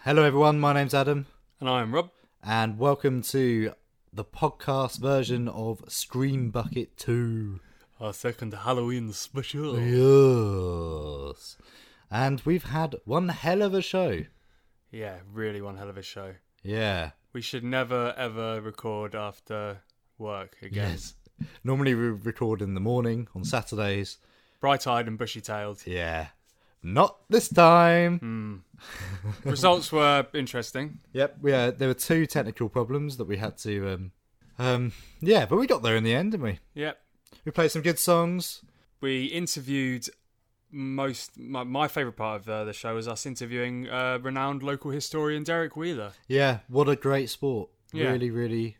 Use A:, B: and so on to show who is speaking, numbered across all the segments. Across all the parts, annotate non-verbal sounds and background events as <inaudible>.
A: Hello, everyone. My name's Adam,
B: And I'm Rob.
A: and welcome to the podcast version of Scream Bucket 2.
B: Our second Halloween special.
A: Yes. And we've had one hell of a show.
B: Yeah, really one hell of a show.
A: Yeah.
B: We should never ever record after work again.
A: <laughs> Normally we record in the morning on Saturdays.
B: Bright eyed and
A: <laughs>
B: bushy tailed.
A: Yeah. Not this time.
B: Results were interesting.
A: Yep. We, uh, there were two technical problems that we had to. Um, um, yeah, but we got there in the end, didn't we?
B: Yep.
A: We played some good songs.
B: We interviewed most. My, my favourite part of uh, the show was us interviewing uh, renowned local historian Derek Wheeler.
A: Yeah, what a great sport.
B: Yeah.
A: Really, really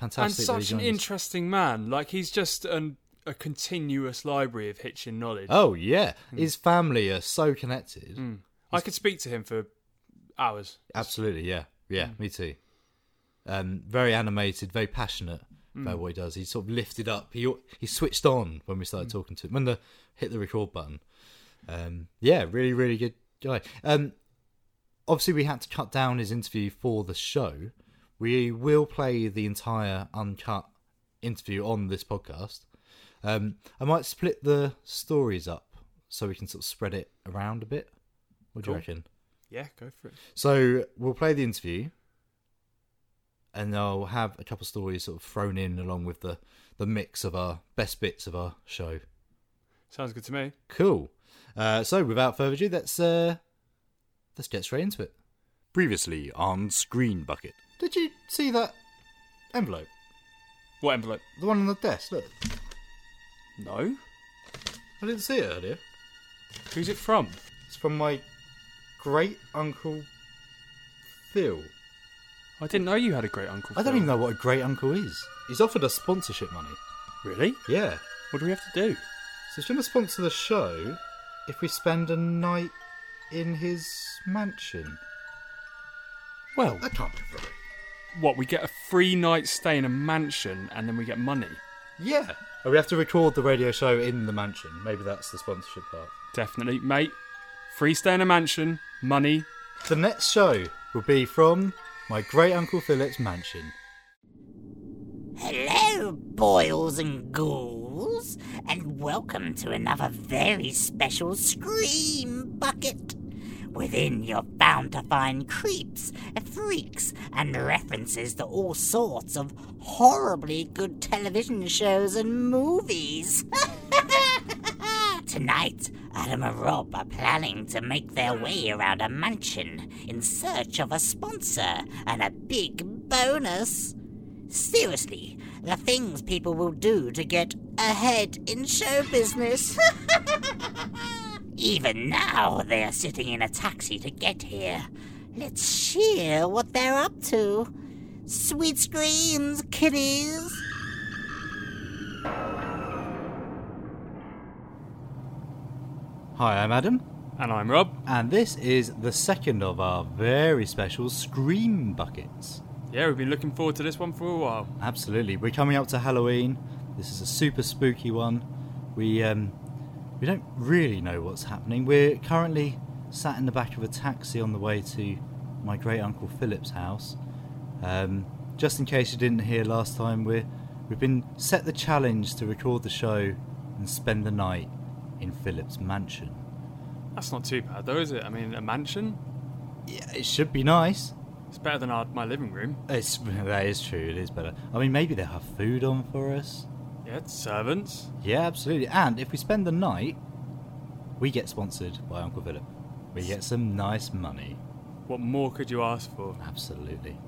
B: and
A: fantastic. that he
B: such an
A: joined us.
B: interesting man. Like, he's just an, a continuous library of hitching knowledge.
A: Oh yeah,
B: Hmm.
A: his family are so connected.
B: I could speak to him for hours.
A: Absolutely, yeah, yeah, me too. Um, very animated, very passionate about what he does. He sort of lifted up. He he switched on when we started talking to him when the hit the record button. Um, yeah, really, really good guy. Um, obviously, we had to cut down his interview for the show. We will play the entire uncut interview on this podcast. Um, I might split the stories up so we can sort of spread it around a bit. What do you
B: Cool.
A: reckon?
B: Yeah, go for it.
A: So we'll play the interview, and I'll have a couple of stories sort of thrown in along with the the mix of our best bits of our show.
B: Sounds good to me.
A: Cool. Uh, so without further ado, let's uh, let's get straight into it. Previously on Screen Bucket. Did you see that envelope?
B: What envelope?
A: The one on the desk. Look,
B: No.
A: I didn't see it earlier.
B: Who's it from?
A: It's from my great uncle Phil.
B: I didn't know you had a great uncle.
A: I don't even know what a great uncle is. He's offered us sponsorship money.
B: Really?
A: Yeah.
B: What do we have to do?
A: So he's going to sponsor the show if we spend a night in his mansion.
B: Well,
A: I can't be right.
B: what we get a free night stay in a mansion and then we get money.
A: Yeah. Oh, we have to record the radio show in the mansion. Maybe that's the sponsorship part.
B: Definitely, mate. Free stay in a mansion, money.
A: The next show will be from my great uncle Philip's mansion.
C: Hello, boils and ghouls, and welcome to another very special Scream Bucket. Within, you're bound to find creeps, freaks, and references to all sorts of horribly good television shows and movies. <laughs> Tonight, Adam and Rob are planning to make their way around a mansion in search of a sponsor and a big bonus. Seriously, the things people will do to get ahead in show business. <laughs> Even now, they are sitting in a taxi to get here. Let's hear what they're up to. Sweet screams, kiddies.
A: Hi, I'm Adam,
B: And I'm Rob.
A: and this is the second of our very special Scream Buckets.
B: Yeah, we've been looking forward to this one for a while.
A: Absolutely. We're coming up to Halloween. This is a super spooky one. We um, we don't really know what's happening. We're currently sat in the back of a taxi on the way to my great uncle Philip's house. Um, just in case you didn't hear last time, we're we've been set the challenge to record the show and spend the night in Philip's mansion.
B: That's not too bad though, is it? I mean, a mansion?
A: Yeah, it should be nice.
B: It's better than our, my living room.
A: It's <laughs> that is true. It is better. I mean, maybe they'll have food on for us.
B: Yeah, it's servants.
A: Yeah, absolutely. And if we spend the night, we get sponsored by Uncle Philip. We get some nice money.
B: What more could you ask for?
A: Absolutely.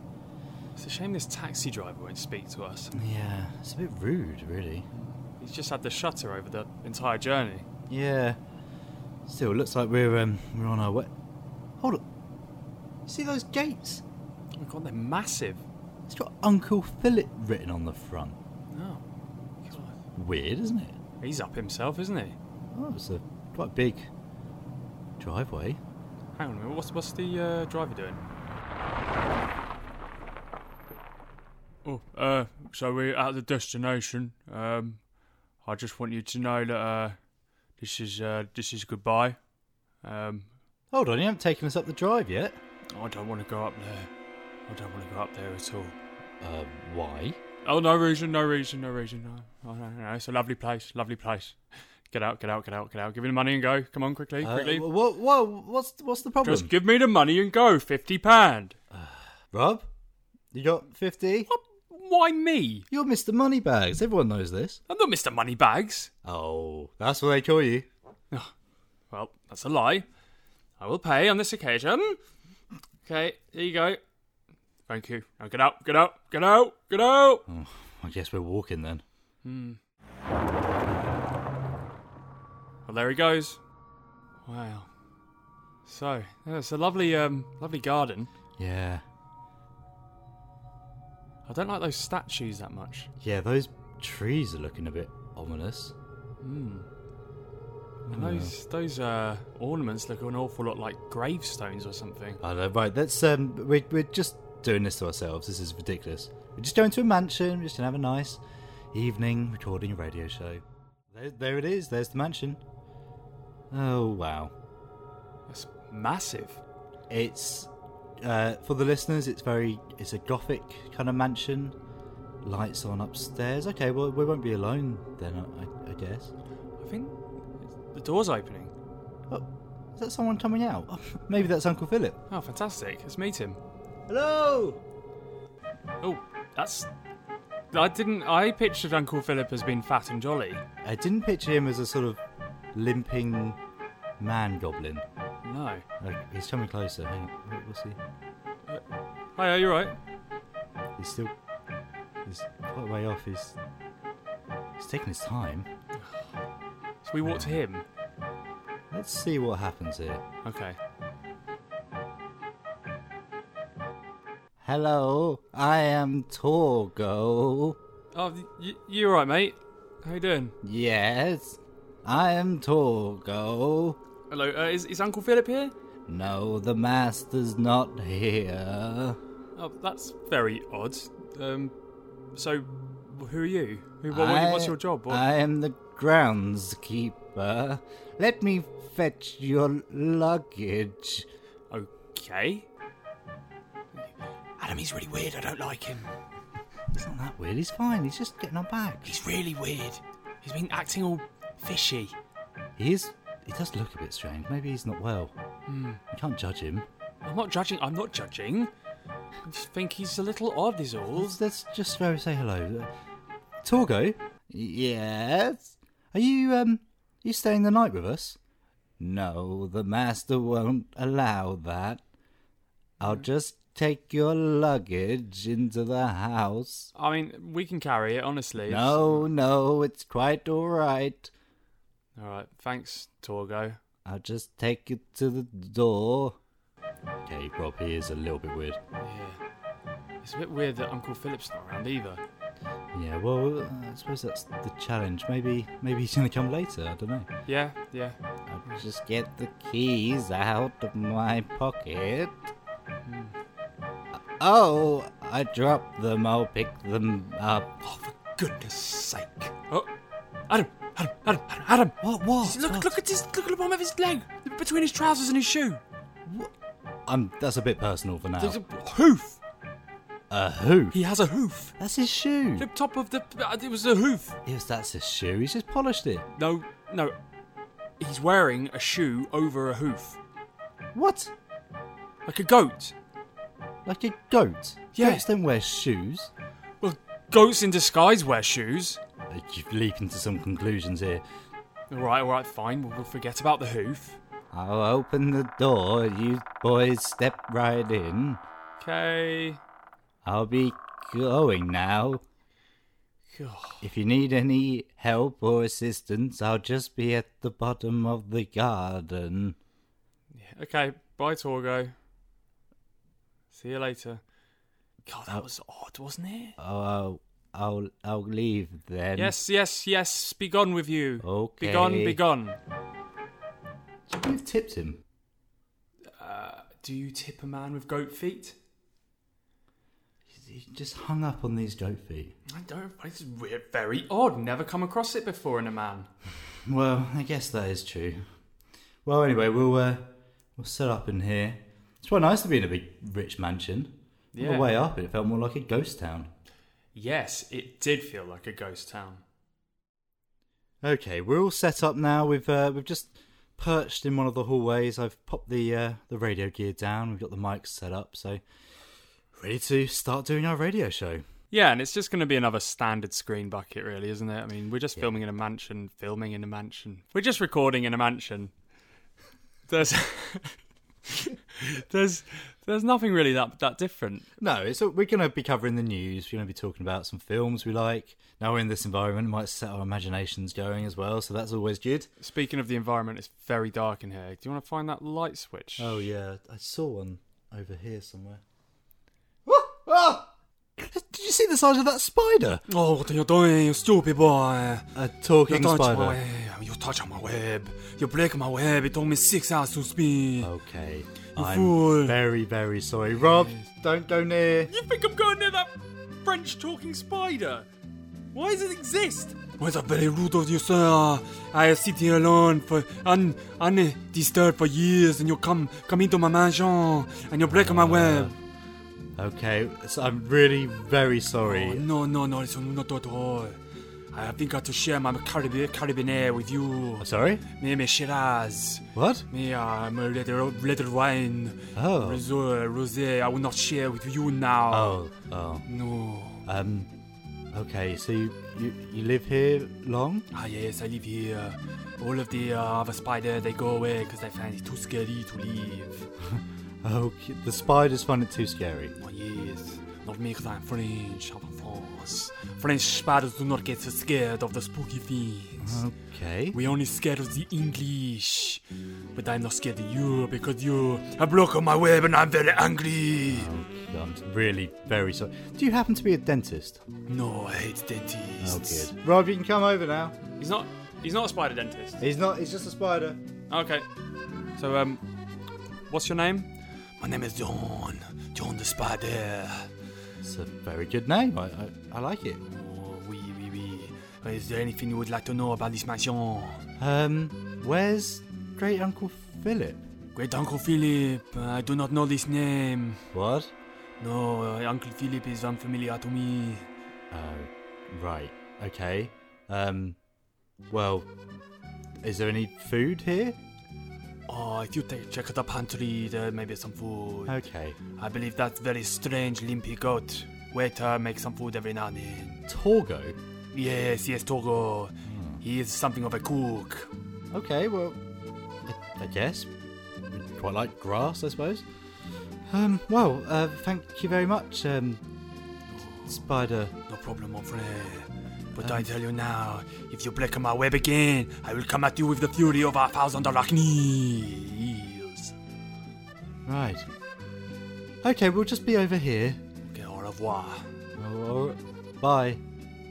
B: It's a shame this taxi driver won't speak to us.
A: Yeah, it's a bit rude, really.
B: He's just had the shutter over the entire journey.
A: Yeah. Still, it looks like we're um, we're on our way. Hold up. You see those gates?
B: Oh my god, they're massive.
A: It's got Uncle Philip written on the front.
B: Oh, God.
A: Weird, isn't it?
B: He's up himself, isn't he?
A: Oh, it's a quite big driveway.
B: Hang on a minute, what's, what's the uh, driver doing? Oh, uh, so we're at the destination. Um, I just want you to know that uh, this is uh, this is goodbye. Um,
A: Hold on, you haven't taken us up the drive yet.
B: I don't want to go up there. I don't want to go up there at all.
A: Uh, why?
B: Oh, no reason, no reason, no reason. No, oh, no, no, no. It's a lovely place, lovely place. Get out, get out, get out, get out. Give me the money and go. Come on, quickly,
A: Uh,
B: quickly.
A: what, what, what's, what's the problem?
B: Just give me the money and go. Fifty pound.
A: Rob, you got 50?
B: Why me?
A: You're Mr. Moneybags. Everyone knows this.
B: I'm not Mr. Moneybags.
A: Oh, that's what they call you.
B: Well, that's a lie. I will pay on this occasion. Okay, here you go. Thank you. Now get out, get out, get out, get out.
A: I guess we're walking then.
B: Well, there he goes. Wow. So, yeah, it's a lovely, um, lovely garden.
A: Yeah.
B: I don't like those statues that much.
A: Yeah, those trees are looking a bit ominous.
B: And those those uh, ornaments look an awful lot like gravestones or something.
A: I don't know. Right, let's. Um, we're, we're just doing this to ourselves. This is ridiculous. We're just going to a mansion. We're just going to have a nice evening recording a radio show. There, there it is. There's the mansion. Oh, wow.
B: That's massive.
A: It's. Uh, for the listeners, it's very. It's a gothic kind of mansion. Lights on upstairs. Okay, well, we won't be alone then, I, I guess.
B: I think the door's opening.
A: Oh, is that someone coming out? Oh, <laughs> maybe that's Uncle Philip.
B: Oh, fantastic! Let's meet him.
A: Hello!
B: Oh, that's. I didn't. I pictured Uncle Philip as being fat and jolly.
A: I didn't picture him as a sort of limping man goblin.
B: No.
A: Oh, he's coming closer. Hang on. Wait, We'll see.
B: Hey, are you Oh, right?
A: He's still. He's quite a way off. He's. He's taking his time.
B: So we walk to him.
A: Let's see what happens here.
B: Okay.
A: Hello, I am Torgo.
B: Oh, y- y- you all right, mate? How you doing?
A: Yes, I am Torgo.
B: Hello. Uh, is is Uncle Philip here?
A: No, the master's not here.
B: Oh, that's very odd. Um, so who are you? Who? What, what, what's
A: I-
B: your job? What,
A: I am the groundskeeper. Let me fetch your luggage.
B: Okay. uh, Adam, he's really weird. I don't like him.
A: It's not that weird. He's fine. He's just getting our bags.
B: He's really weird. He's been acting all fishy.
A: He is. He does look a bit strange. Maybe he's not well.
B: Hmm.
A: You can't judge him.
B: I'm not judging. I'm not judging. I just think he's a little odd, is all.
A: Let's, let's just go say hello. Torgo? Yes? Are you, um, you staying the night with us? No, the master won't allow that. I'll just take your luggage into the house.
B: I mean, we can carry it, honestly. It's-
A: No, no, it's quite all right.
B: All right. Thanks, Torgo.
A: I'll just take you to the door. Okay, Rob, he is a little bit weird.
B: Yeah. It's a bit weird that Uncle Philip's not around either.
A: Yeah, well, uh, I suppose that's the challenge. Maybe, maybe he's gonna come later. I don't know.
B: Yeah. Yeah.
A: I'll just get the keys out of my pocket. Mm-hmm. Oh, I dropped them. I'll pick them up.
D: Oh, for goodness sake.
B: Oh, Adam. Adam. Adam. Adam. Adam.
A: What? What?
D: Look,
A: What?
D: look at his, look at the bottom of his leg, between his trousers and his shoe.
A: Um, that's a bit personal for now.
B: There's a hoof.
A: A hoof.
D: He has a hoof.
A: That's his shoe.
B: The top of the. uh, It was a hoof.
A: Yes, that's his shoe. He's just polished it.
B: No. No. He's wearing a shoe over a hoof,
A: What?
B: like a goat.
A: Like a goat?
B: Yeah.
A: Goats don't wear shoes.
B: Well, goats in disguise wear shoes.
A: Uh, You've leaped into some conclusions here.
B: All right, all right, fine. We'll, we'll forget about the hoof.
A: I'll open the door. You boys step right in.
B: Okay.
A: I'll be going now. If you need any help or assistance, I'll just be at the bottom of the garden.
B: Okay. Bye, Torgo. See you later. God,
A: Oh.
B: that was odd, wasn't it?
A: Oh, I'll, I'll, I'll leave then.
B: Yes, yes, yes. Be gone with you.
A: Okay.
B: Be gone, be gone.
A: You've tipped him.
B: Do you tip a man with goat feet?
A: He's just hung up on these goat feet.
B: I don't. But it's weird, very odd. Never come across it before in a man.
A: Well, I guess that is true. Well, anyway, we'll uh, we'll set up in here. It's quite nice to be in a big rich mansion. On
B: Yeah.
A: the way up, it felt more like a ghost town.
B: Yes, it did feel like a ghost town.
A: Okay, we're all set up now. We've uh, we've just perched in one of the hallways. I've popped the uh, the radio gear down. We've got the mics set up, so ready to start doing our radio show.
B: Yeah, and it's just going to be another standard screen bucket, really, isn't it? I mean, we're just filming in a mansion, filming in a mansion. We're just recording in a mansion. There's, <laughs> there's, there's nothing really that that different.
A: No, it's we're going to be covering the news. We're going to be talking about some films we like. Now we're in this environment, it might set our imaginations going as well. So that's always good.
B: Speaking of the environment, it's very dark in here. Do you want to find that light switch?
A: Oh yeah, I saw one over here somewhere. Ah! Did you see the size of that spider?
D: Oh, what are you doing, you stupid boy?
A: A
D: You
A: talking
D: touch my
A: spider.
D: web. You touch my web. You break my web. It took me six hours to speak.
A: Okay,
D: You
A: I'm
D: fool.
A: very very sorry, Rob. Don't go near.
B: You think I'm going near that French talking spider? Why does it exist?
D: Was that very rude of you, sir? I have sit here alone for un undisturbed for years, and you come come into my mansion and you break
B: Ah,
D: my web.
A: Okay, so I'm really very sorry.
D: Oh, no, no, no, it's not at all. I think I have to share my Caribbean, Caribbean air with you.
A: I'm sorry.
D: Me, me Shiraz.
A: What?
D: Me, I'm a little, little wine.
A: Oh.
D: Rosé, rosé, I will not share with you now.
A: Oh, oh.
D: No.
A: Um. Okay, so you you, you live here long?
D: Ah, yes, I live here. All of the uh, other spider, they go away because they find it too scary to leave.
A: Oh, the spiders find it too scary.
D: Oh, yes. Not me 'cause I'm French, I'm France. French spiders do not get scared of the spooky things.
A: Okay.
D: We only scared of the English. But I'm not scared of you because you have blocked my web and I'm very angry.
A: Okay, I'm really very sorry. Do you happen to be a dentist?
D: No, I hate
A: Oh,
D: dentists.
A: good. Rob, you can come over now.
B: He's not. He's not a spider dentist.
A: He's not. He's just a spider.
B: Okay. So, um, what's your name?
D: My name is John. John the Spider.
A: It's a very good name. I I, I like it.
D: Oh, oui, oui, oui. Is there anything you would like to know about this mansion?
A: Um, where's Great Uncle Philip?
D: Great Uncle Philip. I do not know this name.
A: What?
D: No, uh, Uncle Philip is unfamiliar to me.
A: Oh, right. Okay. Um, well, is there any food here?
D: Oh, if you take, check the pantry, there may be some food.
A: Okay.
D: I believe that very strange limpy goat. Waiter makes some food every now and then.
A: Torgo.
D: Yes, yes, Togo. He is something of a cook.
A: Okay. Well, I, I guess We'd quite like grass, I suppose. Um. Well. Uh. Thank you very much. Um. Spider.
D: No problem, mon frère. But I tell you now, if you break my web again, I will come at you with the fury of a thousand arachnids.
A: Right. Okay. We'll just be over here.
D: Okay, au revoir.
A: Oh, all right. bye.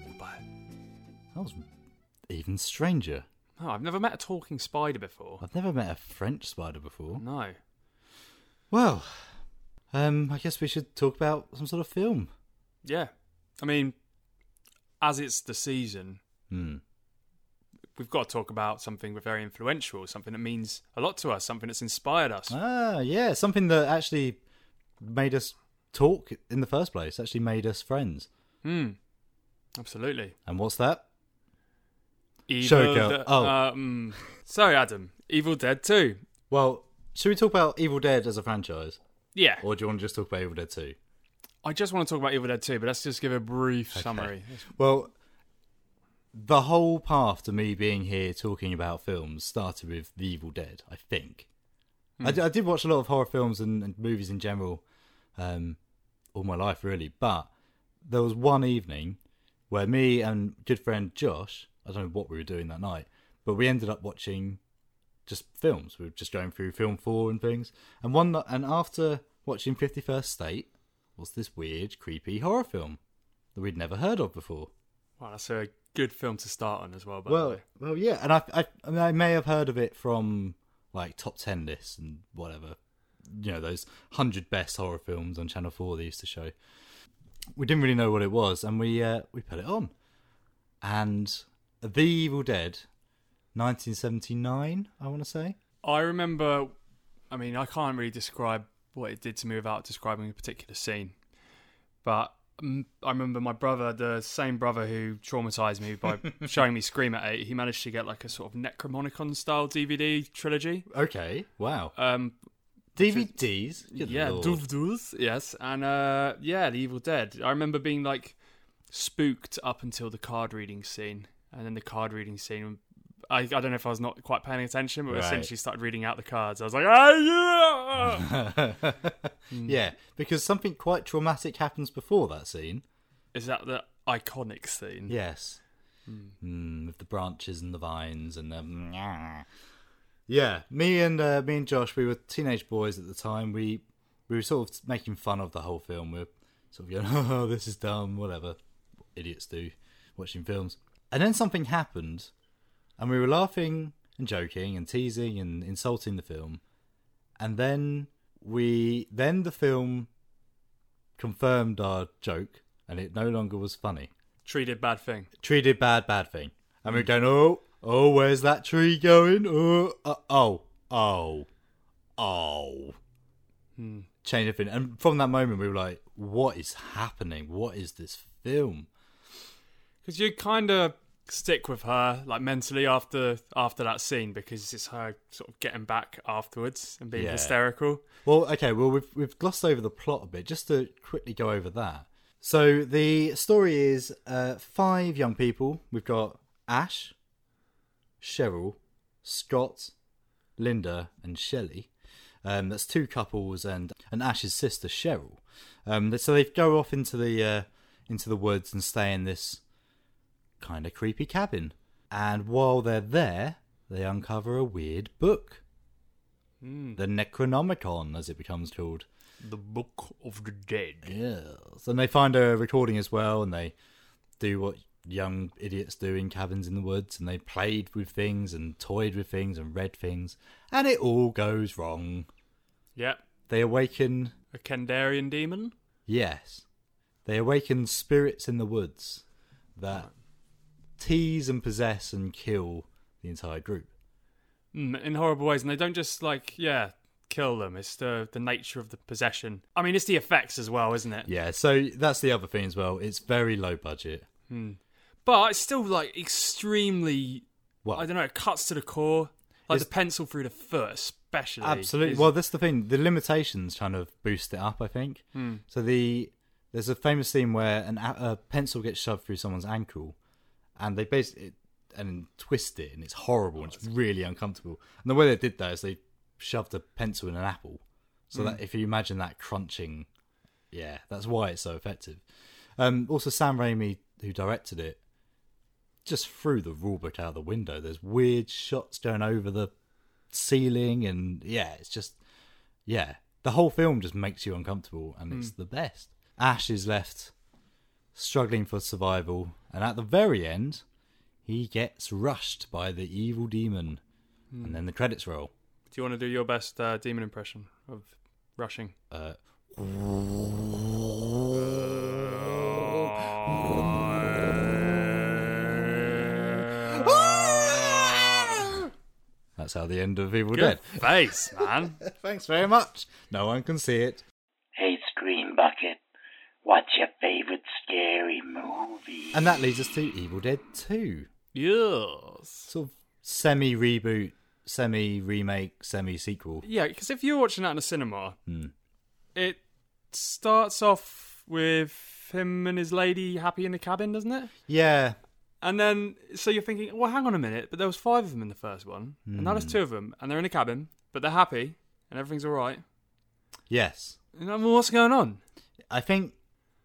D: Goodbye.
A: That was even stranger.
B: Oh, I've never met a talking spider before.
A: I've never met a French spider before.
B: No.
A: Well, um, I guess we should talk about some sort of film.
B: Yeah. I mean, as it's the season,
A: Hmm.
B: we've got to talk about something very influential, something that means a lot to us, something that's inspired us.
A: Ah, yeah, something that actually made us talk in the first place, actually made us friends.
B: Hmm. Absolutely.
A: And what's that?
B: Evil
A: Showgirl.
B: De-
A: Oh.
B: Um, so, Adam, Evil Dead 2.
A: Well, should we talk about Evil Dead as a franchise?
B: Yeah.
A: Or do you want to just talk about Evil Dead 2?
B: I just want to talk about Evil Dead 2, but let's just give a brief summary.
A: Well, the whole path to me being here talking about films started with The Evil Dead, I think. I d- I did watch a lot of horror films and, and movies in general um, all my life, really. But there was one evening where me and good friend Josh, I don't know what we were doing that night, but we ended up watching just films. We were just going through film four and things. And one ni- and after watching Fifty First State was this weird, creepy horror film that we'd never heard of before.
B: Wow, that's a good film to start on as well, by the
A: Well,
B: way.
A: well, yeah, and I, I, I, mean, I may have heard of it from like top ten lists and whatever, you know, those hundred best horror films on Channel Four they used to show. We didn't really know what it was, and we uh, we put it on, and The Evil Dead, nineteen seventy nine, I want to say.
B: I remember, I mean, I can't really describe what it did to me without describing a particular scene. But um, I remember my brother, the same brother who traumatized
A: <laughs>
B: me by showing me Scream at eight, he managed to get like a sort of Necromonicon style DVD trilogy.
A: Okay. Wow.
B: Um,
A: DVDs. Good
B: yeah,
A: lord.
B: Doof Doos, yes, and uh, yeah, The Evil Dead. I remember being like spooked up until the card reading scene, and then the card reading scene. I, I don't know if I was not quite paying attention, but
A: Right.
B: essentially started reading out the cards. I was like, ah, yeah!
A: <laughs> yeah, because something quite traumatic happens before that scene.
B: is that the iconic scene?
A: Yes. Mm, with the branches and the vines and the yeah. Me and uh, me and Josh, we were teenage boys at the time. We we were sort of making fun of the whole film. We were sort of going, <laughs> "Oh, this is dumb," whatever idiots do watching films. And then something happened, and we were laughing and joking and teasing and insulting the film. And then we then the film confirmed our joke, and it no longer was funny
B: Treated bad thing.
A: treated bad, bad thing. And we're going, oh, oh, where's that tree going? Oh, uh, oh, oh, oh. Change of thing. And from that moment, we were like, what is happening? What is this film?
B: Because you kind of stick with her like mentally after after that scene because it's her sort of getting back afterwards and being
A: Yeah.
B: hysterical.
A: Well, okay, well, we've, we've glossed over the plot a bit. Just to quickly go over that. So the story is uh, five young people. We've got Ash, Cheryl, Scott, Linda, and Shelley. Um, that's two couples and and Ash's sister Cheryl. Um, so they go off into the uh, into the woods and stay in this kind of creepy cabin. And while they're there, they uncover a weird book,
B: Hmm.
A: the Necronomicon, as it becomes called.
B: The Book of the Dead.
A: Yes. And they find a recording as well, and they do what young idiots do in cabins in the woods, and they played with things and toyed with things and read things, and it all goes wrong.
B: Yep.
A: They awaken,
B: A Kandarian demon.
A: yes, they awaken spirits in the woods that tease and possess and kill the entire group.
B: Mm, in horrible ways, and they don't just like yeah kill them. It's the the nature of the possession. I mean, it's the effects as well, isn't it?
A: Yeah, so that's the other thing as well. It's very low budget.
B: But it's still like extremely.
A: Well,
B: I don't know. It cuts to the core. Like
A: It's-
B: the pencil through the foot, especially.
A: Absolutely.
B: is-
A: Well, that's the thing. The limitations kind of boost it up, I think. So the there's a famous scene where an a, a pencil gets shoved through someone's ankle, and they basically it, and twist it, and it's horrible and it's really uncomfortable. And the way they did that is they shoved a pencil in an apple, so that if you imagine that crunching, yeah, that's why it's so effective. Um, also, Sam Raimi, who directed it, just threw the rulebook out the window. There's weird shots going over the ceiling and yeah it's just yeah the whole film just makes you uncomfortable and it's the best ash is left struggling for survival and at the very end he gets rushed by the evil demon and then the credits <laughs> roll
B: do you want to do your best uh, demon impression of rushing?
A: uh that's how the end of evil
B: Good
A: dead
B: face, man.
A: <laughs> thanks very much no one can see it
E: Hey, Scream Bucket, what's your favorite scary
A: <laughs>
E: movie?
A: and that leads us to evil dead 2
B: yes.
A: sort of semi reboot semi remake semi sequel
B: Yeah, because if you're watching that in a cinema, it starts off with him and his lady happy in the cabin, doesn't it?
A: yeah
B: And then, so you're thinking, well, hang on a minute, but there was five of them in the first one, and now there's two of them, and they're in a cabin, but they're happy, and everything's all right.
A: yes
B: And I'm, well, what's going on?
A: I think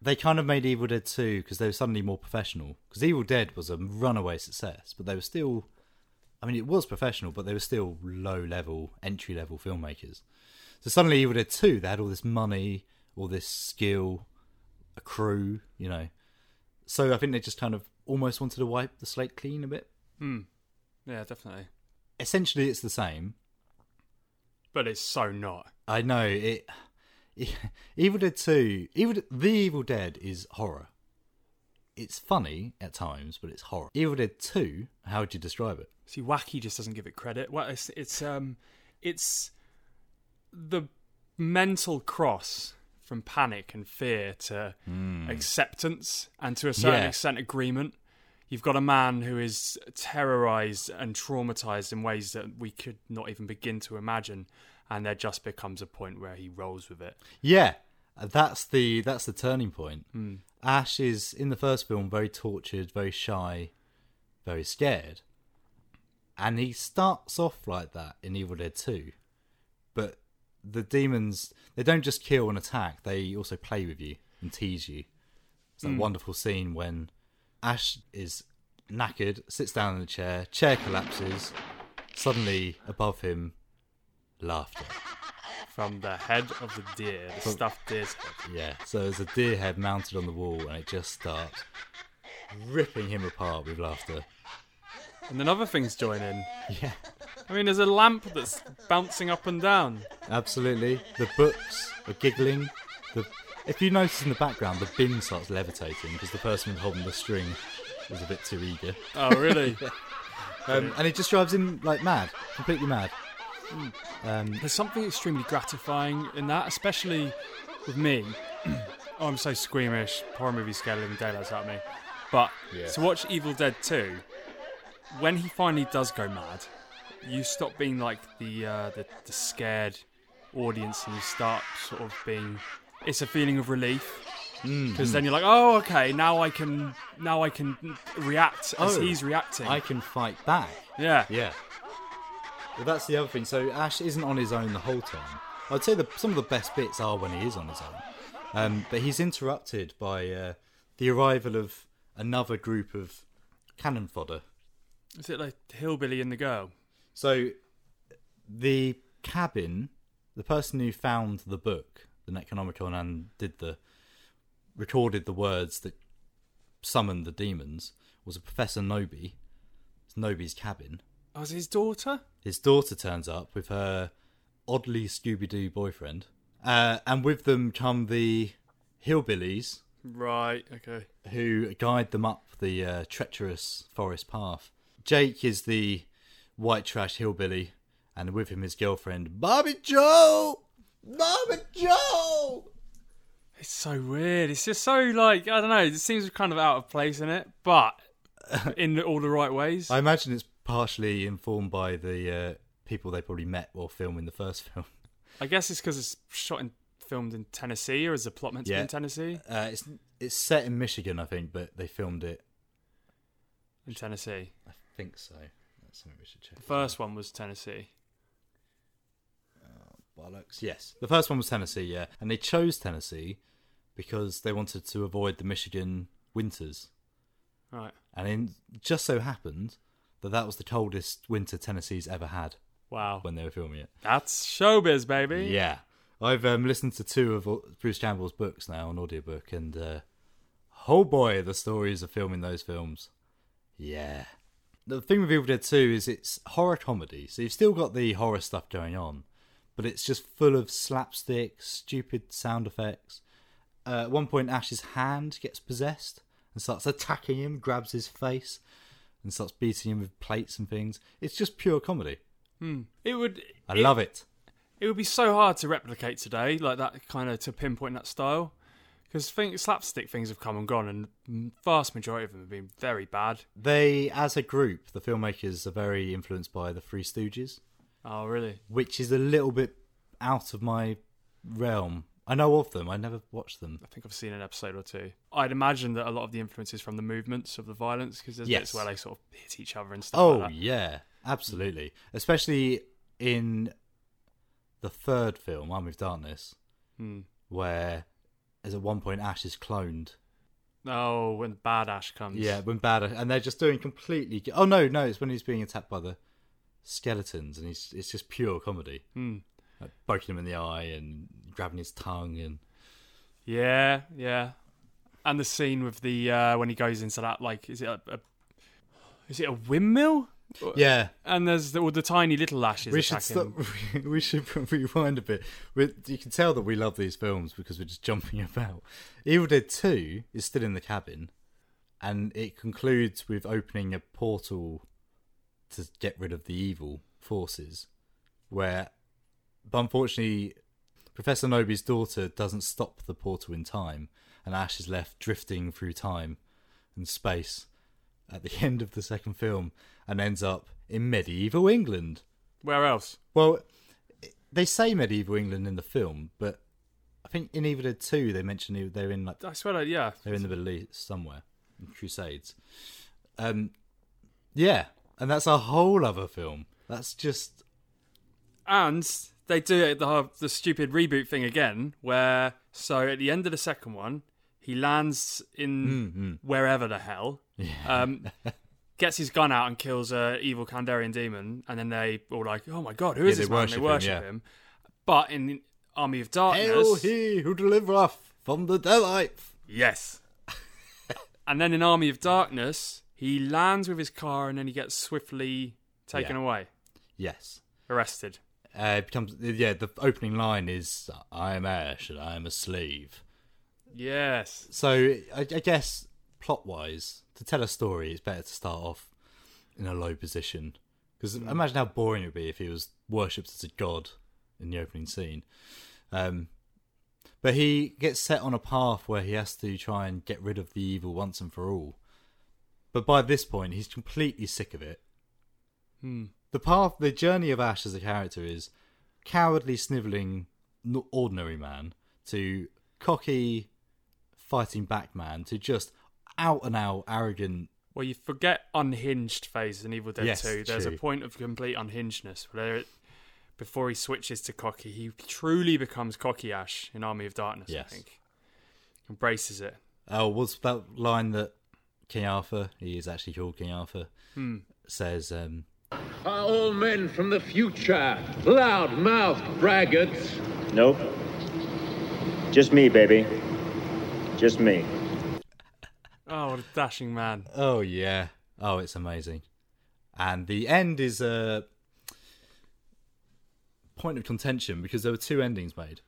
A: they kind of made Evil Dead 2 because they were suddenly more professional. Because Evil Dead was a runaway success, but they were still. I mean, it was professional, but they were still low level, entry level filmmakers. So suddenly, Evil Dead 2, they had all this money, all this skill, a crew, you know. So I think they just kind of almost wanted to wipe the slate clean a bit.
B: Hmm. Yeah, definitely.
A: Essentially, it's the same.
B: But it's so not.
A: I know it. Evil Dead Two, Evil the Evil Dead is horror. It's funny at times, but it's horror. Evil Dead Two, how would you describe it?
B: See, Wacky just doesn't give it credit. Well, it's, it's um, it's the mental cross from panic and fear to acceptance and to a certain
A: Yeah.
B: extent agreement. You've got a man who is terrorized and traumatized in ways that we could not even begin to imagine, and there just becomes a point where he rolls with it.
A: Yeah, that's the that's the turning point. Ash is in the first film very tortured, very shy, very scared, and he starts off like that in Evil Dead Two, but the demons they don't just kill and attack; they also play with you and tease you. It's that wonderful scene when Ash is knackered, sits down in a chair, chair collapses. Suddenly, above him, laughter.
B: From the head of the deer, the stuffed deer's head.
A: Yeah, so there's a deer head mounted on the wall and it just starts ripping him apart with laughter.
B: And then other things join in.
A: Yeah.
B: I mean, there's a lamp that's bouncing up and down.
A: Absolutely. The books are giggling. The if you notice in the background the bin starts levitating because the person holding the string was a bit too eager.
B: Oh, really?
A: Um, and it just drives him like mad, completely mad.
B: There's something extremely gratifying in that, especially with me. <clears throat> oh, I'm so squeamish. Horror movie scare living daylights out of me. But to watch Evil Dead 2, when he finally does go mad, you stop being like the, uh, the the scared audience and you start sort of being. It's a feeling of relief
A: Mm.
B: because then you're like, oh, okay, now I can now I can react as
A: Oh,
B: he's reacting.
A: I can fight back.
B: yeah,
A: Yeah. Well, that's the other thing. So Ash isn't on his own the whole time. I'd say the, some of the best bits are when he is on his own. Um, but he's interrupted by uh, the arrival of another group of cannon fodder.
B: is it like hillbilly and the girl?
A: So the cabin, the person who found the book, the Necronomicon, and did the recorded the words that summoned the demons was a Professor Noby. It's Noby's cabin.
B: Oh, is it his daughter?
A: his daughter turns up with her oddly Scooby Doo boyfriend, uh, and with them come the hillbillies
B: Right. Okay.
A: who guide them up the uh, treacherous forest path. Jake is the white trash hillbilly, and with him his girlfriend Bobby Joe. Bobby Joe.
B: It's so weird. It's just so like I don't know. It seems kind of out of place in it, but
A: <laughs>
B: in all the right ways.
A: I imagine it's partially informed by the uh, people they probably met while filming the first <laughs> film.
B: I guess it's because it's shot and filmed in Tennessee, or is the plot meant to be
A: Yeah.
B: in Tennessee?
A: Uh, it's it's set in Michigan, I think, but they filmed it.
B: In Tennessee,
A: I think so. That's something we should check.
B: the first one was Tennessee.
A: Bollocks. Yes. The first one was Tennessee, yeah. And they chose Tennessee because they wanted to avoid the Michigan winters.
B: Right.
A: And it just so happened that that was the coldest winter Tennessee's ever had
B: Wow.
A: when they were filming it.
B: That's showbiz, baby.
A: Yeah. I've um, listened to two of uh, Bruce Campbell's books now on audiobook, and uh, oh boy, the stories of filming those films. Yeah. The thing with Evil Dead 2 is it's horror comedy, so you've still got the horror stuff going on, but it's just full of slapstick, stupid sound effects. Uh, at one point, Ash's hand gets possessed and starts attacking him, grabs his face, and starts beating him with plates and things. It's just pure comedy.
B: Hmm. It would.
A: I love it.
B: It would be so hard to replicate today, like that kind of to pinpoint that style, because think slapstick things have come and gone, and m- vast majority of them have been very bad.
A: They, as a group, the filmmakers are very influenced by the Three Stooges,
B: Oh, really?
A: which is a little bit out of my realm. I know of them, I never watched them.
B: I think I've seen an episode or two. I'd imagine that a lot of the influence is from the movements of the violence because there's
A: Yes.
B: bits where they sort of hit each other and stuff.
A: Oh,
B: like that.
A: yeah, absolutely. Especially in the third film, Army of Darkness,
B: Hmm.
A: where as at one point Ash is cloned.
B: oh, when Bad Ash comes.
A: Yeah, when bad, and they're just doing completely. Oh no, no, it's when he's being attacked by the skeletons, and he's it's just pure comedy,
B: Hmm.
A: like poking him in the eye and grabbing his tongue and
B: yeah, yeah. And the scene with the uh, when he goes into that like is it a, a is it a windmill?
A: yeah.
B: And there's the, all the tiny little ashes
A: We should
B: attacking.
A: stop. <laughs> We should rewind a bit. We, you can tell that we love these films because we're just jumping <laughs> about. Evil Dead Two is still in the cabin, and it concludes with opening a portal to get rid of the evil forces. Where, but unfortunately, Professor Nobi's daughter doesn't stop the portal in time, and Ash is left drifting through time and space at the <laughs> end of the second film and ends up in medieval England.
B: Where else?
A: Well, they say medieval England in the film, but I think in Evil Dead 2 they mention e- they're in like
B: I swear, to, yeah.
A: they're in the Middle East somewhere, in Crusades. Um, yeah, and that's a whole other film. That's just
B: And they do it, the the stupid reboot thing again, where so at the end of the second one, he lands in
A: Mm-hmm.
B: wherever the hell,
A: <laughs>
B: um, gets his gun out and kills a evil Kandarian demon, and then they all like, oh my god, who is
A: Yeah,
B: this
A: they
B: man? And they
A: worship
B: worship
A: him,
B: him,
A: yeah.
B: But in Army of
A: hail
B: Darkness,
A: he who delivereth from the death. <laughs>
B: yes. and then in Army of Darkness, he lands with his car, and then he gets swiftly taken
A: Yeah.
B: away,
A: Yes.
B: arrested.
A: Uh, it becomes yeah. The opening line is "I am Ash and I am a slave."
B: Yes.
A: So I, I guess plot-wise, to tell a story, it's better to start off in a low position because imagine how boring it would be if he was worshipped as a god in the opening scene. Um, but he gets set on a path where he has to try and get rid of the evil once and for all. But by this point, he's completely sick of it. The path, the journey of Ash as a character is cowardly, snivelling, n- ordinary man to cocky, fighting back man to just out and out arrogant.
B: Well, you forget unhinged phase in Evil Dead
A: Yes,
B: 2. There's a
A: true.
B: point of complete unhingedness where it, before he switches to cocky, he truly becomes cocky Ash in Army of Darkness,
A: Yes.
B: I think. Embraces it.
A: Oh, was that line that King Arthur, he is actually called King Arthur, says, um,
F: Are all men from the future loud-mouthed braggarts?
G: Nope. Just me, baby. Just me.
B: Oh, what a dashing man.
A: Oh yeah. Oh, it's amazing. And the end is a point of contention because there were two endings made.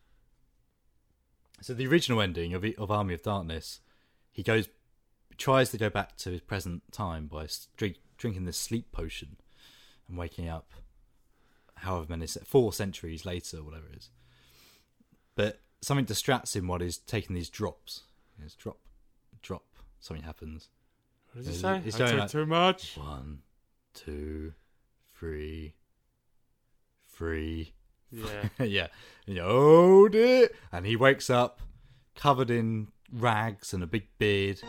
A: So the original ending of of Army of Darkness, he goes tries to go back to his present time by s- drink, drinking this sleep potion and waking up however many se- four centuries later or whatever it is. But something distracts him while he's taking these drops. It's drop, drop. Something happens.
B: What does he
A: He's-
B: say?
A: he's
B: I
A: going
B: took
A: like-
B: too much.
A: One, two, three, three.
B: Yeah.
A: <laughs> yeah. And you, oh dear. And he wakes up covered in rags and a big beard.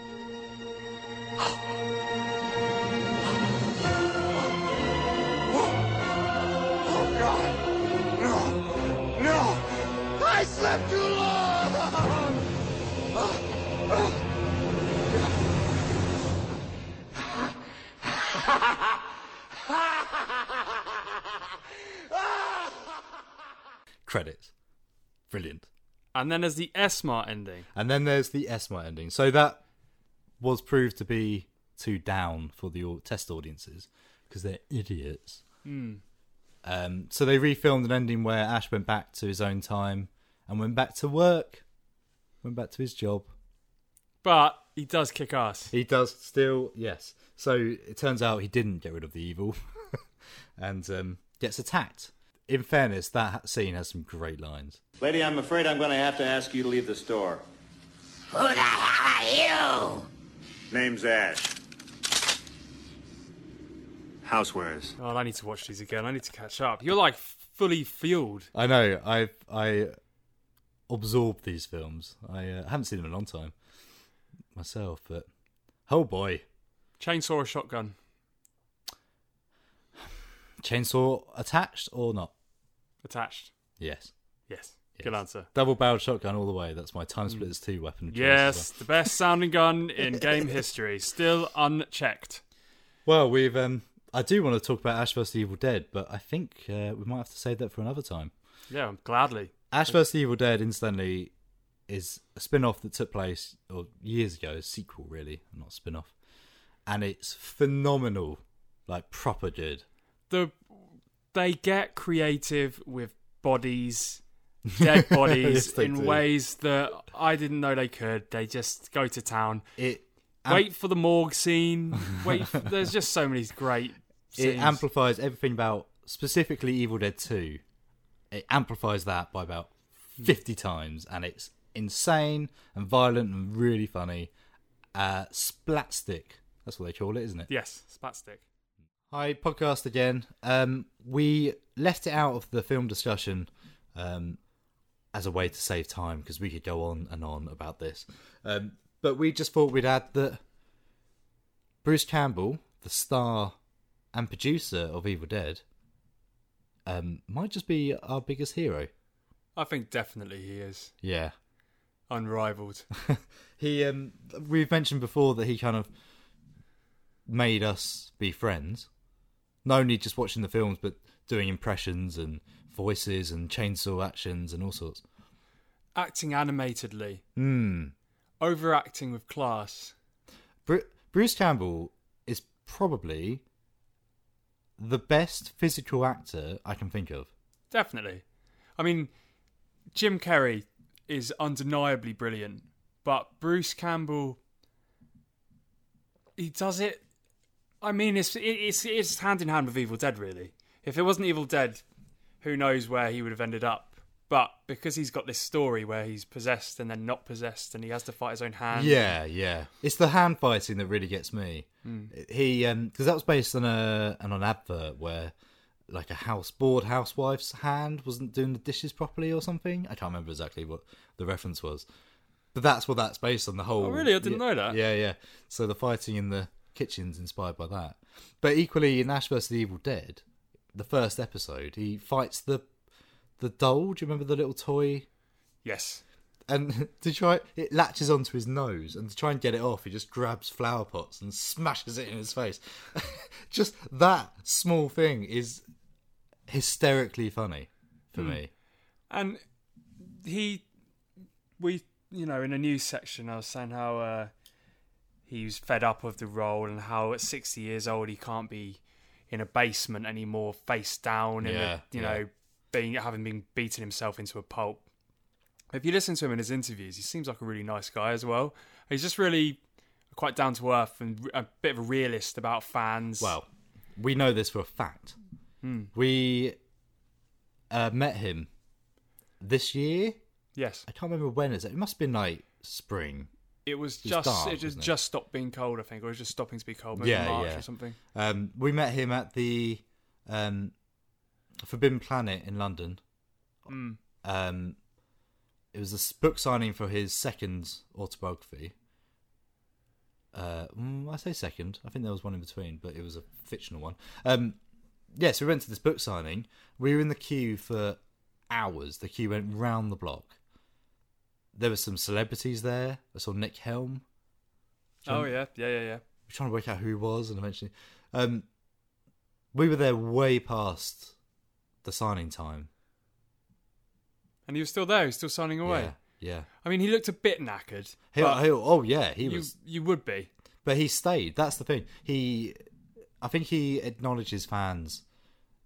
A: Credits. Brilliant.
B: And then there's the S-Mart ending.
A: And then there's the Esma ending. So that was proved to be too down for the au- test audiences because they're idiots. Um, so they refilmed an ending where Ash went back to his own time and went back to work, went back to his job.
B: But he does kick ass.
A: He does still, yes. So it turns out he didn't get rid of the evil <laughs> and um, gets attacked. In fairness, that ha- scene has some great lines.
G: Lady, I'm afraid I'm going to have to ask you to leave the store.
C: Who the hell are you?
G: Name's Ash. Housewares.
B: Oh, I need to watch these again. I need to catch up. You're like fully fueled.
A: I know. I I absorbed these films. I uh, haven't seen them in a long time myself, but oh boy,
B: Chainsaw or shotgun?
A: chainsaw attached or not?
B: Attached.
A: Yes.
B: Yes.
A: yes.
B: Good answer.
A: Double barreled shotgun all the way. That's my time splitters two weapon. of choice as well.
B: Yes, the best sounding gun in game history, still unchecked.
A: Well, we've. Um, I do want to talk about Ash vs. the Evil Dead, but I think uh, we might have to save that for another time.
B: Yeah, gladly.
A: Ash vs. the Evil Dead, incidentally, is a spin off that took place or years ago, a sequel, really, not a spin off. And it's phenomenal. Like, proper good.
B: The they get creative with bodies, dead <laughs> bodies
A: Yes, they
B: in
A: do.
B: ways that I didn't know they could. They just go to town.
A: It.
B: wait for the morgue scene. Wait, for, there's just so many great
A: it
B: scenes.
A: amplifies everything about specifically Evil Dead 2. It amplifies that by about 50 times, and it's insane and violent and really funny. Uh, Splatstick. That's what they call it, isn't it?
B: Yes, spat stick.
A: Hi, podcast again. Um, we left it out of the film discussion um, as a way to save time because we could go on and on about this. Um, but we just thought we'd add that Bruce Campbell, the star and producer of Evil Dead, um, might just be our biggest hero.
B: I think definitely he is
A: Yeah.
B: unrivaled.
A: <laughs> he um we've mentioned before that he kind of made us be friends not only just watching the films but doing impressions and voices and chainsaw actions and all sorts
B: Acting animatedly,
A: hmm
B: overacting with class.
A: Bru- bruce campbell is probably the best physical actor i can think of
B: Definitely. I mean, Jim Carrey is undeniably brilliant, but Bruce Campbell, he does it. I mean, it's it- it's it's hand in hand with Evil Dead, really. If it wasn't Evil Dead, who knows where he would have ended up? But because he's got this story where he's possessed and then not possessed, and he has to fight his own hand.
A: yeah yeah it's the hand fighting that really gets me
B: Hmm.
A: he um because that was based on a on an advert where like a house bored housewife's hand wasn't doing the dishes properly or something i can't remember exactly what the reference was but that's what that's based on the whole
B: Oh, really? I didn't
A: Yeah,
B: know that.
A: yeah yeah so the fighting in the kitchen's inspired by that but equally in ash versus the evil dead the first episode he fights the the doll do you remember the little toy
B: Yes.
A: and <laughs> to try it latches onto his nose and to try and get it off he just grabs flower pots and smashes it in his face <laughs> just that small thing is hysterically funny for me
B: And he, we, you know, in a news section, I was saying how uh, he was fed up of the role and how at 60 years old he can't be in a basement anymore, face down, and
A: Yeah,
B: you
A: yeah.
B: know, being having been beaten himself into a pulp. If you listen to him in his interviews, he seems like a really nice guy as well. He's just really quite down to earth and a bit of a realist about fans.
A: well we know this for a fact we uh, met him this year
B: yes,
A: i can't remember when is it it must have been like spring
B: it was
A: was
B: just
A: dark,
B: it just
A: wasn't it?
B: just stopped being cold. I think, or it was just stopping to be cold, maybe
A: Yeah,
B: March
A: yeah.
B: or something.
A: um, we met him at the um, forbidden planet in london
B: Mm.
A: um, it was a s- book signing for his second autobiography. Uh, mm, I say second. I think there was one in between, but it was a fictional one. Um, yes, we went to this book signing. We were in the queue for hours. The queue went round the block. There were some celebrities there. I saw Nick Helm.
B: Oh yeah, yeah, yeah, yeah.
A: We're trying to work out who he was, and eventually, um, we were there way past the signing time.
B: And he was still there. He was still signing away.
A: Yeah, yeah.
B: I mean, he looked a bit knackered.
A: He,
B: but
A: he- oh yeah, he
B: you,
A: was.
B: you would be.
A: But he stayed. That's the thing. He, I think he acknowledges fans.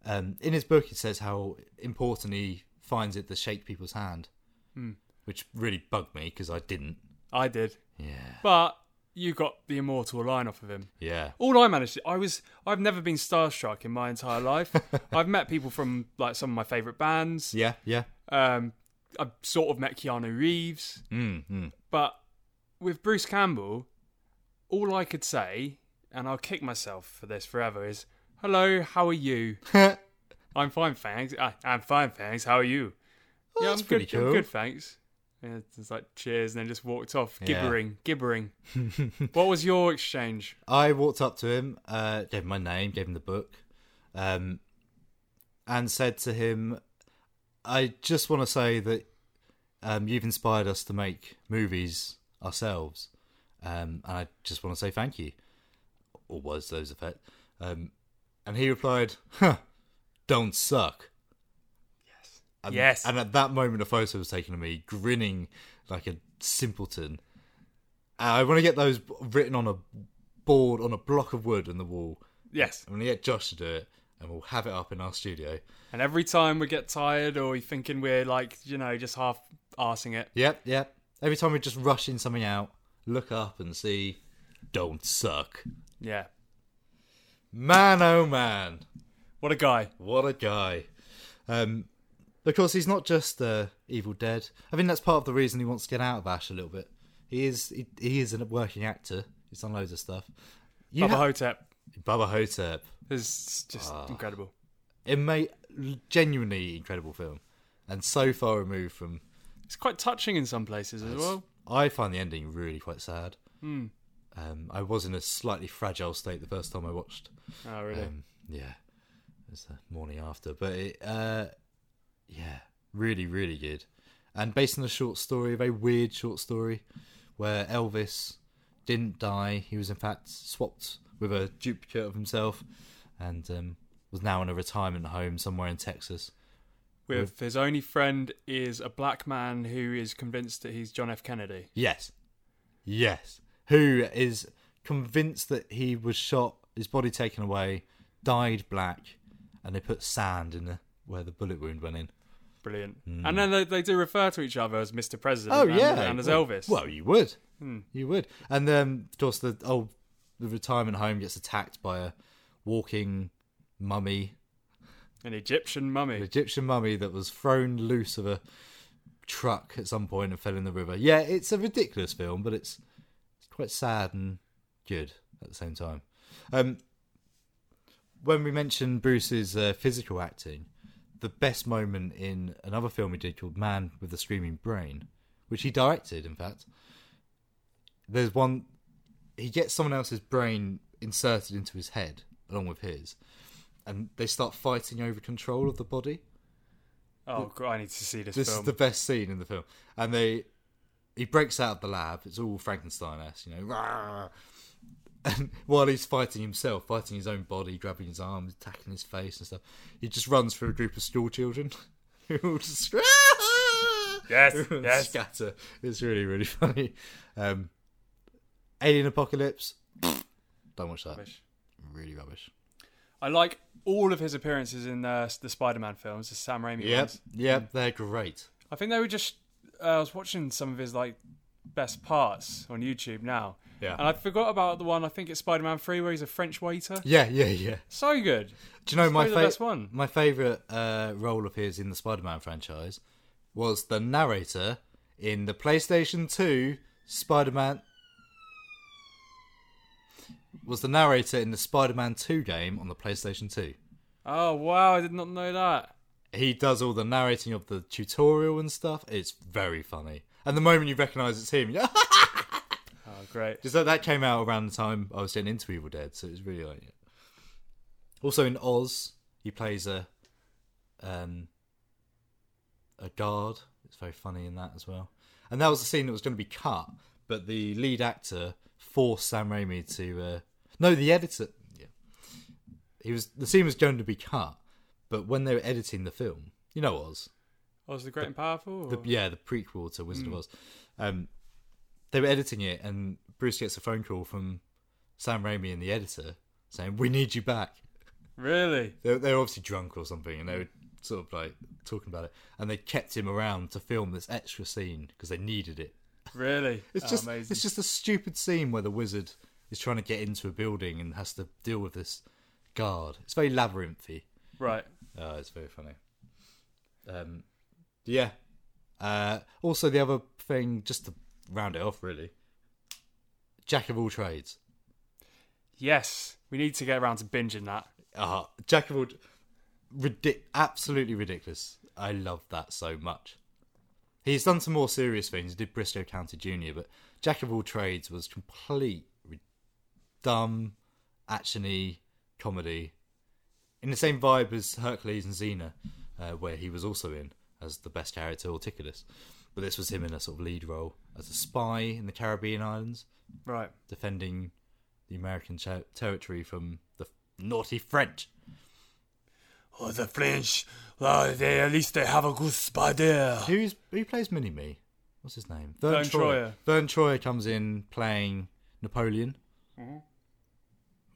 A: Um, in his book, he says how important he finds it to shake people's hand,
B: Hmm.
A: which really bugged me because I didn't.
B: I did,
A: Yeah,
B: but you got the immortal line off of him.
A: yeah,
B: All I managed, to, I was, I've never been starstruck in my entire life.
A: <laughs>
B: I've met people from like some of my favorite bands.
A: yeah, yeah.
B: Um, I've sort of met Keanu Reeves,
A: Mm, mm.
B: but with Bruce Campbell, all I could say, and I'll kick myself for this forever, is "Hello, how
A: <laughs>
B: are you?" I'm fine, thanks. I, I'm fine, thanks. How are you?
A: Well,
B: yeah,
A: Oh, that's
B: I'm
A: pretty
B: good. I'm
A: cool.
B: good, thanks. And it's like cheers, and then just walked off,
A: Yeah.
B: gibbering,
A: <laughs>
B: gibbering. what was your exchange?
A: I walked up to him, uh, gave him my name, gave him the book, um, and said to him, "I just want to say that um, you've inspired us to make movies ourselves, um, and I just want to say thank you." Or was those effect? Um, and he replied, "Huh, don't suck." Yes. And,
B: Yes.
A: And at that moment, a photo was taken of me grinning like a simpleton. And I want to get those written on a board on a block of wood on the wall.
B: Yes.
A: I'm going to get Josh to do it, and we'll have it up in our studio.
B: And every time we get tired or you're thinking we're like, you know, just half arsing it.
A: Yep, yep. Every time we're just rushing something out, look up and see, don't suck.
B: Yeah.
A: Man, oh man,
B: What a guy.
A: what a guy. Um, Of course, he's not just uh, Evil Dead. I think that's part of the reason he wants to get out of Ash a little bit. He is he, he is a working actor. He's done loads of stuff. You
B: Bubba
A: ha- Ah.
B: Hotep
A: Bubba Hotep.
B: is just incredible.
A: It made genuinely incredible film, and so far removed from.
B: It's quite touching in some places as well.
A: I find the ending really quite sad.
B: Hmm.
A: Um, I was in a slightly fragile state the first time I watched
B: Oh, really?
A: um, yeah, it was the morning after, but it, uh, yeah, really, really good. And based on a short story, a very weird short story, where Elvis didn't die. He was in fact swapped with a duplicate of himself, and um, was now in a retirement home somewhere in Texas.
B: With his only friend is a black man who is convinced that he's John F. Kennedy.
A: Yes, yes. Who is convinced that he was shot, his body taken away, dyed black, and they put sand in the, where the bullet wound went in.
B: Brilliant. And then they, they do refer to each other as Mr. President.
A: Hmm. Oh
B: and,
A: yeah,
B: and as
A: well,
B: Elvis. Hmm.
A: Well, you would, you would. And then, of course, the old the retirement home gets attacked by a walking mummy,
B: an Egyptian mummy.
A: an Egyptian mummy that was thrown loose of a truck at some point and fell in the river. Yeah, it's a ridiculous film, but it's it's quite sad and good at the same time. Um, when we mentioned Bruce's uh, physical acting, the best moment in another film he did called Man with the Screaming Brain, which he directed, in fact. There's one, he gets someone else's brain inserted into his head along with his, and they start fighting over control of the body.
B: oh, God, I need to see this,
A: This
B: film.
A: is the best scene in the film, and they he breaks out of the lab. It's all Frankenstein-esque, you know. "Rah!" And while he's fighting himself, fighting his own body, grabbing his arms, attacking his face and stuff, he just runs through a group of school children <laughs> who all just <laughs>
B: Yes,
A: Who all
B: yes.
A: scatter. It's really, really <laughs> funny. Um, Alien Apocalypse. <sniffs> Don't watch that.
B: Rubbish.
A: Really rubbish.
B: I like all of his appearances in uh, the Spider-Man films, the Sam Raimi
A: Yep,
B: ones.
A: yep, they're great.
B: I think they were just. Uh, I was watching some of his like best parts on YouTube now.
A: Yeah.
B: And I forgot about the one. I think it's Spider-Man Three where he's a French waiter.
A: Yeah, yeah, yeah.
B: So good.
A: Do you know my
B: probably the best
A: favorite
B: one.
A: my favorite uh, role of his in the Spider-Man franchise was the narrator in the PlayStation 2 Spider-Man was the narrator in the Spider-Man 2 game on the PlayStation 2.
B: Oh wow! I did not know that.
A: He does all the narrating of the tutorial and stuff. It's very funny. And the moment you recognize it's him, <laughs> yeah.
B: Oh great.
A: Because that, that came out around the time I was getting into Evil Dead, so it was really like it. Also in Oz, he plays a um a guard. It's very funny in that as well. And that was a scene that was going to be cut, but the lead actor forced Sam Raimi to uh, no, the editor. Yeah, he was the scene was going to be cut, but when they were editing the film, you know Oz,
B: Oz Oh, the Great and Powerful.
A: the,
B: or-
A: yeah, the prequel to Wizard of Oz. Um, they were editing it, and Bruce gets a phone call from Sam Raimi and the editor saying, "We need you back."
B: Really?
A: They they were obviously drunk or something, and they were sort of like talking about it, and they kept him around to film this extra scene because they needed it. Ah,
B: Really?
A: <laughs> It's
B: Oh,
A: just
B: amazing.
A: it's just a stupid scene where the wizard is trying to get into a building and has to deal with this guard. It's very labyrinthy.
B: right.
A: Oh, it's very funny. Um, yeah. Uh, also, the other thing, just to round it off, really, jack of all trades.
B: Yes, we need to get around to binging that.
A: Uh, jack of all, ridic- absolutely ridiculous. I love that so much. He's done some more serious things. He did Bristow County Junior, but jack of all trades was complete ri- dumb, actiony comedy in the same vibe as Hercules and Xena, uh, where he was also in as the best character, Orticulus. But this was him in a sort of lead role as a spy in the Caribbean islands,
B: Right.
A: defending the American ter- territory from the naughty French.
D: Oh, the French, well, they at least they have a good spider.
A: Who's who plays Mini Me? What's his name? Vern,
B: Vern Troyer.
A: Vern Troyer comes in playing Napoleon,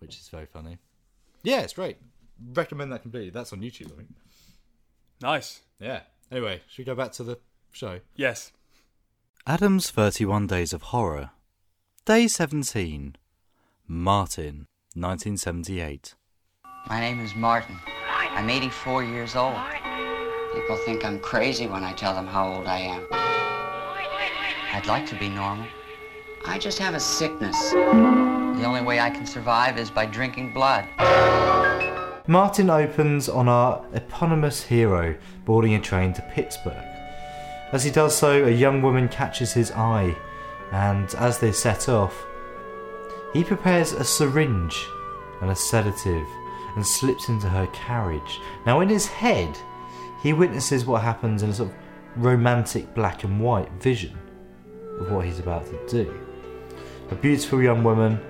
A: which is very funny. Yeah, it's great. Recommend that completely. That's on YouTube, I think.
B: Nice.
A: Yeah. Anyway, should we go back to the show?
B: Yes.
A: Adam's 31 Days of Horror. Day 17. Martin, 1978.
H: My name is Martin. I'm 84 years old. People think I'm crazy when I tell them how old I am. I'd like to be normal. I just have a sickness. The only way I can survive is by drinking blood.
A: Martin opens on our eponymous hero boarding a train to Pittsburgh. As he does so, a young woman catches his eye, and as they set off, he prepares a syringe and a sedative and slips into her carriage. Now, in his head, he witnesses what happens in a sort of romantic black and white vision of what he's about to do. A beautiful young woman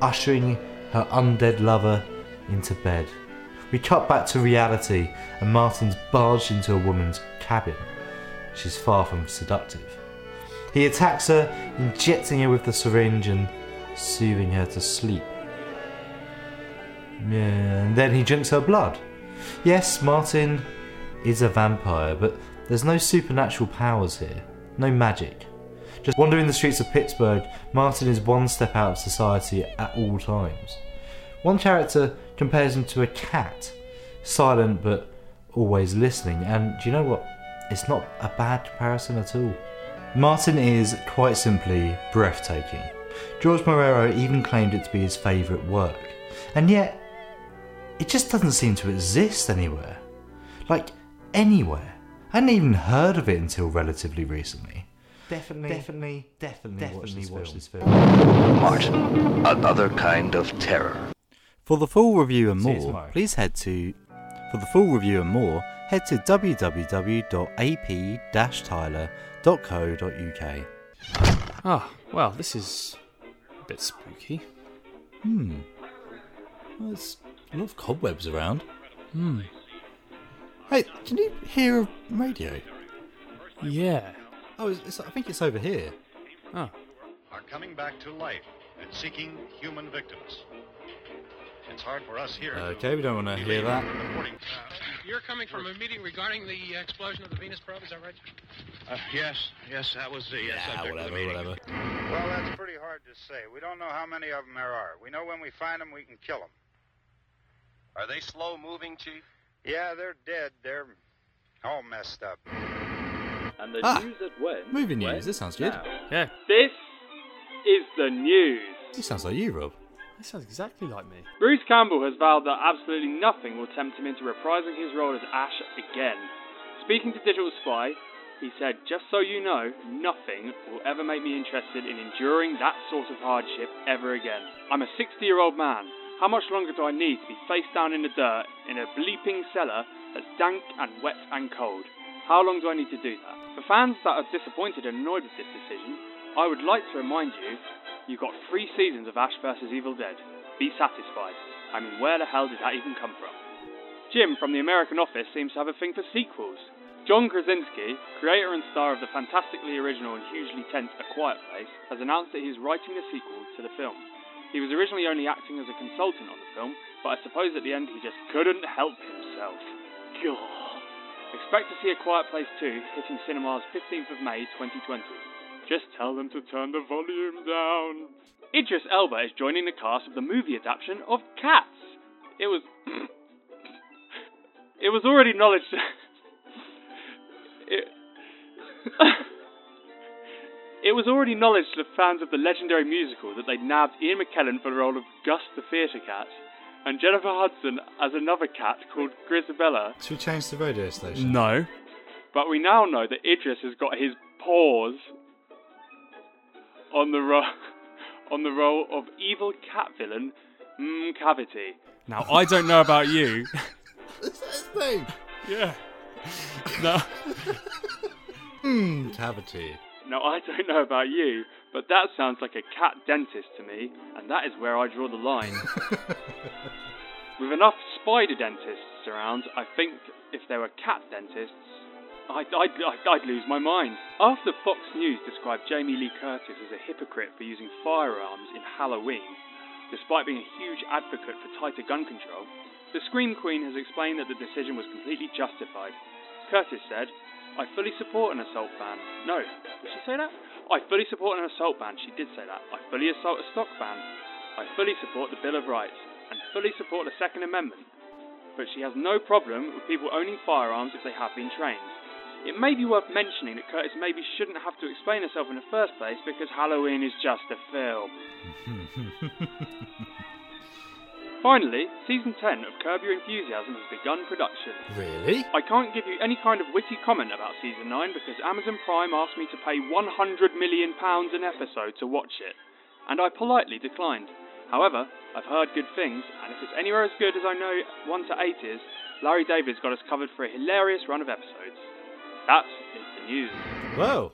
A: ushering her undead lover into bed. We cut back to reality, and Martin's barged into a woman's cabin. She's far from seductive. He attacks her, injecting her with the syringe and soothing her to sleep. Yeah, and then he drinks her blood. Yes, Martin is a vampire, but there's no supernatural powers here, no magic. Just wandering the streets of Pittsburgh, Martin is one step out of society at all times. One character compares him to a cat, silent but always listening, and do you know what? It's not a bad comparison at all. Martin is, quite simply, breathtaking. George Morero even claimed it to be his favourite work, and yet, it just doesn't seem to exist anywhere. Like, anywhere. I hadn't even heard of it until relatively recently. Definitely, definitely, definitely, definitely watch this film.
I: Martin, another kind of terror.
A: For the full review and
J: See you
A: more,
J: tomorrow.
A: please head to for the full review and more, head to www.ap-tyler.co.uk.
D: Ah, well, this is a bit spooky.
A: Hmm. Well, there's a lot of cobwebs around.
D: Hmm.
A: Hey, can you hear a radio?
D: Yeah.
A: Oh, it's, it's, I think it's over here.
D: Oh.
K: are coming back to life and seeking human victims. It's hard for us here.
A: Okay, we don't want to hear that.
F: Uh, You're coming from a meeting regarding the uh, explosion of the Venus probe, is that right?
K: Uh, yes, yes, that was the uh, subject of the
A: Ah, whatever,
K: meeting.
A: whatever.
L: Well, that's pretty hard to say. We don't know how many of them there are. We know when we find them, we can kill them.
K: Are they slow moving, Chief?
L: Yeah, they're dead. They're all messed up.
B: And the
A: Ah,
B: news that went.
A: movie news.
B: went
A: This sounds good.
B: now.
D: Yeah.
B: This is the news.
A: It sounds like you, Rob.
D: That sounds exactly like me.
B: Bruce Campbell has vowed that absolutely nothing will tempt him into reprising his role as Ash again. Speaking to Digital Spy, he said, Just so you know, nothing will ever make me interested in enduring that sort of hardship ever again. I'm a 60 year old man. How much longer do I need to be face down in the dirt in a bleeping cellar that's dank and wet and cold? How long do I need to do that? For fans that are disappointed and annoyed with this decision, I would like to remind you you got three seasons of Ash vs. Evil Dead. Be satisfied. I mean, where the hell did that even come from? Jim from the American Office seems to have a thing for sequels. John Krasinski, creator and star of the fantastically original and hugely tense A Quiet Place, has announced that he's writing a sequel to the film. He was originally only acting as a consultant on the film, but I suppose at the end he just couldn't help himself. God. Expect to see A Quiet Place 2 hitting cinemas 15th of May 2020. Just tell them to turn the volume down. Idris Elba is joining the cast of the movie adaptation of Cats. It was. <coughs> it was already knowledge. <laughs> it. <coughs> It was already knowledge to the fans of the legendary musical that they'd nabbed Ian McKellen for the role of Gus the Theatre Cat and Jennifer Hudson as another cat called Grisabella
A: Should we change the radio station?
D: No.
B: but we now know that Idris has got his paws on the ro- <laughs> on the role of evil cat villain mm, Cavity.
D: Now I don't know about you.
A: Is that his name?
D: yeah. No.
A: <laughs> Hmm, cavity.
B: <laughs> Now I don't know about you, but that sounds like a cat dentist to me, and that is where I draw the line. With enough spider dentists around, I think if there were cat dentists, I'd, I'd, I'd, I'd lose my mind. After Fox News described Jamie Lee Curtis as a hypocrite for using firearms in Halloween, despite being a huge advocate for tighter gun control, the Scream Queen has explained that the decision was completely justified. Curtis said, I fully support an assault ban. No, did she say that? I fully support an assault ban. She did say that. I fully assault a stock ban. I fully support the Bill of Rights and fully support the Second Amendment.
M: but she has no problem with people owning firearms if they have been trained. It may be worth mentioning that Curtis maybe shouldn't have to explain herself in the first place because Halloween is just a film. Finally, season 10 of Curb Your Enthusiasm has begun production.
A: <laughs> Really?
M: I can't give you any kind of witty comment about season 9 because Amazon Prime asked me to pay 100 million pounds an episode to watch it, and I politely declined. However, I've heard good things, and if it's anywhere as good as I know 1 to 8 is, Larry David's got us covered for a hilarious run of episodes. That is the news.
A: Whoa.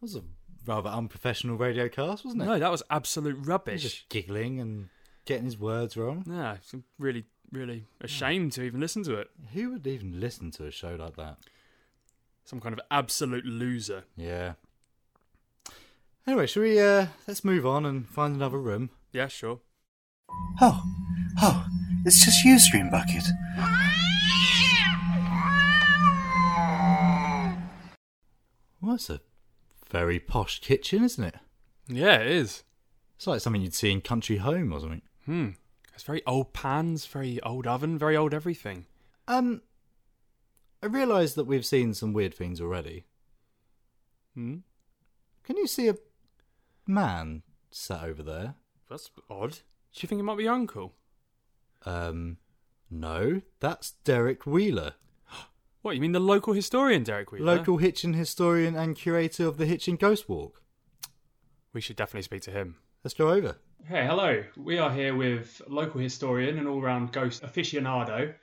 A: That was a rather unprofessional radio cast, wasn't it?
B: No, that was absolute rubbish.
A: Just giggling and getting his words wrong.
B: Yeah, I'm really, really ashamed to even listen to it.
A: Who would even listen to a show like that?
B: Some kind of absolute loser.
A: Yeah. Anyway, should we uh let's move on and find another room.
B: Yeah, sure.
N: Oh, oh, it's just you, Stream Bucket.
A: Well, it's a very posh kitchen, isn't it?
B: Yeah, it is.
A: It's like something you'd see in Country Home or something.
B: Hmm. It's very old pans, very old oven, very old everything.
A: Um, I realise that we've seen some weird things already.
B: Hmm.
A: Can you see a man sat over there?
B: That's odd. Do you think it might be your uncle?
A: Um, no, that's Derek Wheeler.
B: What, you mean the local historian, Derek Wheeler?
A: Local Hitchin historian and curator of the Hitchin Ghost Walk.
B: We should definitely speak to him.
A: Let's go over.
O: Hey, hello. We are here with local historian and all round ghost aficionado,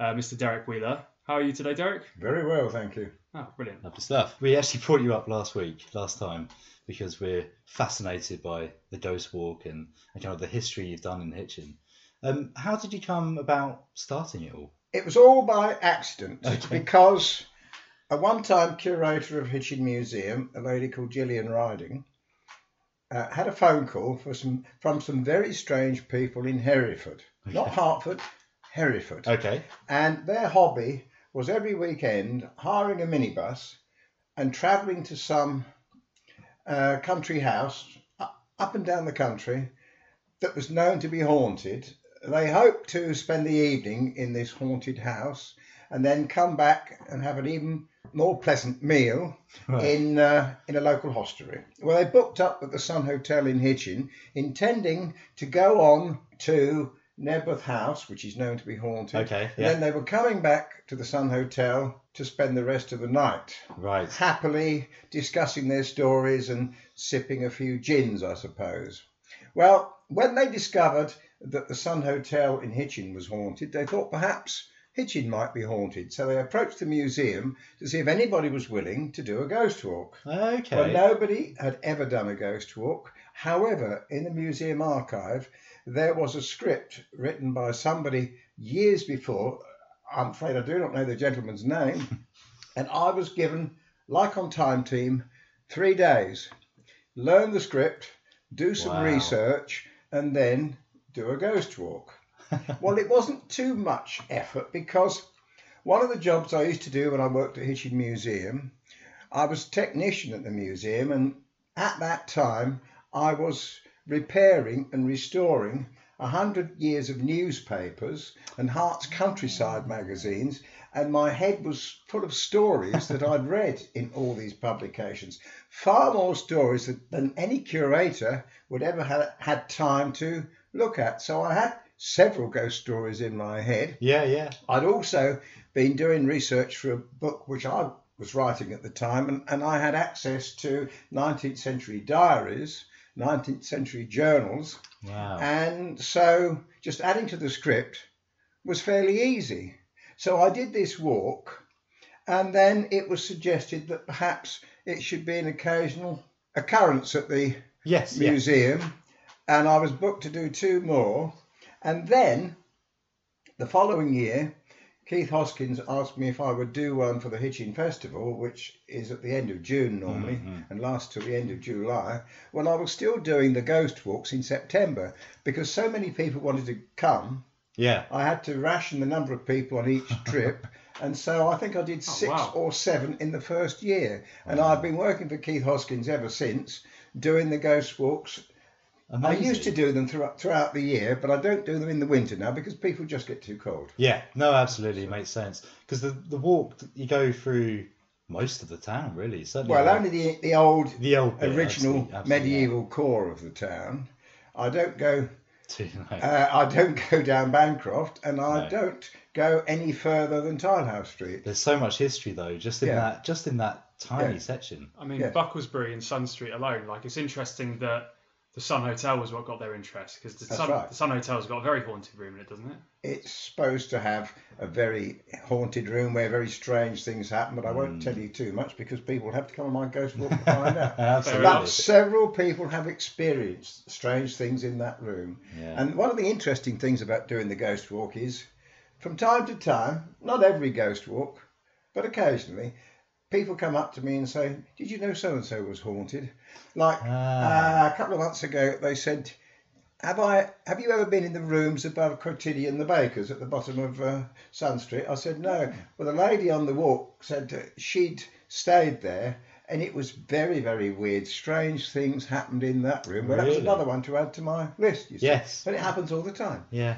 O: uh, Mr. Derek Wheeler. How are you today, Derek?
P: Very well, thank you.
O: Oh, brilliant.
A: Lovely stuff. We actually brought you up last week, last time, because we're fascinated by the Ghost Walk and, and kind of the history you've done in Hitchin. Um, how did you come about starting it all?
P: It was all by accident because a one time curator of Hitchin Museum, a lady called Gillian Riding, uh, had a phone call for some, from some very strange people in Hereford. Not Hartford, Hereford.
A: Okay.
P: And their hobby was every weekend hiring a minibus and travelling to some uh, country house u- up and down the country that was known to be haunted. They hoped to spend the evening in this haunted house and then come back and have an even more pleasant meal
Q: Right.
P: in uh, in a local hostelry. Well, they booked up at the Sun Hotel in Hitchin, intending to go on to Nebworth House, which is known to be haunted.
A: Okay,
P: And
A: yeah.
P: then they were coming back to the Sun Hotel to spend the rest of the night.
A: Right.
P: Happily discussing their stories and sipping a few gins, I suppose. Well, when they discovered that the Sun Hotel in Hitchin was haunted, they thought perhaps Hitchin might be haunted. So they approached the museum to see if anybody was willing to do a ghost walk.
A: Okay.
P: Well, nobody had ever done a ghost walk. However, in the museum archive, there was a script written by somebody years before. I'm afraid I do not know the gentleman's name. and I was given, like on Time Team, three days. Learn the script, do some
A: Wow.
P: research, and then do a ghost walk. well, it wasn't too much effort because one of the jobs I used to do when I worked at Hitchin Museum, I was technician at the museum, and at that time I was repairing and restoring a hundred years of newspapers and Hart's countryside magazines, and my head was full of stories that I'd read in all these publications. Far more stories than, than any curator would ever have had time to look at. So I had several ghost stories in my head.
A: Yeah, yeah.
P: I'd also been doing research for a book which I was writing at the time, and, and I had access to 19th century diaries, 19th century journals,
A: Wow.
P: and so just adding to the script was fairly easy. So I did this walk, and then it was suggested that perhaps it should be an occasional occurrence at the
A: yes, yeah.
P: museum, and I was booked to do two more. And then the following year, Keith Hoskins asked me if I would do one for the Hitchin Festival, which is at the end of June normally and lasts till the end of July. Well, I was still doing the ghost walks in September because so many people wanted to come.
A: Yeah.
P: I had to ration the number of people on each trip. And so I think I did six or seven in the first year. And I've been working for Keith Hoskins ever since, doing the ghost walks I used to do them throughout, throughout the year, but I don't do them in the winter now because people just get too cold.
A: Yeah, no, absolutely it makes sense because the the walk that you go through most of the town really. Certainly,
P: Well, only the the old,
A: the old bit,
P: original
A: absolutely, absolutely. <laughs>
P: medieval core of the town. I don't go.
A: Too late.
P: Uh, I don't go down Bancroft, and
A: No.
P: I don't go any further than Tilehouse Street.
A: There's so much history though, just in
P: Yeah.
A: that just in that tiny
P: Yeah.
A: section.
B: I mean,
P: Yeah.
B: Bucklesbury and Sun Street alone. Like, it's interesting that the Sun Hotel was what got their interest because the
P: That's
B: Sun
P: right.
B: the Sun Hotel's got a very haunted room in it, doesn't it?
P: It's supposed to have a very haunted room where very strange things happen, but I won't tell you too much because people have to come on my ghost walk to find out.
A: Absolutely.
P: But several people have experienced strange things in that room.
A: Yeah.
P: And one of the interesting things about doing the ghost walk is from time to time, not every ghost walk, but occasionally, people come up to me and say, Did you know so and so was haunted? Like uh, a couple of months ago, they said, have I? Have you ever been in the rooms above Cotillion and the Bakers at the bottom of uh, Sun Street? I said no. Well, the lady on the walk said uh, she'd stayed there, and it was very, very weird. Strange things happened in that room. Well, that was
A: Really?
P: another one to add to my list. You see.
A: Yes.
P: but it happens all the time.
A: Yeah,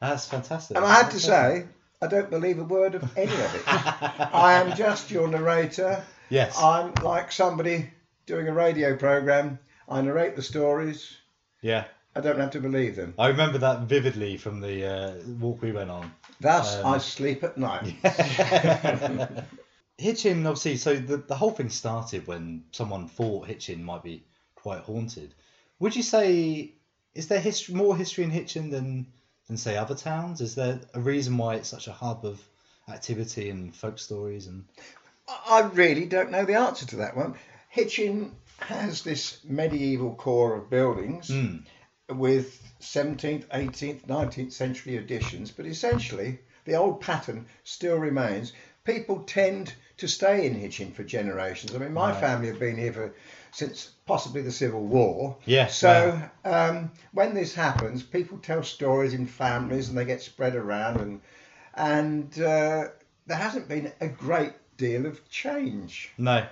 A: that's fantastic.
P: And I had to say, I don't believe a word of any of it. I am just your narrator.
A: <laughs> Yes.
P: I'm like somebody doing a radio program. I narrate the stories.
A: yeah.
P: I don't have to believe them.
A: I remember that vividly from the uh, walk we went on.
P: Thus,
A: Um,
P: I sleep at
A: <laughs>
P: night.
A: Hitchin, obviously, so the, the whole thing started when someone thought Hitchin might be quite haunted. Would you say, is there history, more history in Hitchin than, than, say, other towns? Is there a reason why it's such a hub of activity and folk stories? And
P: I really don't know the answer to that one. Hitchin has this medieval core of buildings with 17th, 18th, 19th century additions, but essentially the old pattern still remains. People tend to stay in Hitchin for generations. I mean, my
A: Right.
P: family have been here for since possibly the Civil War.
A: Yeah,
P: So um, when this happens, people tell stories in families and they get spread around, and and uh, there hasn't been a great deal of change.
A: No.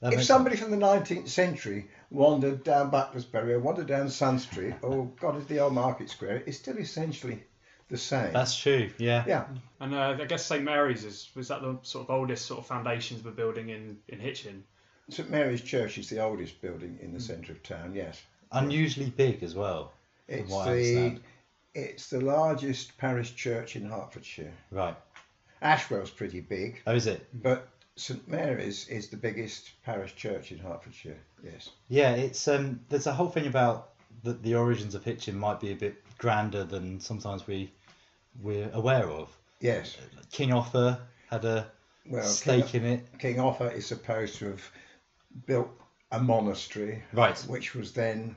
A: That
P: if
A: makes
P: somebody from the 19th century wandered down Bucklersbury or wandered down Sun Street or got into the old market square, it's still essentially the same.
A: That's true, yeah.
P: yeah.
B: And uh, I guess St Mary's is was that the sort of oldest sort of foundations of a building in in Hitchin.
P: St Mary's Church is the oldest building in the centre of town, yes.
A: Hmm. Unusually big as well. from
P: It's
A: what I
P: the,
A: understand.
P: it's the largest parish church in Hertfordshire.
A: Right.
P: Ashwell's pretty big.
A: Oh, is it?
P: But St Mary's is the biggest parish church in Hertfordshire. Yes.
A: Yeah, it's um. There's a whole thing about that the origins of Hitchin might be a bit grander than sometimes we we're aware of.
P: Yes.
A: King Offa had a
P: Well,
A: stake
P: King,
A: in it.
P: King Offa is supposed to have built a monastery,
A: Right.
P: Which was then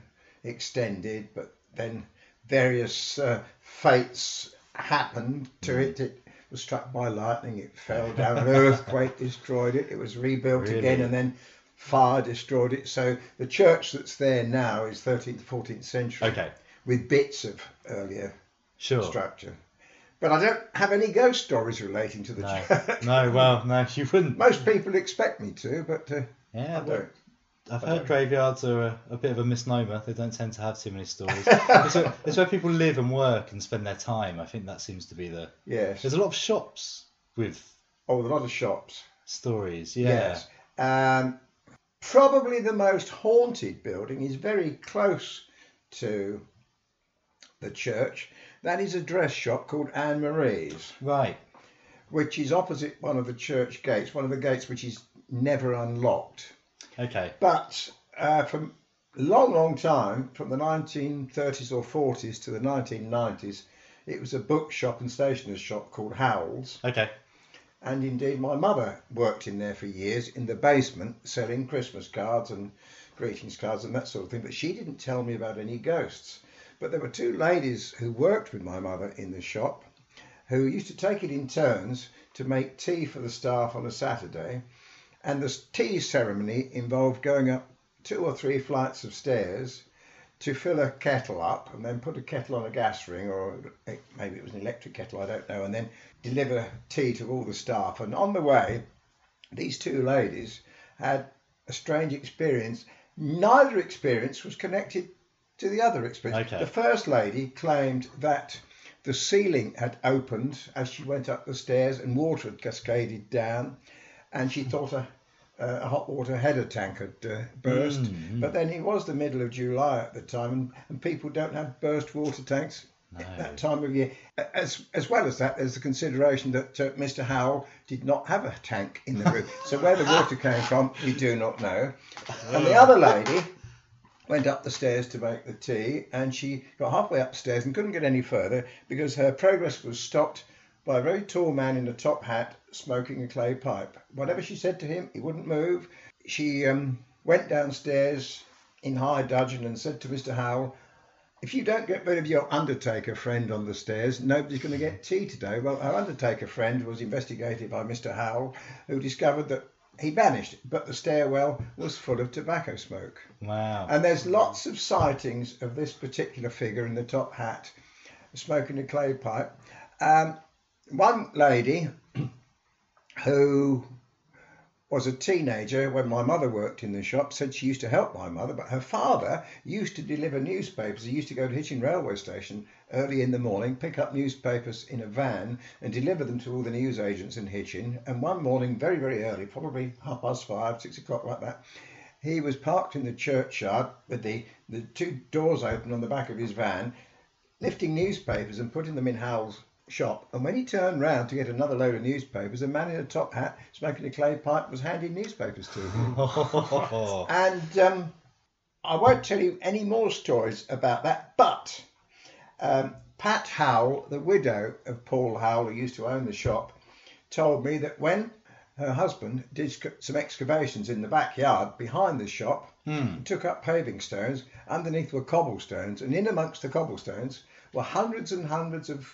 P: extended, but then various uh, fates happened to it. It was struck by lightning. It fell down. An earthquake destroyed it. It was rebuilt
A: Really?
P: again, and then fire destroyed it. So the church that's there now is 13th, 14th century.
A: Okay.
P: With bits of earlier
A: Sure.
P: structure. But I don't have any ghost stories relating to the
A: <laughs>
P: church.
A: No, well, no, you wouldn't.
P: Most people expect me to, but uh,
A: Yeah,
P: I
A: well,
P: don't.
A: I've
P: I
A: heard
P: don't.
A: graveyards are a, a bit of a misnomer. They don't tend to have too many
P: <laughs>
A: stories. it's, where, it's where people live and work and spend their time. I think that seems to be the.
P: Yes.
A: There's a lot of shops with
P: Oh, a lot of shops.
A: stories. Yeah.
P: Yes. Um, probably the most haunted building is very close to the church. That is a dress shop called Anne Marie's,
A: Right.
P: which is opposite one of the church gates, one of the gates which is never unlocked.
A: Okay.
P: But uh, from long, long time, from the 1930s or 40s to the 1990s, it was a bookshop and stationer's shop called Howells.
A: Okay.
P: And indeed, my mother worked in there for years in the basement selling Christmas cards and greetings cards and that sort of thing. But she didn't tell me about any ghosts. But there were two ladies who worked with my mother in the shop who used to take it in turns to make tea for the staff on a Saturday. And the tea ceremony involved going up two or three flights of stairs to fill a kettle up and then put a kettle on a gas ring or eh, maybe it was an electric kettle, I don't know, and then deliver tea to all the staff. And on the way, these two ladies had a strange experience. Neither experience was connected
D: to the other experience.
A: Okay.
D: The first lady claimed that the ceiling had opened as she went up the stairs and water had cascaded down, and she thought a, uh, a hot water header tank had uh, burst.
N: Mm-hmm.
A: Mm, mm.
D: But then it was the middle of July at the time, and, and people don't have burst water tanks at that time of year. A- As, as well as that, there's the consideration that uh, Mr. Howell did not have a tank in the room. so where the water came from, we do not know. And the other lady went up the stairs to make the tea, and she got halfway upstairs and couldn't get any further because her progress was stopped by a very tall man in a top hat smoking a clay pipe. Whatever she said to him, he wouldn't move. She um, went downstairs in high dudgeon and said to Mr. Howell, if you don't get rid of your undertaker friend on the stairs, nobody's going to get tea today. Well, our undertaker friend was investigated by Mr. Howell, who discovered that he vanished, but the stairwell was full of tobacco smoke.
A: Wow.
D: And there's lots of sightings of this particular figure in the top hat, smoking a clay pipe. Um, one lady who was a teenager when my mother worked in the shop said she used to help my mother, but her father used to deliver newspapers. He used to go to Hitchin railway station early in the morning, pick up newspapers in a van, and deliver them to all the newsagents in Hitchin. And one morning, very, very early, probably half past five, six o'clock, like that, he was parked in the churchyard with the, the two doors open on the back of his van, lifting newspapers and putting them in Howell's shop. And when he turned round to get another load of newspapers, a man in a top hat smoking a clay pipe was handing newspapers to him. and um, I won't tell you any more stories about that, but um, Pat Howell, the widow of Paul Howell, who used to own the shop, told me that when her husband did sc- some excavations in the backyard behind the shop,
A: Hmm.
D: took up paving stones. Underneath were cobblestones, and in amongst the cobblestones were hundreds and hundreds of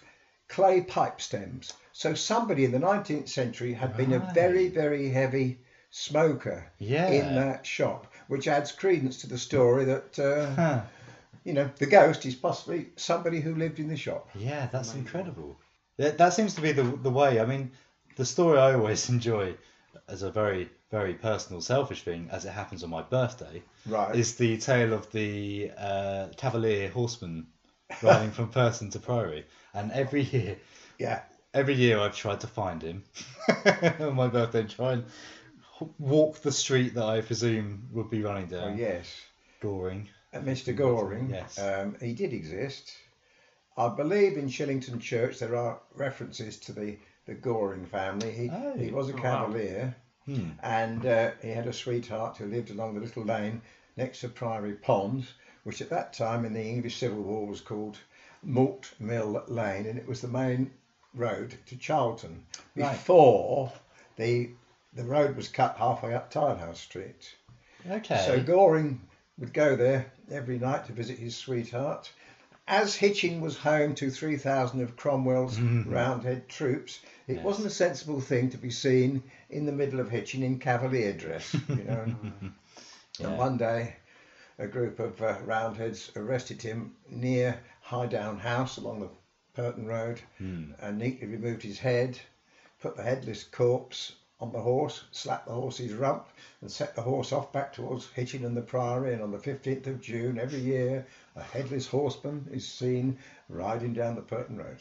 D: clay pipe stems. So somebody in the 19th century had been a very, very heavy smoker
A: Yeah.
D: in that shop, which adds credence to the story that. Uh, You know, the ghost is possibly somebody who lived in the shop.
A: Yeah, that's incredible. That, that seems to be the the way. I mean, the story I always <laughs> enjoy as a very very personal selfish thing, as it happens on my birthday,
D: Right.
A: is the tale of the uh, cavalier horseman riding from person to priory. And every year,
D: yeah,
A: every year I've tried to find him <laughs> on my birthday and try and h- walk the street that I presume would be running down.
D: yes.
A: Goring.
D: Uh, Mr. Goring,
A: Yes.
D: um, he did exist. I believe in Shillington Church there are references to the, the Goring family. He, he was a
A: Oh, wow.
D: cavalier
A: Hmm.
D: and uh, he had a sweetheart who lived along the little lane next to Priory Pond, which at that time in the English Civil War was called Malt Mill Lane and it was the main road to Charlton
A: Right.
D: before the, the road was cut halfway up Tilehouse Street.
A: Okay.
D: So Goring would go there every night to visit his sweetheart. As Hitchin was home to 3,000 of Cromwell's Roundhead troops, it wasn't a sensible thing to be seen in the middle of Hitchin in cavalier dress. You know? and one day, a group of uh, Roundheads arrested him near Highdown House along the Purton Road and neatly removed his head, put the headless corpse on the horse, slapped the horse's rump, and set the horse off back towards Hitchin and the Priory. And on the 15th of June every year, a headless horseman is seen riding down the Purton Road.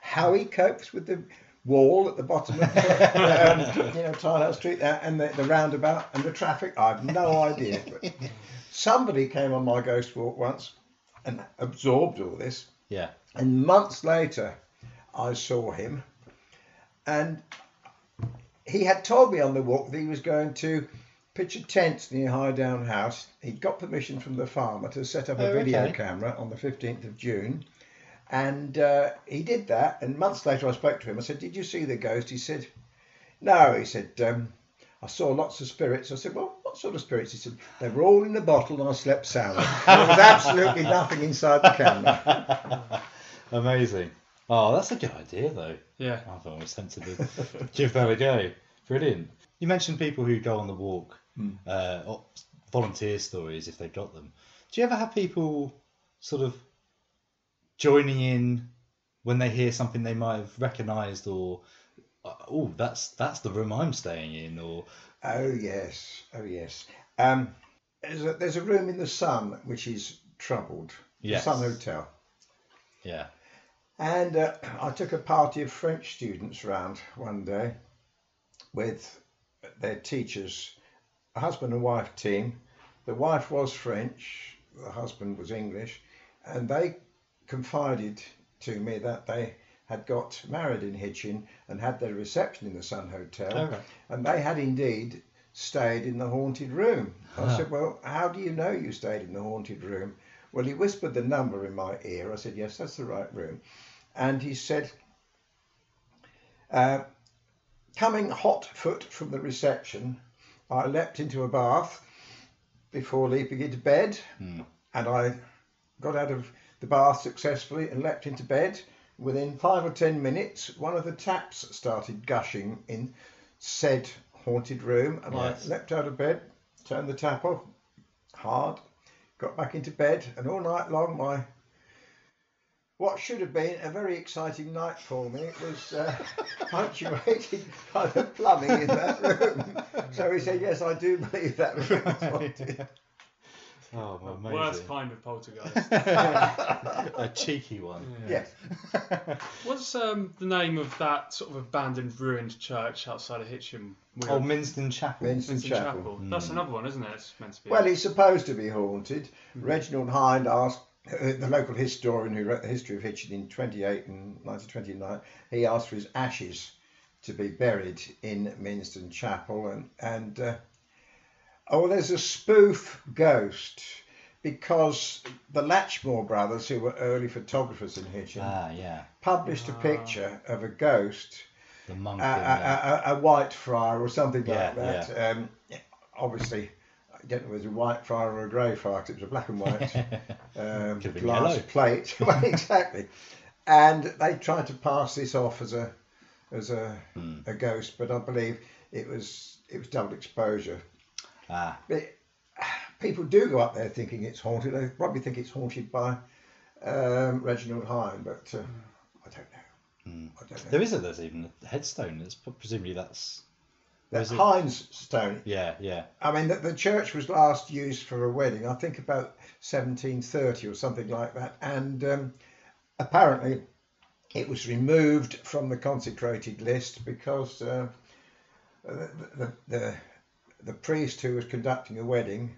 D: How he copes with the wall at the bottom of um, you know Tilehouse Street there and the, the roundabout and the traffic, I've no idea. But somebody came on my ghost walk once and absorbed all this.
A: Yeah.
D: And months later, I saw him, and he had told me on the walk that he was going to pitch a tent near Highdown House. He'd got permission from the farmer to set up a
A: Oh,
D: video
A: okay.
D: camera on the 15th of June. And uh, he did that. And months later, I spoke to him. I said, Did you see the ghost? He said, No. He said, um, I saw lots of spirits. I said, Well, what sort of spirits? He said, They were all in a bottle and I slept soundly. there was absolutely nothing inside the camera.
A: Amazing. Oh, that's a good idea, though.
R: Yeah.
A: I've always tempted to <laughs> give that a go. Brilliant. You mentioned people who go on the walk,
D: Hmm.
A: uh, or volunteer stories if they've got them. Do you ever have people sort of joining in when they hear something they might have recognised or, oh, that's that's the room I'm staying in, or
D: Oh yes, oh yes. Um, there's a, there's a room in the sun which is
P: troubled.
A: Yes.
P: Some hotel.
A: Yeah.
P: And uh, I took a party of French students round one day with their teachers, a husband and wife team. The wife was French, the husband was English, and they confided to me that they had got married in Hitchin and had their reception in the Sun Hotel,
A: Okay.
P: and they had indeed stayed in the haunted room. I
A: Ah.
P: said, Well, how do you know you stayed in the haunted room? Well, he whispered the number in my ear. I said, Yes, that's the right room. And he said, uh, Coming hot foot from the reception, I leapt into a bath before leaping into bed, and I got out of the bath successfully and leapt into bed. Within five or ten minutes, one of the taps started gushing in said haunted room, and
A: Yes.
P: I leapt out of bed, turned the tap off hard, got back into bed, and all night long, my what should have been a very exciting night for me was uh, punctuated by the plumbing in that room. So he said, "Yes, I do believe that room was
B: <laughs>
P: haunted."
A: Oh, well, amazing.
B: Worst kind of poltergeist. <laughs>
A: a cheeky one.
P: Yes.
B: What's um, the name of that sort of abandoned, ruined church outside of Hitchin?
A: Oh, Minston Chapel.
P: Minston
B: Vincent
P: Chapel.
B: Chapel. That's another one, isn't it? It's meant to be.
P: Well, it's supposed to be haunted. Reginald Hind asked uh, the local historian who wrote the history of Hitchin in 28 and 1929. He asked for his ashes to be buried in Minston Chapel, and and uh, oh, there's a spoof ghost because the Latchmore brothers, who were early photographers in Hitchin,
A: Ah, yeah.
P: published a picture of a ghost
A: The monk.
P: a,
A: in there.
P: a, a, a white friar or something
A: Yeah,
P: like that. Um, obviously, I don't know whether it was a white friar or a grey friar 'cause it was a black
A: <laughs>
P: and white um,
A: Could've been
P: glass
A: yellow.
P: plate. <laughs> well, exactly. And they tried to pass this off as a as a,
A: Hmm.
P: a ghost, but I believe it was it was double exposure.
A: Ah.
P: But people do go up there thinking it's haunted. They probably think it's haunted by um, Reginald Hine, but uh, I don't know. I don't know.
A: There is a, there's even a headstone. It's p- presumably that's.
P: That's
A: it-
P: Hine's stone.
A: Yeah, yeah.
P: I mean, the, the church was last used for a wedding, I think about 1730 or something like that. And um, apparently, it was removed from the consecrated list because uh, the, the, the, the priest who was conducting a wedding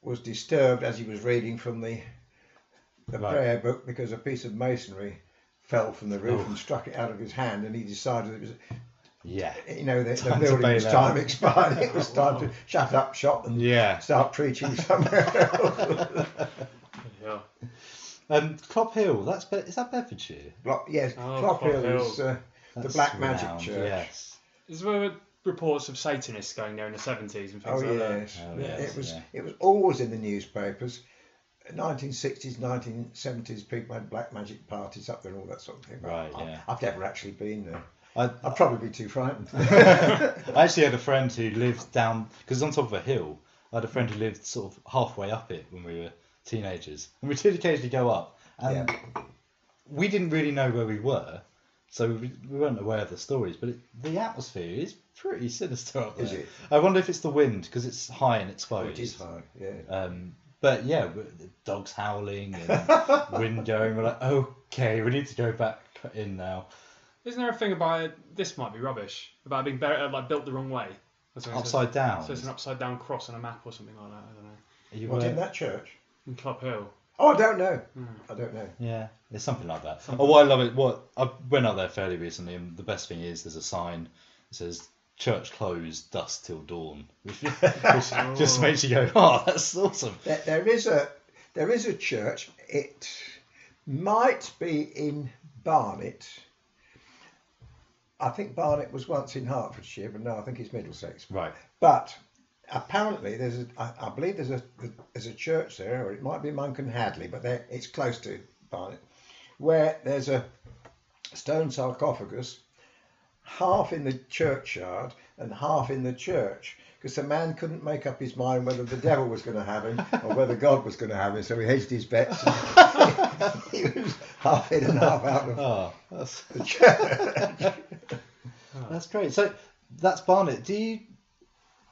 P: was disturbed as he was reading from the, the
A: Right.
P: prayer book because a piece of masonry fell from the roof
A: Oh.
P: and struck it out of his hand, and he decided it was
A: Yeah.
P: you know, the, the
A: Time to bail
P: building's
A: out.
P: time expired. It was time to shut up shop and
A: Yeah.
P: start preaching somewhere else.
B: Yeah.
A: <laughs> Um, Clop Hill. That's Be- is that Bedfordshire?
P: Block, yes,
B: Oh,
P: Clop
B: Clop
P: Hill
B: Hill.
P: is uh, the
A: That's
P: Black Magic
A: renowned,
P: Church.
A: Yes.
B: Is there reports of Satanists going there in the 70s and things
P: Oh
B: like
P: yes.
B: that?
P: it was it was always in the newspapers. 1960s, 1970s, people had black magic parties up there and all that sort of thing. But
A: Right,
P: I,
A: yeah.
P: I've never actually been there.
A: I,
P: I'd probably be too frightened.
A: I actually had a friend who lived down because on top of a hill. I had a friend who lived sort of halfway up it when we were teenagers, and we did occasionally go up. And we didn't really know where we were, so we, we weren't aware of the stories. But it, the atmosphere is pretty sinister up there.
P: Is it?
A: I wonder if it's the wind because it's high and exposed.
P: it is high, yeah.
A: Um, but yeah, w- the dogs howling and
P: <laughs>
A: wind going. We're like, okay, we need to go back in now.
B: Isn't there a thing about this might be rubbish about it being buried, like built the wrong way? Or something?
A: Upside down.
B: So it's an upside down cross on a map or something like that. I don't know.
A: You
P: What
A: were-
P: in that church?
B: In Club Hill.
P: Oh, I don't know. I don't know.
A: Yeah, it's something like that. Oh, what I love it. What I went out there fairly recently, and the best thing is there's a sign that says "Church closed, dusk till dawn," <laughs> which, which just makes you go, "Oh, that's awesome."
P: There, there is a there is a church. It might be in Barnet. I think Barnet was once in Hertfordshire, but no, I think it's Middlesex.
A: Right.
P: But apparently, there's a, I, I believe there's a there's a church there, or it might be Monk and Hadley, but there- it's close to Barnet, where there's a stone sarcophagus, half in the churchyard and half in the church, because the man couldn't make up his mind whether the devil was going to have him or whether God was going to have him, so he hedged his bets. <laughs> he was half in and half out of
A: Oh, <laughs> that's
P: the church.
A: that's great. So that's Barnet. Do you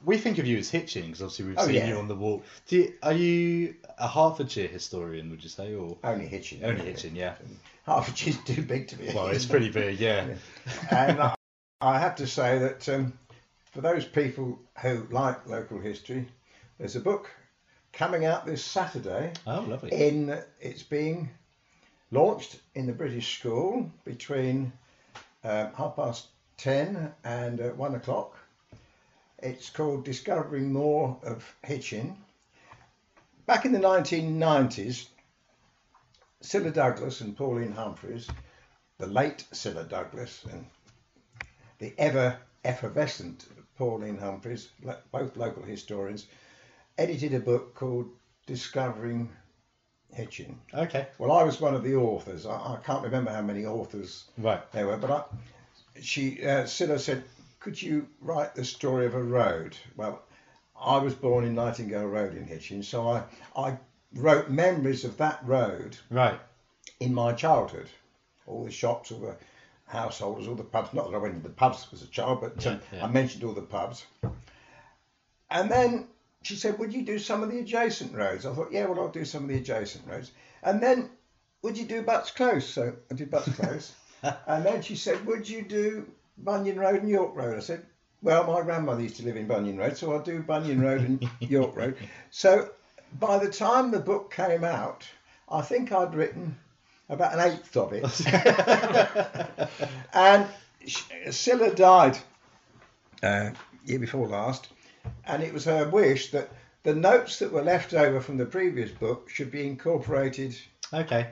A: we think of you as Hitchin because obviously we've
P: Oh,
A: seen
P: yeah.
A: you on the walk. Do you, are you a Hertfordshire historian? Would you say or
P: only Hitchin?
A: Only Hitchin, yeah.
P: Hertfordshire is too big to be. a
A: Well, it's
P: <laughs> historian.
A: pretty big, yeah.
P: and I, I have to say that um, for those people who like local history, there's a book coming out this Saturday.
A: Oh, lovely.
P: In it's being launched in the British School between um, half past ten and uh, one o'clock. It's called Discovering More of Hitchin. Back in the 1990s, Scylla Douglas and Pauline Humphreys, the late Scylla Douglas and the ever effervescent Pauline Humphreys, lo- both local historians, edited a book called Discovering Hitchin.
A: Okay.
P: Well, I was one of the authors. I, I can't remember how many authors
A: Right.
P: there were, but I, she, uh, Scylla said, could you write the story of a road? Well, I was born in Nightingale Road in Hitchin, so I, I wrote memories of that road
A: right.
P: in my childhood. All the shops, all the householders, all the pubs. Not that I went into the pubs as a child, but um,
A: Yeah, yeah.
P: I mentioned all the pubs. And then she said, Would you do some of the adjacent roads? I thought, Yeah, well, I'll do some of the adjacent roads. And then, Would you do Butts Close? So I did Butts
A: <laughs>
P: Close. and then she said, Would you do Bunyan Road and York Road? I said, Well, my grandmother used to live in Bunyan Road, so I'll do Bunyan Road and York Road. So by the time the book came out, I think I'd written about an eighth of it. and sh- Scylla died uh, year before last, and it was her wish that the notes that were left over from the previous book should be incorporated
A: okay.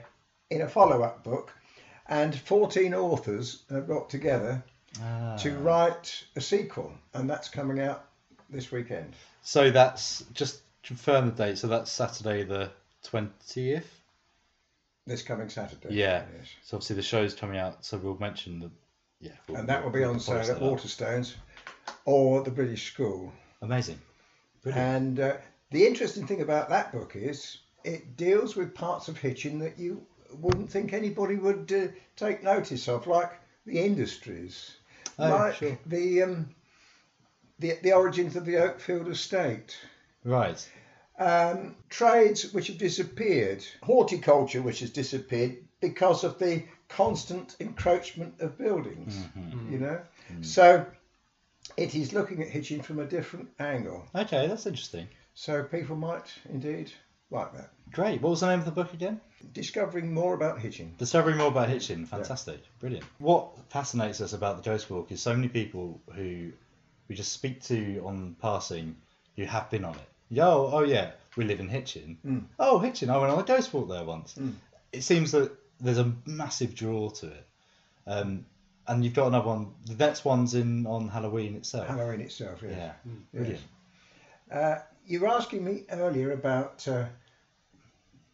P: in a follow-up book, and 14 authors have got together
A: Ah.
P: to write a sequel, and that's coming out this weekend.
A: So that's just confirm the date. So that's Saturday the twentieth.
P: This coming Saturday.
A: Yeah. So obviously the show's coming out, so we'll mention the yeah. we'll-
P: And that will be
A: we'll
P: on sale
A: polish
P: at
A: that up.
P: Waterstones or the British School.
A: Amazing.
P: And uh, the interesting thing about that book is it deals with parts of Hitchin that you wouldn't think anybody would uh, take notice of, like the industries,
A: Oh,
P: like
A: sure.
P: the, um, the the origins of the Oakfield estate,
A: Right.
P: um, trades which have disappeared, horticulture which has disappeared because of the constant encroachment of buildings. You know, so it is looking at Hitchin from a different angle.
A: Okay, that's interesting.
P: So people might indeed like that.
A: Great. What was the name of the book again?
P: Discovering more about Hitchin.
A: Discovering more about Hitchin. Fantastic. Brilliant. What fascinates us about the Ghost Walk is so many people who we just speak to on passing who have been on it. Yo, oh yeah, we live in Hitchin.
P: Mm.
A: Oh, Hitchin, I went on a ghost walk there once. It seems that there's a massive draw to it. Um, and you've got another one. The next one's in on Halloween itself.
P: Halloween itself, yes.
A: Yeah.
P: Mm.
A: Brilliant.
P: Uh, you were asking me earlier about uh,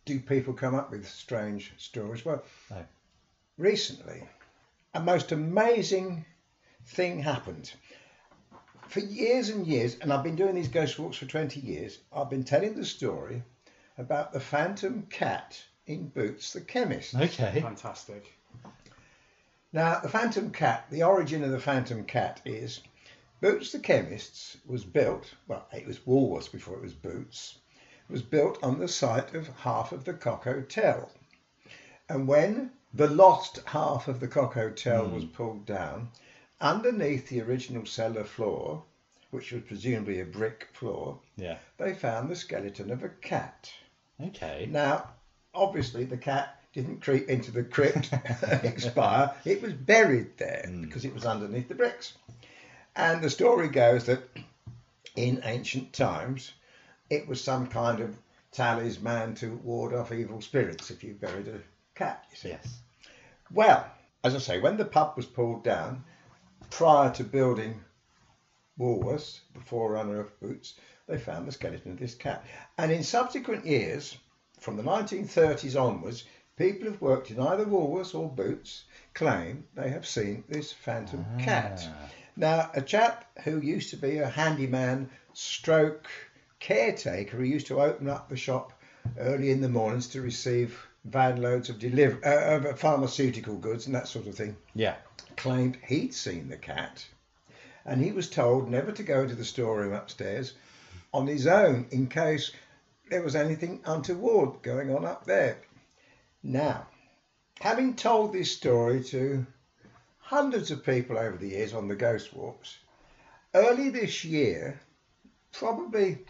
P: do people come up with strange stories? Well,
A: No.
P: recently, a most amazing thing happened. For years and years, and I've been doing these ghost walks for 20 years, I've been telling the story about the phantom cat in Boots the Chemist.
A: Okay.
D: Fantastic.
P: Now, the Phantom Cat, the origin of the Phantom Cat is Boots the Chemist's was built, well, it was Woolworths before it was Boots, was built on the site of half of the Cock Hotel. And when the lost half of the Cock Hotel was pulled down, underneath the original cellar floor, which was presumably a brick floor,
A: Yeah.
P: they found the skeleton of a cat.
A: Okay.
P: Now, obviously, the cat didn't creep into the crypt and expire. It was buried there because it was underneath the bricks. And the story goes that in ancient times, it was some kind of talisman to ward off evil spirits if you buried a cat, you see.
A: Yes.
P: Well, as I say, when the pub was pulled down, prior to building Woolworths, the forerunner of Boots, they found the skeleton of this cat. And in subsequent years, from the 1930s onwards, people who've worked in either Woolworths or Boots claim they have seen this phantom cat. Now, a chap who used to be a handyman stroke caretaker who used to open up the shop early in the mornings to receive van loads of deliver uh, of pharmaceutical goods and that sort of thing
A: Yeah.
P: claimed he'd seen the cat and he was told never to go into the storeroom upstairs on his own in case there was anything untoward going on up there. Now, having told this story to hundreds of people over the years on the ghost walks, early this year, probably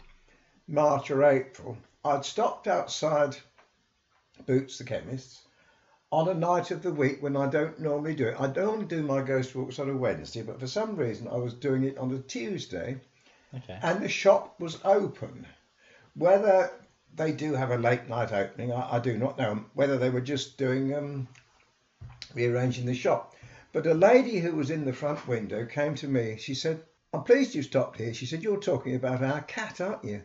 P: March or April, I'd stopped outside Boots the chemist on a night of the week when I don't normally do it. I normally do my ghost walks on a Wednesday, but for some reason I was doing it on a Tuesday
A: Okay.
P: and the shop was open. Whether they do have a late night opening, I, I do not know. Whether they were just doing um, rearranging the shop. But a lady who was in the front window came to me. She said, I'm pleased you stopped here. She said, You're talking about our cat, aren't you?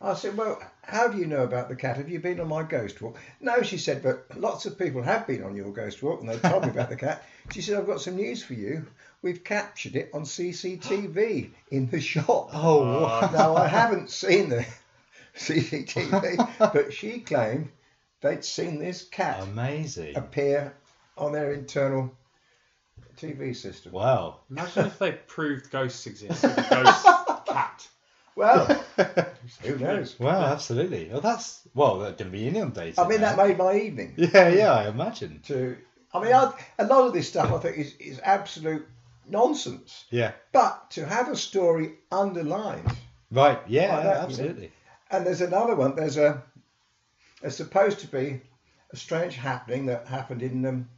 P: I said, Well, how do you know about the cat? Have you been on my ghost walk? No, she said, but lots of people have been on your ghost walk and they told me about the cat. She said, I've got some news for you. We've captured it on CCTV in the shop.
A: Oh,
P: <laughs>
A: wow.
P: Now, I haven't seen the <laughs> CCTV, but she claimed they'd seen this cat
A: Amazing.
P: appear on their internal TV system.
A: Wow.
B: Imagine if they proved ghosts exist. <laughs> with a ghost cat.
P: Well, who knows?
A: Wow, absolutely. Well, that's well, they're going to be inundated.
P: I mean, that made my evening.
A: Yeah, yeah, I imagine.
P: To, I mean, I, a lot of this stuff I think is, is absolute nonsense.
A: Yeah.
P: But to have a story underlined,
A: Right. Yeah.
P: Like that, you know.
A: absolutely.
P: and there's another one. There's a there's supposed to be a strange happening that happened in um,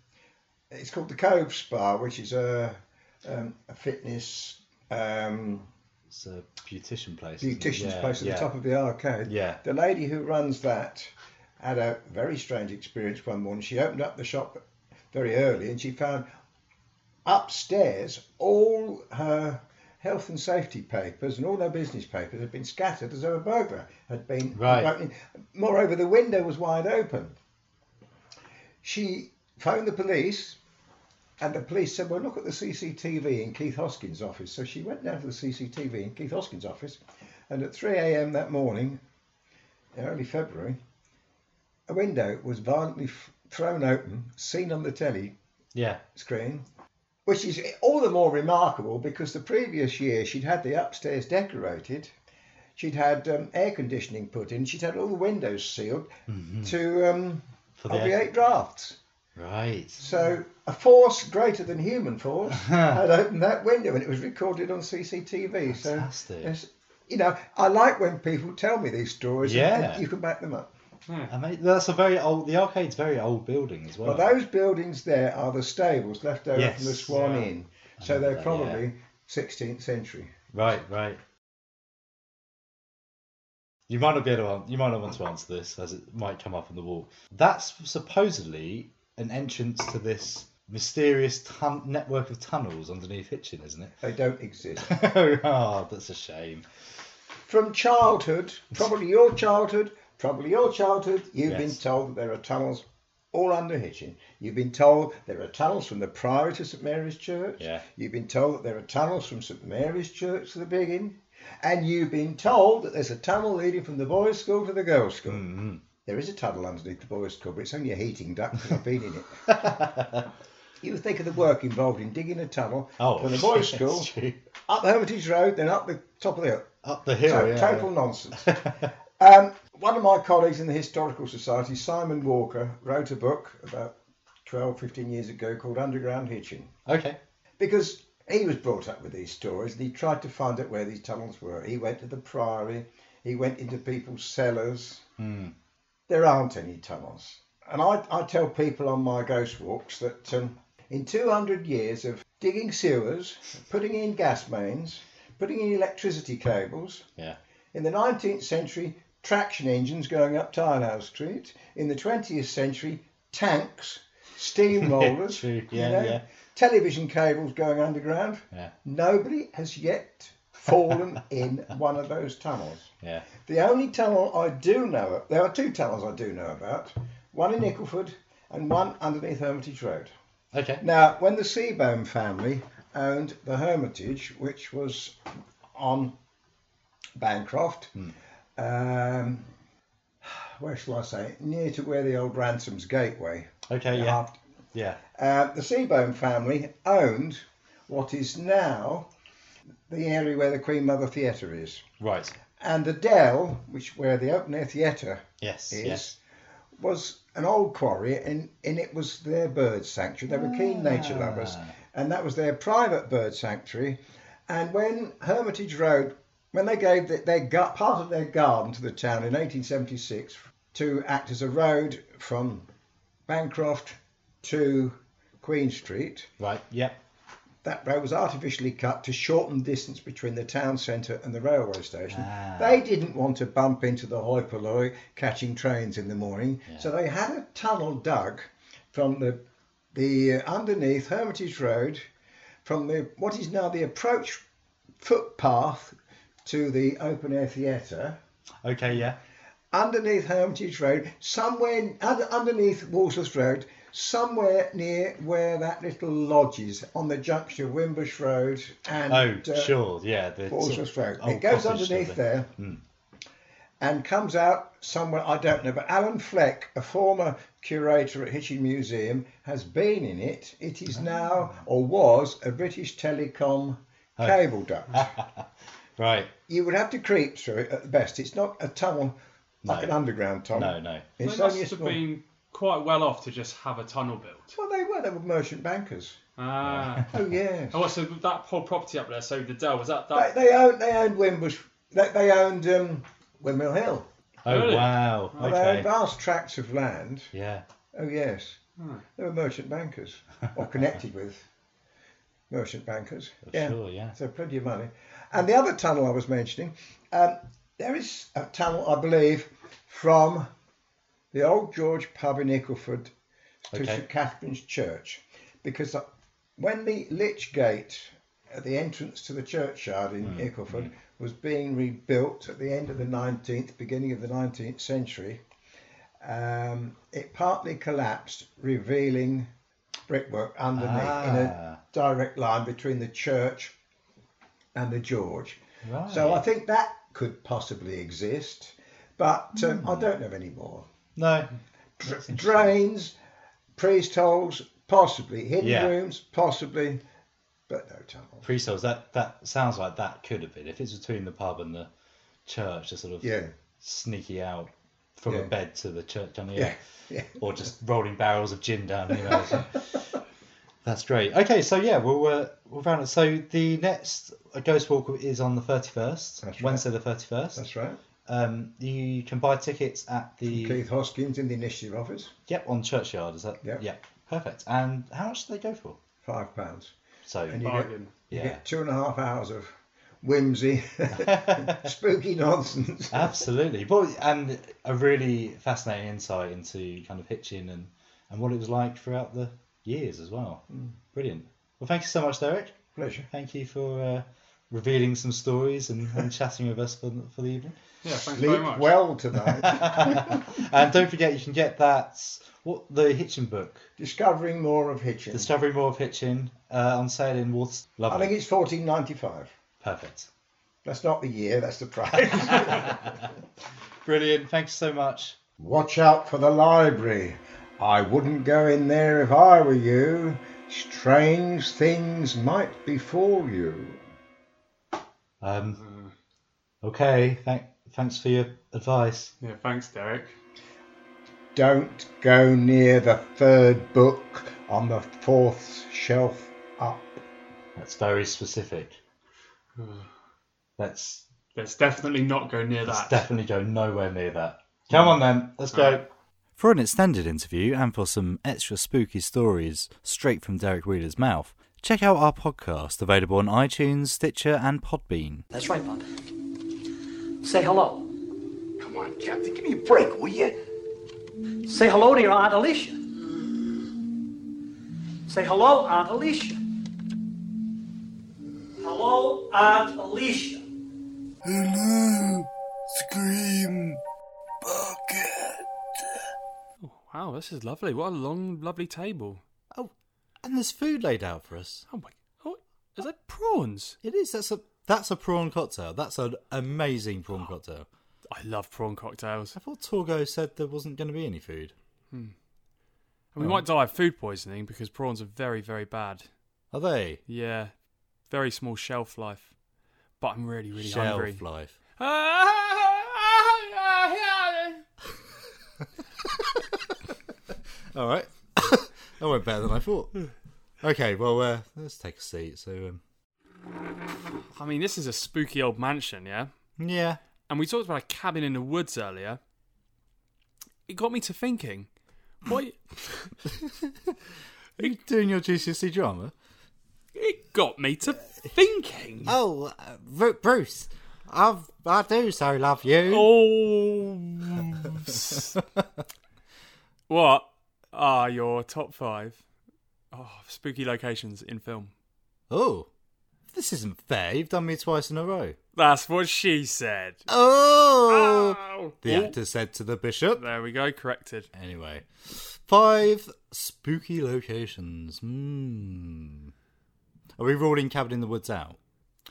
P: it's called the Cove Spa, which is a um, a fitness um,
A: It's a beautician place. isn't it?
P: beautician's
A: Yeah,
P: place at
A: yeah.
P: the top of the arcade.
A: Yeah.
P: The lady who runs that had a very strange experience one morning. She opened up the shop very early and she found upstairs all her health and safety papers and all her business papers had been scattered as though a burglar had been
A: Right.
P: broken in. Moreover, the window was wide open. She phoned the police and the police said, Well, look at the CCTV in Keith Hoskins' office. So she went down to the CCTV in Keith Hoskins' office, and at 3 a.m. that morning, in early February, a window was violently f- thrown open, seen on the telly
A: Yeah.
P: screen, which is all the more remarkable because the previous year she'd had the upstairs decorated, she'd had um, air conditioning put in, she'd had all the windows sealed to um,
A: For the air-
P: obviate drafts.
A: Right.
P: So a force greater than
A: <laughs>
P: human force had opened that window, and it was recorded on CCTV. So
A: Fantastic.
P: it's- you know, I like when people tell me these stories. and- and
A: Yeah.
P: you can back them up.
A: I mean, that's a very old. The arcade's a very old building as well.
P: Well, those buildings there are the stables left over
A: Yes.
P: from the Swan
A: Yeah.
P: Inn, so
A: remember
P: they're
A: that,
P: probably 16th century.
A: Right. Right. You might not be able to. an- You might not want to answer this, as it might come up on the wall. That's supposedly an entrance to this mysterious tun- network of tunnels underneath Hitchin, isn't it? <laughs>
P: They don't exist.
A: oh, that's a shame.
P: From childhood, probably your childhood, probably your childhood, you've been
A: Yes.
P: told that there are tunnels all under Hitchin. You've been told there are tunnels from the Priory to St Mary's Church.
A: Yeah.
P: You've been told that there are tunnels from St Mary's Church to the Big Inn. And you've been told that there's a tunnel leading from the boys' school to the girls' school.
A: Mm-hmm.
P: There is a tunnel underneath the boys' school, but it's only a heating duct because I've been in it.
A: <laughs>
P: You think of the work involved in digging a tunnel
A: Oh,
P: from the
A: <laughs>
P: boys'
A: that's
P: school
A: true.
P: up Hermitage Road, then up the top of the hill.
A: Up the hill.
P: So,
A: yeah,
P: total
A: yeah. <laughs>
P: nonsense. um, one of my colleagues in the Historical Society, Simon Walker, wrote a book about 12, 15 years ago called Underground Hitching
A: Okay.
P: because he was brought up with these stories and he tried to find out where these tunnels were. He went to the Priory, he went into people's cellars. There aren't any tunnels. And I, I tell people on my ghost walks that um, in 200 years of digging sewers, putting in gas mains, putting in electricity cables,
A: Yeah.
P: in the 19th century, traction engines going up Tilehouse Street. In the 20th century, tanks,
A: <laughs>
P: steamrollers,
A: True.
P: you
A: Yeah,
P: know,
A: yeah.
P: television cables going underground.
A: Yeah.
P: Nobody has yet fallen in one of those tunnels.
A: Yeah.
P: The only tunnel I do know, there are two tunnels I do know about, one in Nickelford and one underneath Hermitage Road.
A: Okay.
P: Now, when the Seabohm family owned the Hermitage, which was on Bancroft, um, where shall I say, near to where the old Ransom's Gateway.
A: Okay. Yeah.
P: Aft-
A: Yeah.
P: Uh, the Seabohm family owned what is now the area where the Queen Mother Theatre is.
A: Right.
P: And the Dell, which where the open air theatre
A: Yes.
P: is,
A: Yes.
P: was an old quarry, and in it was their bird sanctuary. They were keen nature
A: Ah.
P: lovers, and that was their private bird sanctuary. And when Hermitage Road, when they gave the, their gut part of their garden to the town in 1876 to act as a road from Bancroft to Queen Street,
A: Right. Yep.
P: that road was artificially cut to shorten distance between the town centre and the railway station.
A: Ah.
P: They didn't want to bump into the hoi polloi catching trains in the morning, so they had a tunnel dug from the the uh, underneath Hermitage Road, from the what is now the approach footpath to the open air theatre
A: Okay. Yeah.
P: underneath Hermitage Road, somewhere under, underneath Walsworth Road, somewhere near where that little lodge is on the junction of Wimbush Road and
A: oh,
P: uh,
A: sure. Yeah. The
P: Walsworth Road.
A: old
P: it goes
A: cottage
P: underneath
A: building.
P: there
A: Mm.
P: and comes out somewhere I don't know. But Alan Fleck, a former curator at Hitchin Museum, has been in it. It is now or was a British Telecom
A: Oh.
P: cable duct.
A: Right.
P: you would have to creep through it at the best. It's not a tunnel like an underground
A: No,
P: tunnel.
A: no.
P: It's
B: they
P: only a
B: must have
P: small-
B: been quite well off to just have a tunnel built.
P: Well, they were. They were merchant bankers.
B: Ah. <laughs>
P: Oh yes.
B: Oh, so that whole property up there, so the Dell, was that
P: They,
B: that?
P: they owned. They owned Wimbush. They, they owned um, Windmill Hill.
A: Oh
B: Really?
A: wow.
P: Well, They owned
A: Okay.
P: vast tracts of land.
A: Yeah.
P: Oh yes.
B: Right.
P: They were merchant bankers, or connected with
A: <laughs>
P: merchant bankers. yeah.
A: Sure. Yeah.
P: So plenty of money. And the other tunnel I was mentioning, um, there is a tunnel, I believe, from the old George pub in Ickleford to
A: Okay.
P: St Catherine's Church, because the- when the Lich Gate at the entrance to the churchyard in
A: Mm.
P: Ickleford was being rebuilt at the end of the 19th, beginning of the 19th century, um, it partly collapsed, revealing brickwork underneath in a
A: Ah.
P: direct line between the church and the George.
A: Right.
P: So I think that could possibly exist, but um, I don't know any more.
A: No.
P: Dr- drains, priest holes, possibly hidden
A: Yeah.
P: rooms, possibly, but no tunnel.
A: Pre-sales. That that sounds like that could have been if it's between the pub and the church, a sort of
P: Yeah.
A: sneaky out from
P: Yeah.
A: a bed to the church down the
P: Yeah,
A: hill,
P: yeah.
A: or just rolling barrels of gin down. You know, <laughs> that's great. Okay, so yeah, we'll uh, we'll round it. So the next Ghost Walk is on the thirty first,
P: That's right.
A: Wednesday the thirty first.
P: That's right.
A: Um, you can buy tickets at the
P: Keith Hoskins in the initiative office,
A: yep on Churchyard. Is that
P: Yep.
A: Yep. Perfect. And how much do they go for?
P: five pounds.
A: So
P: And you get, you
B: Bargain.
A: yeah,
P: get two and a half hours of whimsy, <laughs> spooky nonsense.
A: absolutely. But and a really fascinating insight into kind of hitching and and what it was like throughout the years as well. Brilliant. Well, thank you so much, Derek.
P: Mm. Pleasure.
A: Thank you for uh, revealing some stories and,
P: <laughs>
A: and chatting with us for for the evening. <laughs>
B: Yeah, thanks very
P: Sleep
B: much.
P: well tonight.
A: And don't forget, you can get that what the Hitchin book,
P: Discovering more of Hitchin.
A: Discovery More of Hitchin, uh, on sale in Water.
P: I
A: Lovely.
P: think it's fourteen ninety five.
A: Perfect.
P: That's not the year, that's the price. <laughs>
A: Brilliant. Thanks so much.
P: Watch out for the library. I wouldn't go in there if I were you. Strange things might befall you.
A: Um, okay. Thank, thanks for your advice.
B: Yeah, thanks, Derek.
P: Don't go near the third book on the fourth shelf up.
A: That's very specific. Let's,
B: Let's definitely not go near
A: let's
B: that.
A: definitely go nowhere near that. Come on then. Let's go.
S: For an extended interview and for some extra spooky stories straight from Derek Wheeler's mouth, check out our podcast available on iTunes, Stitcher, and Podbean.
D: That's right, Bob. Say hello.
T: Come on, Captain, give me a break, will you?
D: Say hello to your Aunt Alicia. Say hello, Aunt Alicia. Hello, Aunt Alicia.
U: Hello, Scream Bucket.
B: Wow, this is lovely. What a long, lovely table.
S: And there's food laid out for us.
B: Oh my! Oh, is that prawns?
S: It is. That's a that's a prawn cocktail. That's an amazing prawn cocktail.
B: I love prawn cocktails.
S: I thought Torgo said there wasn't going to be any food.
B: And we might die of food poisoning because prawns are very, very bad.
S: Are they?
B: Yeah, very small shelf life. but I'm really, really
A: Shelf
B: hungry.
A: life. All right. <coughs> that went better than I <sighs> thought. Okay, well, uh, let's take a seat. So, um,
B: I mean, this is a spooky old mansion, yeah?
A: Yeah.
B: And we talked about a cabin in the woods earlier. It got me to thinking. What?
A: are you doing your GCSE E drama?
B: It got me to thinking.
A: Oh, uh, Bru- Bruce, I've, I do so love you.
B: Oh. what are your top five oh, spooky locations in film?
A: Oh, this isn't fair. You've done me twice in a row.
B: That's what she said.
A: Oh,
B: Ow.
A: the
B: Oh,
A: actor said to the bishop.
B: There we go, corrected.
A: Anyway, five spooky locations. Hmm. Are we ruling Cabin in the Woods out?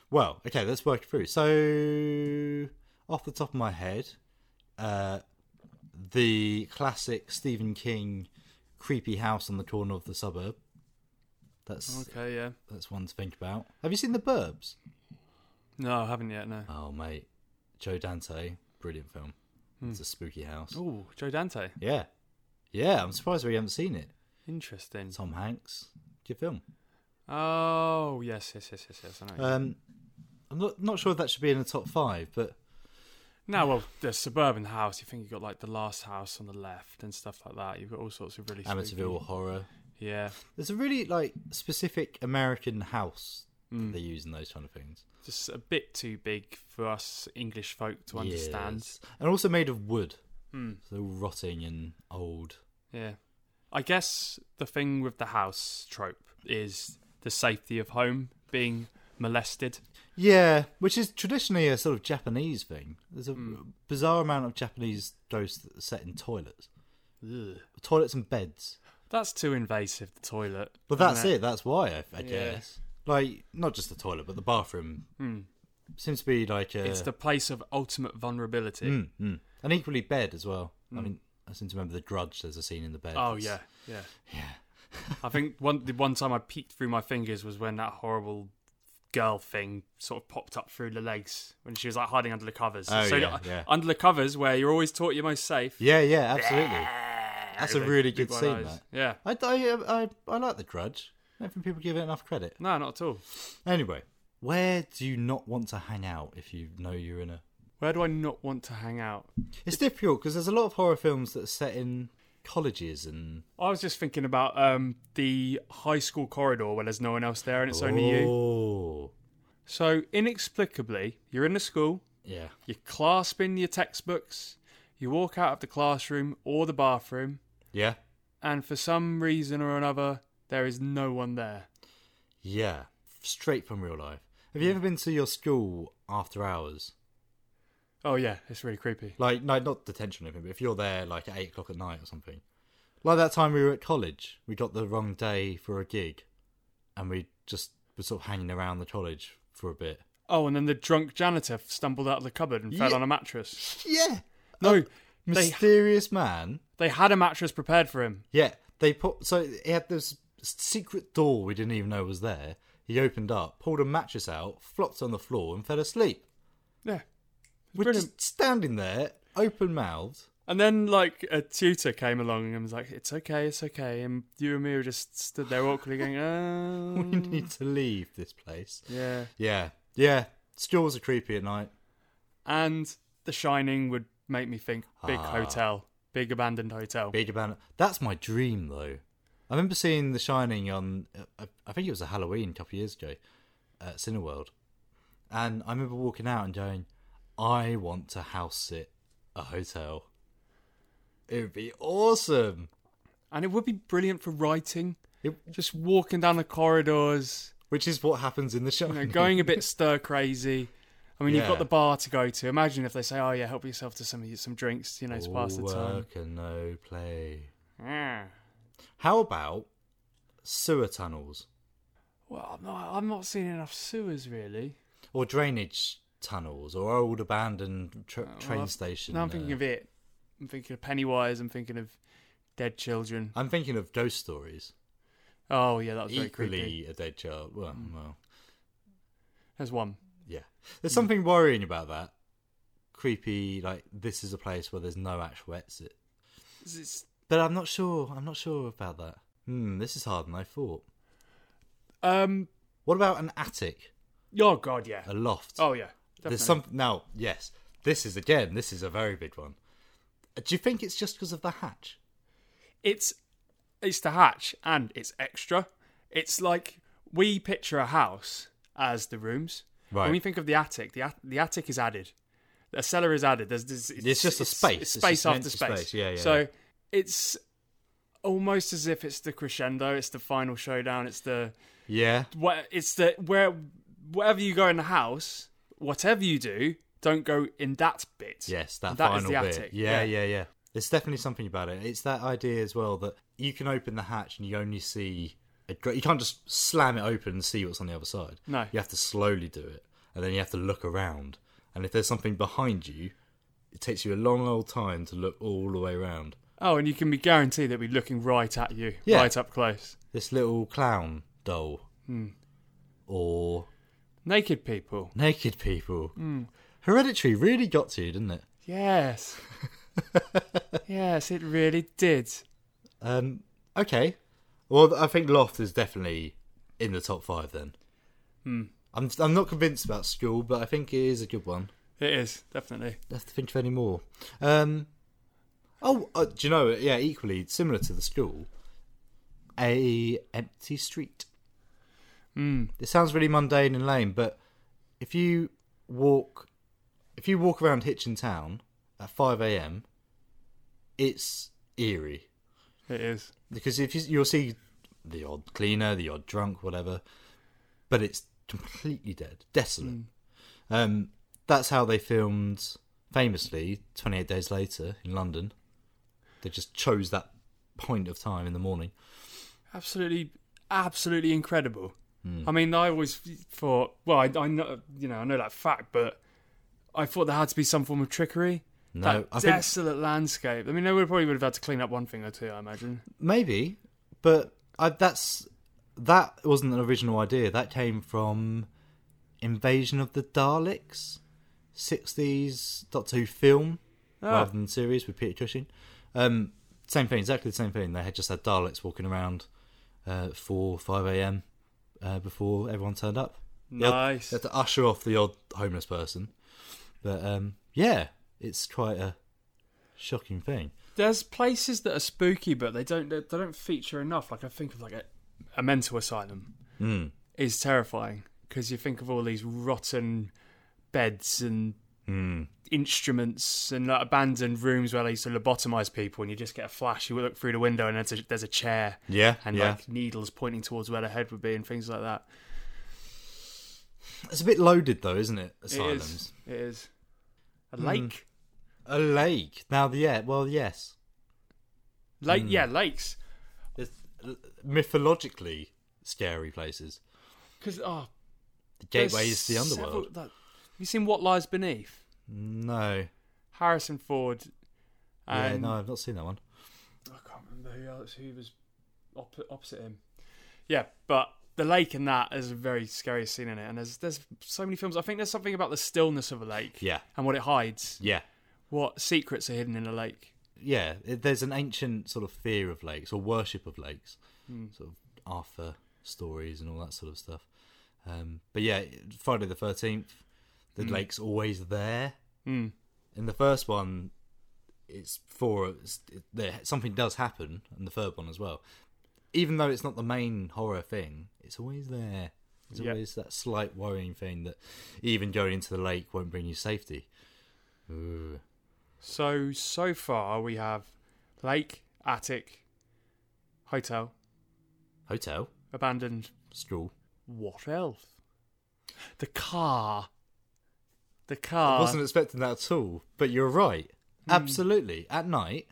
A: Well, okay, let's work through. So, off the top of my head, uh, the classic Stephen King creepy house on the corner of the suburb. That's
B: Okay, yeah.
A: that's one to think about. Have you seen The Burbs?
B: No, I haven't yet, no.
A: Oh, mate, Joe Dante, brilliant film. It's a spooky house.
B: Oh, Joe Dante.
A: Yeah, yeah. I'm surprised we haven't seen it.
B: Interesting.
A: Tom Hanks, good film.
B: Oh, yes, yes, yes, yes, yes. I know.
A: Um, I'm not not sure if that should be in the top five, but
B: No, well, the suburban house. You think you've got like the last house on the left and stuff like that. You've got all sorts of really
A: Amityville
B: spooky-
A: horror.
B: Yeah,
A: There's a really like specific American house
B: Hmm.
A: that they use in those kind of things.
B: just a bit too big for us English folk to understand.
A: Yes. and also made of wood,
B: Hmm.
A: so rotting and old.
B: Yeah, I guess the thing with the house trope is the safety of home being molested.
A: Yeah, which is traditionally a sort of Japanese thing. There's a
B: Hmm.
A: bizarre amount of Japanese ghosts that are set in toilets,
B: Ugh.
A: toilets and beds.
B: That's too invasive. The toilet.
A: But
B: isn't
A: that's it. That's why I, I
B: Yeah.
A: guess. Like not just the toilet, but the bathroom
B: Hmm.
A: seems to be like a.
B: It's the place of ultimate vulnerability.
A: Mm, mm. And equally bed as well. I
B: Mm.
A: mean, I seem to remember the grudge. There's a scene in the bed.
B: Oh
A: that's-
B: yeah, yeah, yeah. I think one the one time I peeked through my fingers was when that horrible girl thing sort of popped up through the legs when she was like hiding under the covers.
A: Oh,
B: so
A: yeah,
B: uh,
A: yeah.
B: under the covers where you're always taught you're most safe.
A: Yeah, yeah, absolutely. That's a
B: Big-
A: really
B: big
A: good
B: one
A: scene.
B: of those.
A: That.
B: Yeah.
A: I, I, I, I like the grudge. I don't think people give it enough credit.
B: No, not at all.
A: Anyway, where do you not want to hang out if you know you're in a?
B: Where do I not want to hang out?
A: It's difficult because there's a lot of horror films that are set in colleges and
B: I was just thinking about um, the high school corridor where there's no one else there and it's only you.
A: Oh,
B: So inexplicably, you're in the school,
A: yeah.
B: you clasp in your textbooks, you walk out of the classroom or the bathroom,
A: Yeah.
B: and for some reason or another, there is no one there.
A: Yeah. Straight from real life. Have you ever been to your school after hours?
B: Oh yeah, it's really creepy.
A: Like, no, not detention or anything, but if you're there like at 8 o'clock at night or something. Like that time we were at college, we got the wrong day for a gig and we just were sort of hanging around the college for a bit.
B: Oh, and then the drunk janitor stumbled out of the cupboard and fell
A: Yeah.
B: on a mattress.
A: Yeah.
B: No, they
A: Mysterious man.
B: they had a mattress prepared for him.
A: Yeah, they put. So he had this secret door we didn't even know was there. He opened up, pulled a mattress out, flopped on the floor, and fell asleep.
B: Yeah,
A: We're
B: brilliant.
A: just standing there, open mouthed.
B: And then like a tutor came along and was like, "It's okay, it's okay." And you and me were just stood there
A: <laughs>
B: awkwardly going,
A: We
B: "Oh,
A: need to leave this place.
B: yeah."
A: Yeah, yeah. Stores are creepy at night.
B: And The Shining would make me think big
A: Ah.
B: hotel, big abandoned hotel.
A: Big about That's my dream, though. I remember seeing The Shining on, uh, I think it was a Halloween a couple of years ago, at Cineworld. And I remember walking out and going, I want to house sit a hotel. It would be awesome.
B: And it would be brilliant for writing.
A: It-
B: Just walking down the corridors,
A: Which is what happens in The
B: you
A: Shining.
B: know, going
A: <laughs>
B: a bit stir crazy. I mean, you've
A: Yeah.
B: got the bar to go to. Imagine if they say, "Oh yeah, help yourself to some some drinks," you know, to
A: All
B: pass the time.
A: work and no play.
B: Yeah.
A: How about sewer tunnels
B: Well, I'm not, I'm not seeing enough sewers really.
A: or drainage tunnels or old abandoned tra-
B: Well,
A: train
B: Oh, I've-
A: station?
B: No, I'm thinking
A: uh,
B: of it. I'm thinking of Pennywise. I'm thinking of dead children.
A: I'm thinking of ghost stories.
B: Oh yeah, that was very
A: equally
B: creepy. Hmm.
A: a dead child. Well, well,
B: There's one.
A: Yeah. There's
B: Hmm.
A: something worrying about that. Creepy, like this is a place where there's no actual exit. But I'm not sure. I'm not sure about that. Hmm, this is harder than I thought.
B: Um,
A: what about an attic?
B: Oh God, yeah.
A: A loft.
B: Oh yeah.
A: There's
B: definitely.
A: some now. Yes, this is again. This is a very big one. Uh, Do you think it's just because of the hatch?
B: It's it's the hatch and it's extra. It's like we picture a house as the rooms.
A: Right.
B: When we think of the attic, the at- the attic is added. The cellar is added. There's, there's it's,
A: just a space.
B: It's
A: It's
B: space
A: just meant
B: after
A: to
B: space.
A: space. Yeah, yeah,
B: So
A: yeah.
B: it's almost as if it's the crescendo. It's the final showdown. It's the
A: Yeah.
B: what it's the where wherever you go in the house, whatever you do, don't go in that bit.
A: Yes, that,
B: And that is
A: final
B: the
A: bit.
B: attic.
A: Yeah, yeah, yeah, There's definitely something about it. It's that idea as well that you can open the hatch and you only see a gra- you can't just slam it open and see what's on the other side.
B: No.
A: you have to slowly do it, and then you have to look around. And if there's something behind you, it takes you a long old time to look all the way around.
B: Oh, and you can be guaranteed they'll be looking right at you,
A: Yeah.
B: right up close.
A: This little clown doll,
B: Hmm.
A: or
B: Naked people.
A: naked people.
B: Hmm.
A: Hereditary really got to you, didn't it? <laughs>
B: Yes. yes, it really did.
A: Um, okay. Well, I think Loft is definitely in the top five then.
B: Hmm.
A: I'm I'm not convinced about school, but I think it is a good one.
B: It is definitely.
A: I have to think of any more. Um, oh, uh, do you know? Yeah, equally similar to the school, a empty street.
B: Mm.
A: It sounds really mundane and lame, but if you walk, if you walk around Hitchin Town at five a.m., it's eerie.
B: It is.
A: because if you, you'll see the odd cleaner, the odd drunk, whatever, but it's completely dead, desolate. Um, that's how they filmed famously 28 days later in London. They just chose that point of time in the morning.
B: Absolutely, absolutely incredible.
A: Hmm.
B: I mean, I always thought, well, I, I know, you know, I know that fact, but I thought there had to be some form of trickery.
A: No,
B: that
A: I think-
B: desolate landscape. I mean, they would probably would have had to clean up one thing or two, I imagine.
A: Maybe, but I, that's that wasn't an original idea. That came from Invasion of the Daleks, sixties Doctor Who film
B: Ah.
A: rather than series with Peter Cushing. Um, same thing, exactly the same thing. They had just had Daleks walking around uh, four five a.m. Uh, before everyone turned up. They had-
B: Nice.
A: They had to usher off the odd homeless person, but um, yeah, it's quite a shocking thing.
B: There's places that are spooky, but they don't they don't feature enough. Like I think of like a, a mental asylum
A: Mm.
B: is terrifying because you think of all these rotten beds and
A: Mm.
B: instruments and like abandoned rooms where they used to lobotomize people, and you just get a flash. You look through the window and there's a, there's a chair,
A: Yeah,
B: and
A: yeah.
B: like needles pointing towards where the head would be, and things like that.
A: It's a bit loaded, though, isn't it?
B: It is-
A: Asylums.
B: It is a
A: Hmm.
B: lake,
A: A lake. Now, the yeah, well, yes.
B: lake,
A: Hmm.
B: yeah, lakes.
A: It's l- mythologically scary places.
B: Because oh,
A: The
B: there's
A: gateway is the
B: several-
A: underworld.
B: that- have you seen What Lies Beneath?
A: No.
B: Harrison Ford.
A: Yeah,
B: And
A: no, I've not seen that one.
B: I can't remember who else who was op- opposite him. Yeah, but the lake in that is a very scary scene in it, and there's there's so many films. I think there's something about the stillness of a lake.
A: Yeah.
B: and what it hides.
A: Yeah.
B: what secrets are hidden in a lake.
A: Yeah, it- there's an ancient sort of fear of lakes or worship of lakes,
B: Hmm.
A: sort of Arthur stories and all that sort of stuff. Um, but yeah, Friday the 13th, the
B: Hmm.
A: lake's always there.
B: Mm.
A: In the first one, it's for it's, it, there, something does happen, and the third one as well. Even though it's not the main horror thing, it's always there. There's
B: Yeah.
A: always that slight worrying thing that even going into the lake won't bring you safety. Ooh.
B: So so far we have lake, attic, hotel,
A: Hotel,
B: abandoned.
A: school.
B: What else? The car. The car.
D: Ah.
A: I wasn't expecting that at all, but you're right. Absolutely. At night,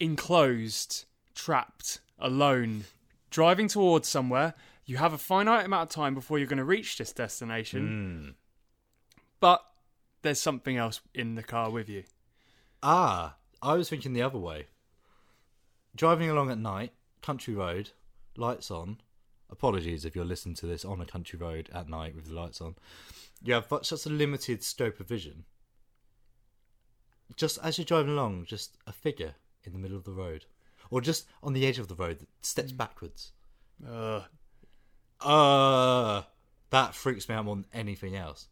B: enclosed, trapped, alone, driving towards somewhere. You have a finite amount of time before you're going to reach this
A: Mm.
B: destination, but there's something else in the car with you.
A: Ah, I was thinking the other way. Driving along at night, country road, lights on. Apologies if you're listening to this on a country road at night with the lights on. you have fu- such a limited scope of vision. Just as you're driving along, just a figure in the middle of the road, or just on the edge of the road that steps backwards.
B: Uh,
A: uh, that freaks me out more than anything else.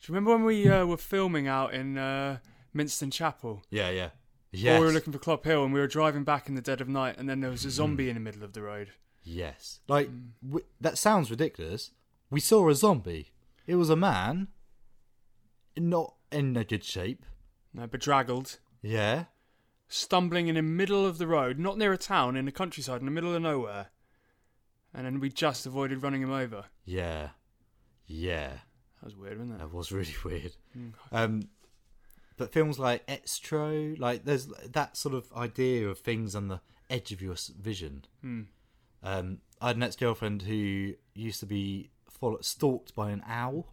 B: Do you remember when we uh, were filming out in uh, Minston Chapel?
A: Yeah, yeah,
B: Yeah.
A: yes,
B: we were looking for Clop Hill and we were driving back in the dead of night and then there was a zombie in the middle of the road.
A: yes. Like
B: Hmm.
A: w- that sounds ridiculous. We saw a zombie. It was a man, not in a good shape.
B: No, bedraggled,
A: Yeah,
B: stumbling in the middle of the road, not near a town, in the countryside, in the middle of nowhere. And then we just avoided running him over.
A: yeah, yeah.
B: That was weird, wasn't it?
A: That was really <laughs> weird.
B: Mm.
A: Um, but films like Extro, like there's that sort of idea of things on the edge of your s- vision.
B: Hmm.
A: Um, I had an ex-girlfriend who used to be follow- stalked by an owl.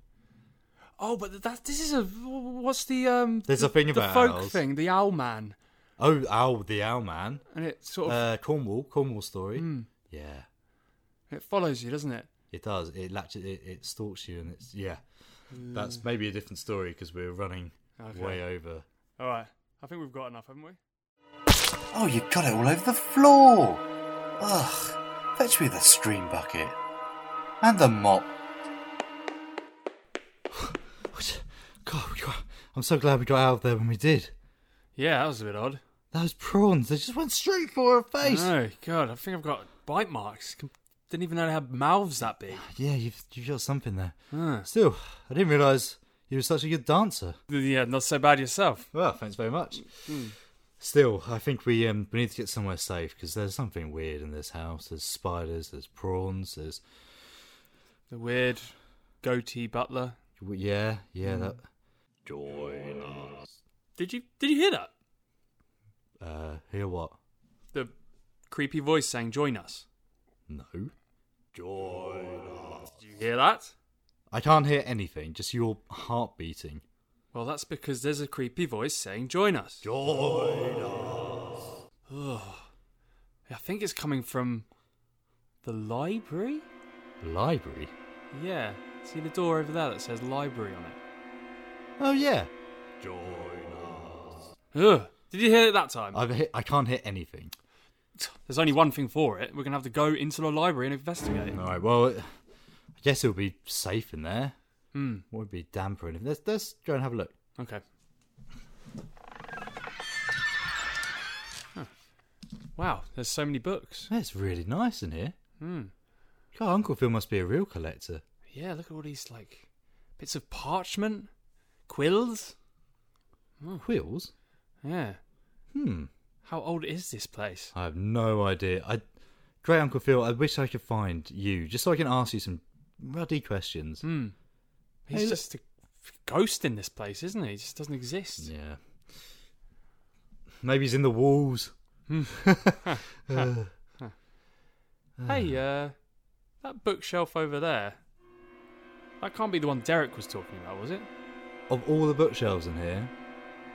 B: Oh, but that this is a what's the um?
A: There's
B: the,
A: a thing
B: the
A: about
B: folk
A: owls.
B: thing, the owl man,
A: Oh, owl, the owl man.
B: and it sort of
A: Uh, Cornwall, Cornwall story.
B: Hmm.
A: Yeah,
B: it follows you, doesn't it?
A: it does. It latches, it, it stalks you, and it's yeah. That's maybe a different story because we're running
B: Hmm. Okay.
A: way over.
B: All right, I think we've got enough, haven't we?
N: Oh, you got it all over the floor. Ugh, fetch me the stream bucket. And the mop.
A: God, we got, I'm so glad we got out of there when we did.
B: Yeah, that was a bit odd.
A: Those prawns, they just went straight for her face.
B: No, God, I think I've got bite marks. Com- Didn't even know they had mouths that big. <sighs>
A: Yeah, you've, you've got something there.
B: Huh.
A: Still, I didn't realise you were such a good dancer.
B: Yeah, not so bad yourself.
A: Well, thanks very much. Still, I think we um, we need to get somewhere safe because there's something weird in this house. There's spiders, there's prawns, there's
B: The weird goatee butler.
A: yeah, yeah.
B: Mm.
A: Join us.
B: Did you did you hear that?
A: That uh, hear what?
B: The creepy voice saying, "Join us."
A: No, join us.
B: Did you hear that?
A: I can't hear anything. Just your heart beating.
B: Well, that's because there's a creepy voice saying, "Join us."
A: Join us.
B: Oh, I think it's coming from the library.
A: Library.
B: Yeah, see the door over there that says library on it.
A: Oh yeah. Join us.
B: Ugh, did you hear it that time?
A: I've he- I can't hear anything.
B: There's only one thing for it. We're gonna have to go into the library and investigate.
A: All right. Well, it- I guess it'll be safe in there.
B: Hmm.
A: It would be damp or anything. Let's, let's go and have a look.
B: Okay. Huh. Wow, there's so many books.
A: That's really nice in here.
B: Hmm.
A: God, Uncle Phil must be a real collector.
B: Yeah, look at all these like bits of parchment, quills. Oh,
A: Quills?
B: yeah.
A: Hmm.
B: How old is this place?
A: I have no idea. I, great Uncle Phil, I wish I could find you just so I can ask you some ruddy questions.
B: Hmm. He's
A: Hey, look-
B: just a ghost in this place, isn't he? He just doesn't exist.
A: Yeah. Maybe he's in the walls. Uh,
B: Hey, uh, that bookshelf over there. That can't be the one Derek was talking about, was it?
A: of all the bookshelves in here,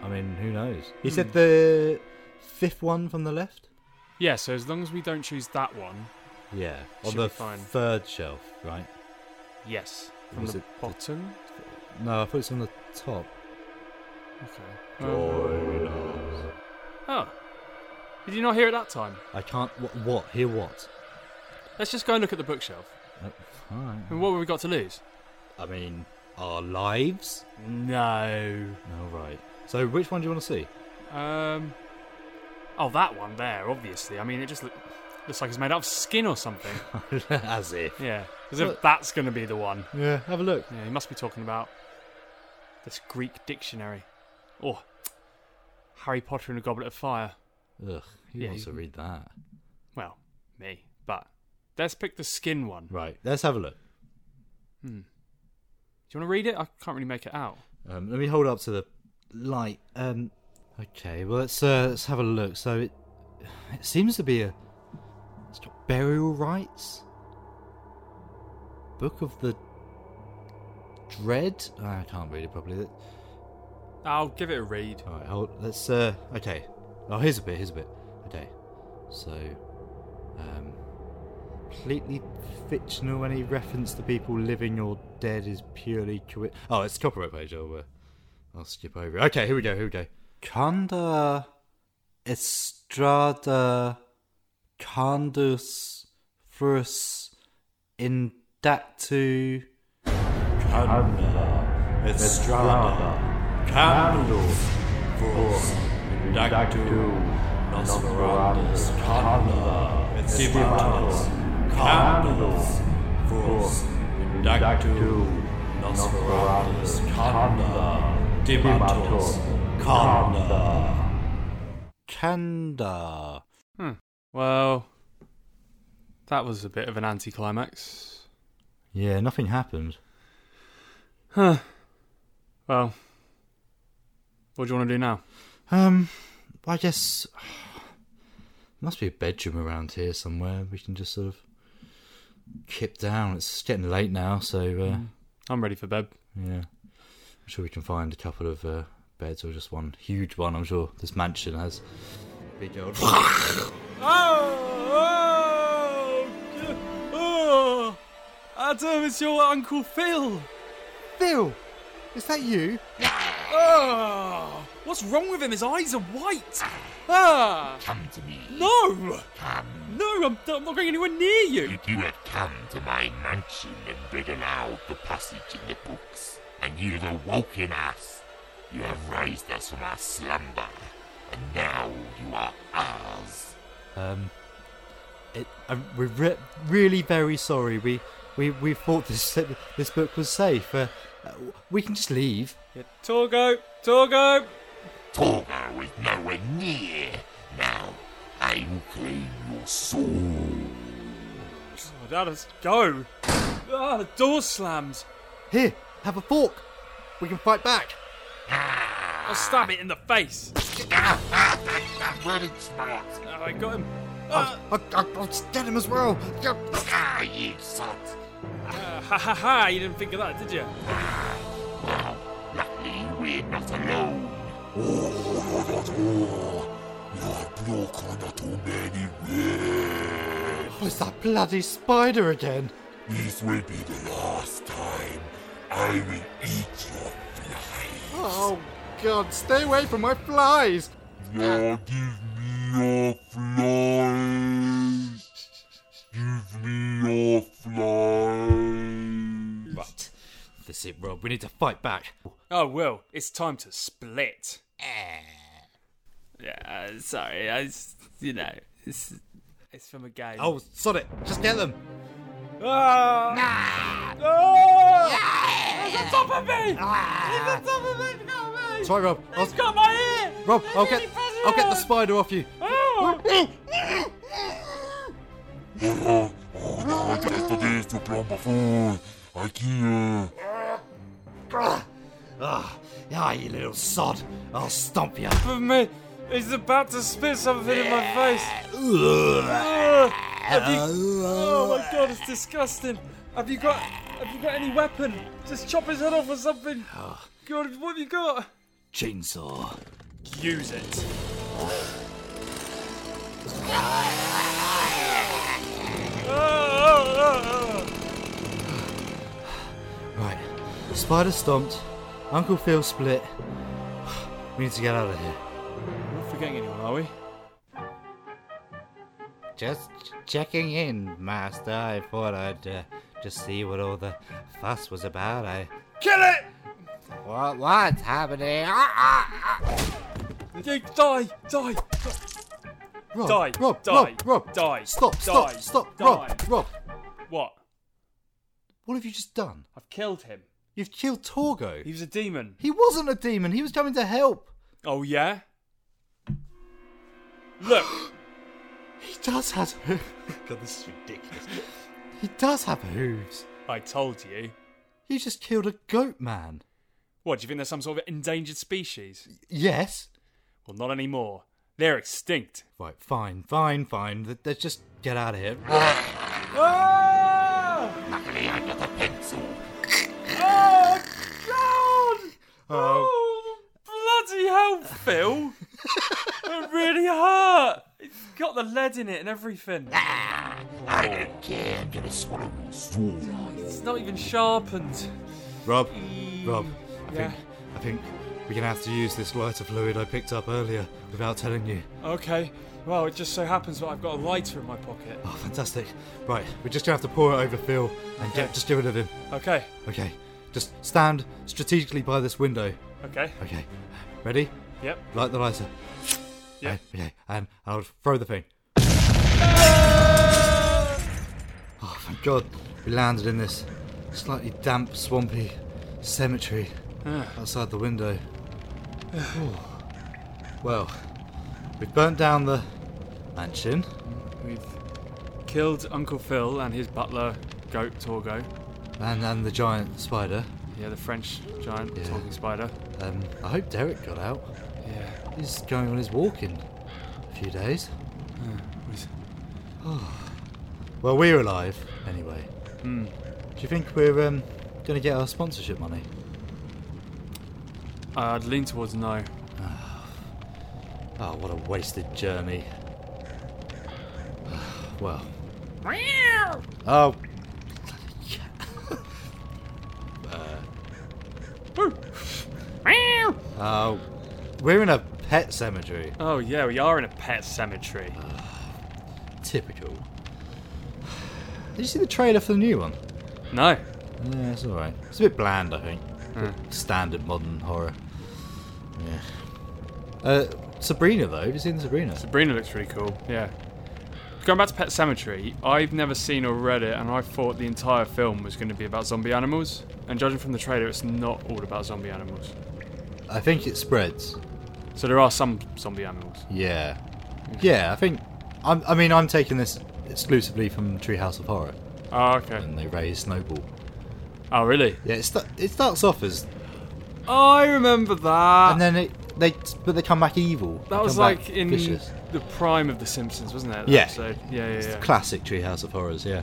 A: I mean, who knows? He
B: Hmm.
A: said the fifth one from the left.
B: Yeah, so as long as we don't choose that one,
A: Yeah, on
B: Should
A: the
B: be fine.
A: third shelf, right?
B: yes. From
A: Was
B: the
A: it the-
B: bottom?
A: No, I thought it's on the top.
B: Okay. Um, Oh. Did you not hear it that time?
A: I can't. What? what hear what?
B: Let's just go and look at the bookshelf.
A: Uh, alright.
B: And what have we got to lose?
A: I mean, our lives.
B: No.
A: All right. So, which one do you want to see? <laughs>
B: Um. Oh, that one there, obviously. I mean, it just look, looks like it's made out of skin or something. <laughs>
A: As if.
B: yeah. As if
A: Well-
B: that's going to be the one.
A: Yeah. Have a look.
B: Yeah, he must be talking about this Greek dictionary. Or Harry Potter and the Goblet of Fire.
A: Ugh. Who
B: Yeah,
A: wants
B: you-
A: to read that?
B: Well, me. But let's pick the skin one.
A: Right. Let's have a look.
B: Hmm. Do you want to read it? I can't really make it out.
A: Um, let me hold up to the light. Um, okay. Well, let's uh, let's have a look. So it it seems to be a it's got burial rites. Book of the Dread. I can't read it properly.
B: I'll give it a read.
A: All right, hold. Let's. uh Okay. Oh, here's a bit. Here's a bit. Okay. So, um, completely fictional? Any reference to people living or dead is purely co- Oh, it's copyright page. I'll, uh, I'll skip over. it. Okay, here we go. Here we go. Kanda Estrada Candus Frus Indactu Kanda Estrada Candus Frus Indactu Nosferandus Kanda Estrada Candus Frus Indactu Nosferandus Kanda Dimatus Kanda Kanda
B: Hmm. Well, that was a bit of an anticlimax.
A: Yeah, nothing happened.
B: Huh. Well, what do you want to do now?
A: Um, I guess <sighs> must be a bedroom around here somewhere. We can just sort of kip down. It's getting late now, so uh,
B: I'm ready for bed.
A: Yeah, I'm sure we can find a couple of uh, beds or just one huge one. I'm sure this mansion has big old. <laughs>
B: Oh, oh, oh, Adam, it's your Uncle Phil.
A: Phil, is that you?
B: Oh, what's wrong with him? His eyes are white. Ah,
V: Come to me.
B: no,
V: Come.
B: no, I'm, I'm not going anywhere near you.
V: You have come to my mansion and read aloud the passage in the books, and you have awoken us. You have raised us from our slumber, and now you are ours.
A: Um, it, um, we're re- really very sorry. We we we thought this <laughs> this book was safe. Uh, uh, we can just leave.
B: Torgo, Torgo.
V: Torgo is nowhere near. Now, I will claim your soul.
B: God, Adam's go. Ah, the door slams.
A: Here, have a fork. We can fight back.
B: I'll stab it in the
V: <laughs>
B: face.
V: I'm ready, smart.
B: Oh, I got him.
A: I'll, I'll, I'll just get him as well.
V: Ah, you sod.
B: Ah, ha ha ha! You didn't think of that, did you?
V: Well, luckily we're not alone. Oh, you're not all. You're block on not all many Uh, ways.
A: Oh, it's that bloody spider again.
V: This will be the last time I will eat your flies.
A: Oh God, stay away from my flies.
V: Now give me your flies. Give me your flies.
A: Right, that's it, Rob. We need to fight back.
B: Oh well, it's time to split. Ah. Yeah, uh, sorry, I, s- you know, it's it's from a game.
A: Oh, sod it. Just get them.
B: Ah! Ah! He's
C: Uh,
B: on top of me! He's on top of me! He's got me!
A: That's right, Rob. I'll,
B: He's got my ear!
A: Rob, I'll get I'll get the spider off you.
B: Oh!
V: Oh, oh, no, just the days to plan before. I can't.
A: Ah, ah, you little sod. I'll stomp you.
B: Of me! He's about to spit something in my face! Ah! Have you- oh my god, it's disgusting! Have you got have you got any weapon? Just chop his head off or something! God, what have you got?
A: Chainsaw.
B: Use it.
A: Right. Spider stomped. Uncle Phil split. <sighs> We need to get out of here.
B: We're not forgetting anyone, are we?
A: Just checking in, Master. I thought I'd uh, just see what all the fuss was about. I.
B: Kill it!
A: What, what's happening? Ah, ah, ah.
B: You die! Die!
A: Rob,
B: Die,
A: Rob,
B: die,
A: Rob, Rob,
B: die,
A: Stop, stop,
B: die,
A: stop,
B: die.
A: Rob, Rob.
B: What?
A: What have you just done?
B: I've killed him.
A: You've killed Torgo.
B: He was a demon.
A: He wasn't a demon. He was coming to help.
B: Oh yeah? Look!
A: He does have. <laughs> God, this is ridiculous. He does have hooves.
B: I told you.
A: You just killed a goat man.
B: What, do you think they're some sort of endangered species?
A: Yes.
B: Well, not anymore. They're extinct.
A: Right, fine, fine, fine. Th- Let's just get out of here.
V: Luckily, I got a pencil.
B: Oh, God!
A: Oh,
B: Bloody hell, Phil! it really hurt! It's got the lead in it and everything.
V: I don't care. I'm gonna swallow this sword.
B: It's not even sharpened.
A: Rob, Rob, I
B: Yeah.
A: think I think we're gonna have to use this lighter fluid I picked up earlier without telling you.
B: Okay. Well, it just so happens that I've got a lighter in my pocket.
A: Oh, fantastic! Right, we're just gonna have to pour it over Phil and
B: Okay.
A: get just get rid of him.
B: Okay.
A: Okay, just stand strategically by this window.
B: Okay.
A: Okay, ready?
B: Yep.
A: Light the lighter.
B: Yep.
A: Right, okay, and I'll throw the thing. Oh, thank God, we landed in this slightly damp, swampy cemetery
B: Ah.
A: outside the window. Well, we've burnt down the mansion.
B: We've killed Uncle Phil and his butler, Goat Torgo.
A: And, and the giant spider.
B: Yeah, the French giant talking spider.
A: Um, I hope Derek got out.
B: Yeah.
A: He's going on his walk in a few days. Well, we're alive, anyway.
B: Hmm.
A: Do you think we're um, going to get our sponsorship money?
B: I'd lean towards no.
A: Oh, what a wasted journey. <sighs> Well, oh. Uh, oh. We're in a pet cemetery.
B: Oh yeah, we are in a pet cemetery.
A: Typical. Did you see the trailer for the new one?
B: No.
A: Yeah, it's alright. It's a bit bland, I think.
B: Hmm.
A: Standard modern horror. Yeah. Uh, Sabrina, though. Have you seen Sabrina?
B: Sabrina looks really cool. Yeah. Going back to Pet Cemetery, I've never seen or read it, and I thought the entire film was going to be about zombie animals. And judging from the trailer, it's not all about zombie animals.
A: I think it spreads.
B: So there are some zombie animals.
A: Yeah. Yeah, I think. I'm, I mean, I'm taking this exclusively from Treehouse of Horror.
B: Oh, okay.
A: And they raise Snowball.
B: Oh, really?
A: Yeah, it, sta- it starts off as.
B: I remember that.
A: And then it. They, but they come back evil. They
B: That was
A: come back
B: like in
A: vicious.
B: the prime of The Simpsons, wasn't it? that
A: Yeah.
B: episode? Yeah, yeah,
A: It's the
B: yeah.
A: classic Treehouse of Horrors, yeah.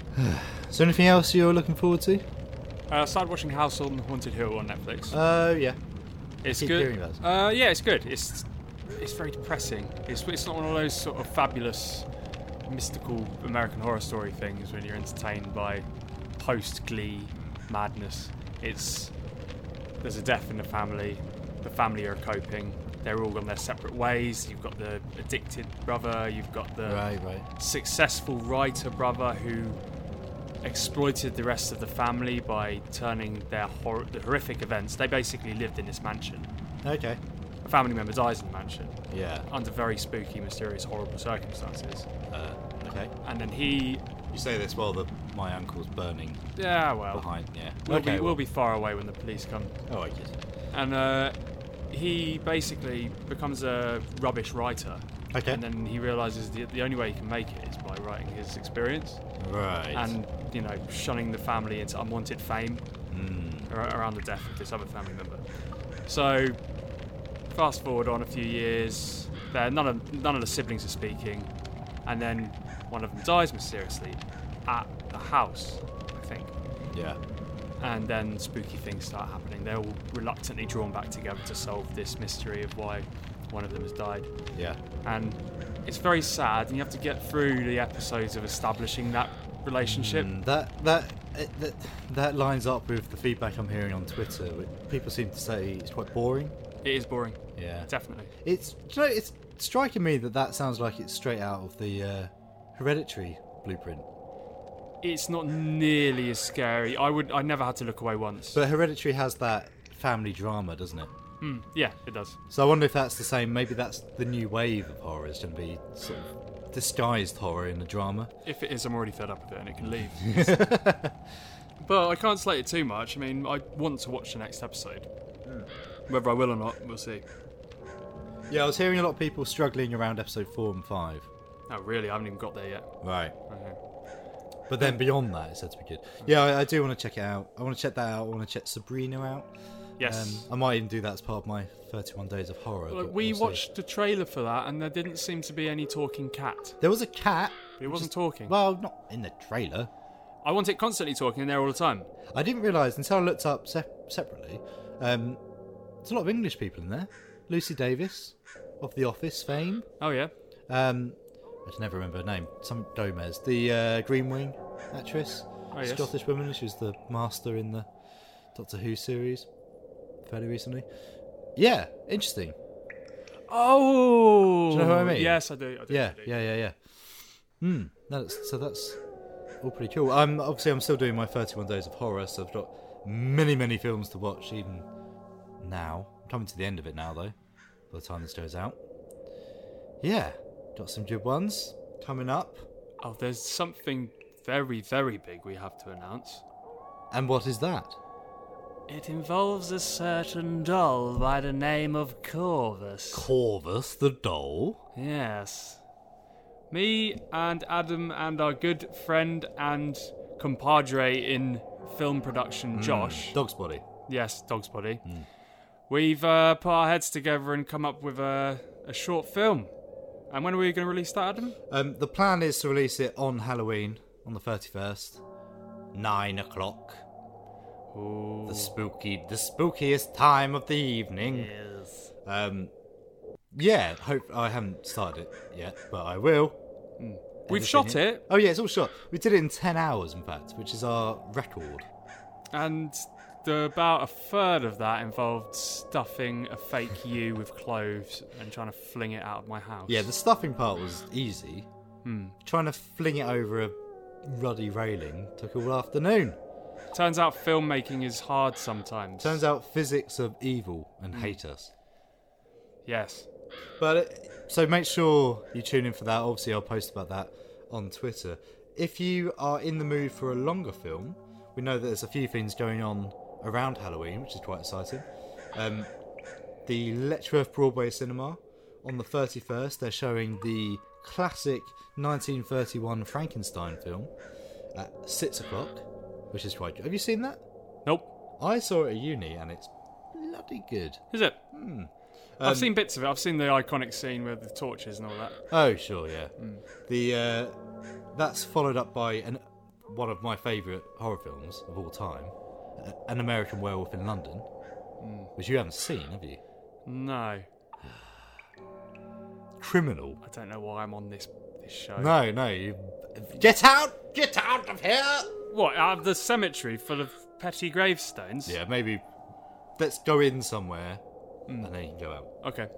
A: <sighs> Is there anything else you're looking forward to?
B: Uh, I started watching House on Haunted Hill on Netflix.
A: Oh, yeah.
B: It's
A: Keep
B: good.
A: hearing that.
B: Uh, yeah, it's good. It's it's very depressing. It's it's not one of those sort of fabulous, mystical American horror story things when you're entertained by post Glee madness. It's there's a death in the family. The family are coping. They're all on their separate ways. You've got the addicted brother. You've got the
A: Right, right.
B: successful writer brother who exploited the rest of the family by turning their hor- the horrific events. They basically lived in this mansion.
A: Okay.
B: A family member dies in the mansion.
A: Yeah.
B: Under very spooky, mysterious, horrible circumstances.
A: Uh, okay.
B: And then he.
A: You say this while the, my uncle's burning.
B: Yeah, well.
A: Behind, yeah.
B: Oh. We'll,
A: okay.
B: be,
A: well.
B: we'll be far away when the police come.
A: Oh, I get it.
B: And uh, he basically becomes a rubbish writer.
A: Okay.
B: And then he realizes the, the only way he can make it is by writing his experience.
A: Right.
B: And, you know, shunning the family into unwanted fame
A: Mm.
B: ar- around the death of this other family member. So, fast forward on a few years, there none of none of the siblings are speaking, and then one of them dies mysteriously at the house, I think.
A: Yeah.
B: And then spooky things start happening. They're all reluctantly drawn back together to solve this mystery of why one of them has died.
A: Yeah.
B: And it's very sad, and you have to get through the episodes of establishing that relationship.
A: Mm, that that it, that that lines up with the feedback I'm hearing on Twitter. wh- People seem to say it's quite boring.
B: It is boring.
A: Yeah.
B: Definitely.
A: It's do you know, it's striking me that that sounds like it's straight out of the uh, Hereditary blueprint.
B: It's not nearly as scary. I would. I never had to look away once.
A: But Hereditary has that family drama, doesn't it?
B: Hmm, yeah, it does.
A: So I wonder if that's the same. Maybe that's the new wave of horror. It's going to be sort of disguised horror in a drama.
B: If it is, I'm already fed up with it, and it can leave.
A: <laughs>
B: but I can't slate it too much. I mean, I want to watch the next episode.
A: Hmm.
B: Whether I will or not, we'll see.
A: Yeah, I was hearing a lot of people struggling around episode four and five.
B: Oh, really? I haven't even got there yet.
A: Right.
B: Okay. Mm-hmm.
A: But then beyond that, it's said to be good. Yeah, I, I do want to check it out. I want to check that out. I want to check Sabrina out.
B: Yes.
A: Um, I might even do that as part of my 31 Days of Horror.
B: Well,
A: but
B: we
A: we'll see.
B: watched the trailer for that, and there didn't seem to be any talking cat.
A: There was a cat.
B: But it wasn't talking.
A: Well, not in the trailer.
B: I want it constantly talking in there all the time.
A: I didn't realise until I looked up sep- separately. Um, there's a lot of English people in there. Lucy Davis of The Office fame.
B: Oh yeah.
A: Um, I can never remember her name. Some Gomez, the uh, Green Wing actress,
B: Oh, yes.
A: Scottish woman. She was the master in the Doctor Who series fairly recently. Yeah, interesting. Do
B: Oh,
A: you know who I mean?
B: Yes, I do. I do
A: yeah,
B: I do.
A: yeah, yeah, yeah. Hmm. That's, so that's all pretty cool. I'm obviously I'm still doing my 31 days of horror, so I've got many, many films to watch even now. I'm coming to the end of it now though. By the time this goes out, yeah, got some good ones coming up.
B: Oh, there's something very, very big we have to announce.
A: And what is that?
W: It involves a certain doll by the name of Corvus.
A: Corvus the doll.
B: Yes. Me and Adam and our good friend and compadre in film production,
A: Mm,
B: Josh.
A: Dog's body.
B: Yes, Dog's Body.
A: Hmm.
B: We've uh, put our heads together and come up with a, a short film. And when are we going to release that, Adam?
A: Um, the plan is to release it on Halloween, on the 31st, nine o'clock. The spooky, the spookiest time of the evening.
W: Yes.
A: Um, yeah. Hope I haven't started it yet, but I will.
B: We've
A: Everything
B: shot
A: here-
B: it.
A: Oh yeah, it's all shot. We did it in ten hours, in fact, which is our record.
B: And the, about a third of that involved stuffing a fake you with cloves and trying to fling it out of my house.
A: Yeah, the stuffing part was easy.
B: Hmm.
A: Trying to fling it over a ruddy railing took all afternoon.
B: Turns out filmmaking is hard sometimes.
A: Turns out physics are evil and
B: Mm.
A: hate us.
B: Yes.
A: But it, so make sure you tune in for that. Obviously, I'll post about that on Twitter. If you are in the mood for a longer film, we know that there's a few things going on around Halloween, which is quite exciting. Um, the Letchworth Broadway Cinema on the 31st, they're showing the classic 1931 Frankenstein film at six o'clock, which is quite. Have you seen that?
B: Nope.
A: I saw it at uni, and it's bloody good.
B: Is it?
A: Hmm. Um,
B: I've seen bits of it. I've seen the iconic scene with the torches and all that.
A: Oh sure, yeah. The uh, that's followed up by an one of my favourite horror films of all time, uh, An American Werewolf in London, which you haven't seen, have you?
B: No,
A: Criminal.
B: I don't know why I'm on this this show.
A: No, no. You... Get out! Get out of here!
B: What? Out of the cemetery full of petty gravestones?
A: Yeah, maybe. Let's go in somewhere, and then you can go out.
B: Okay.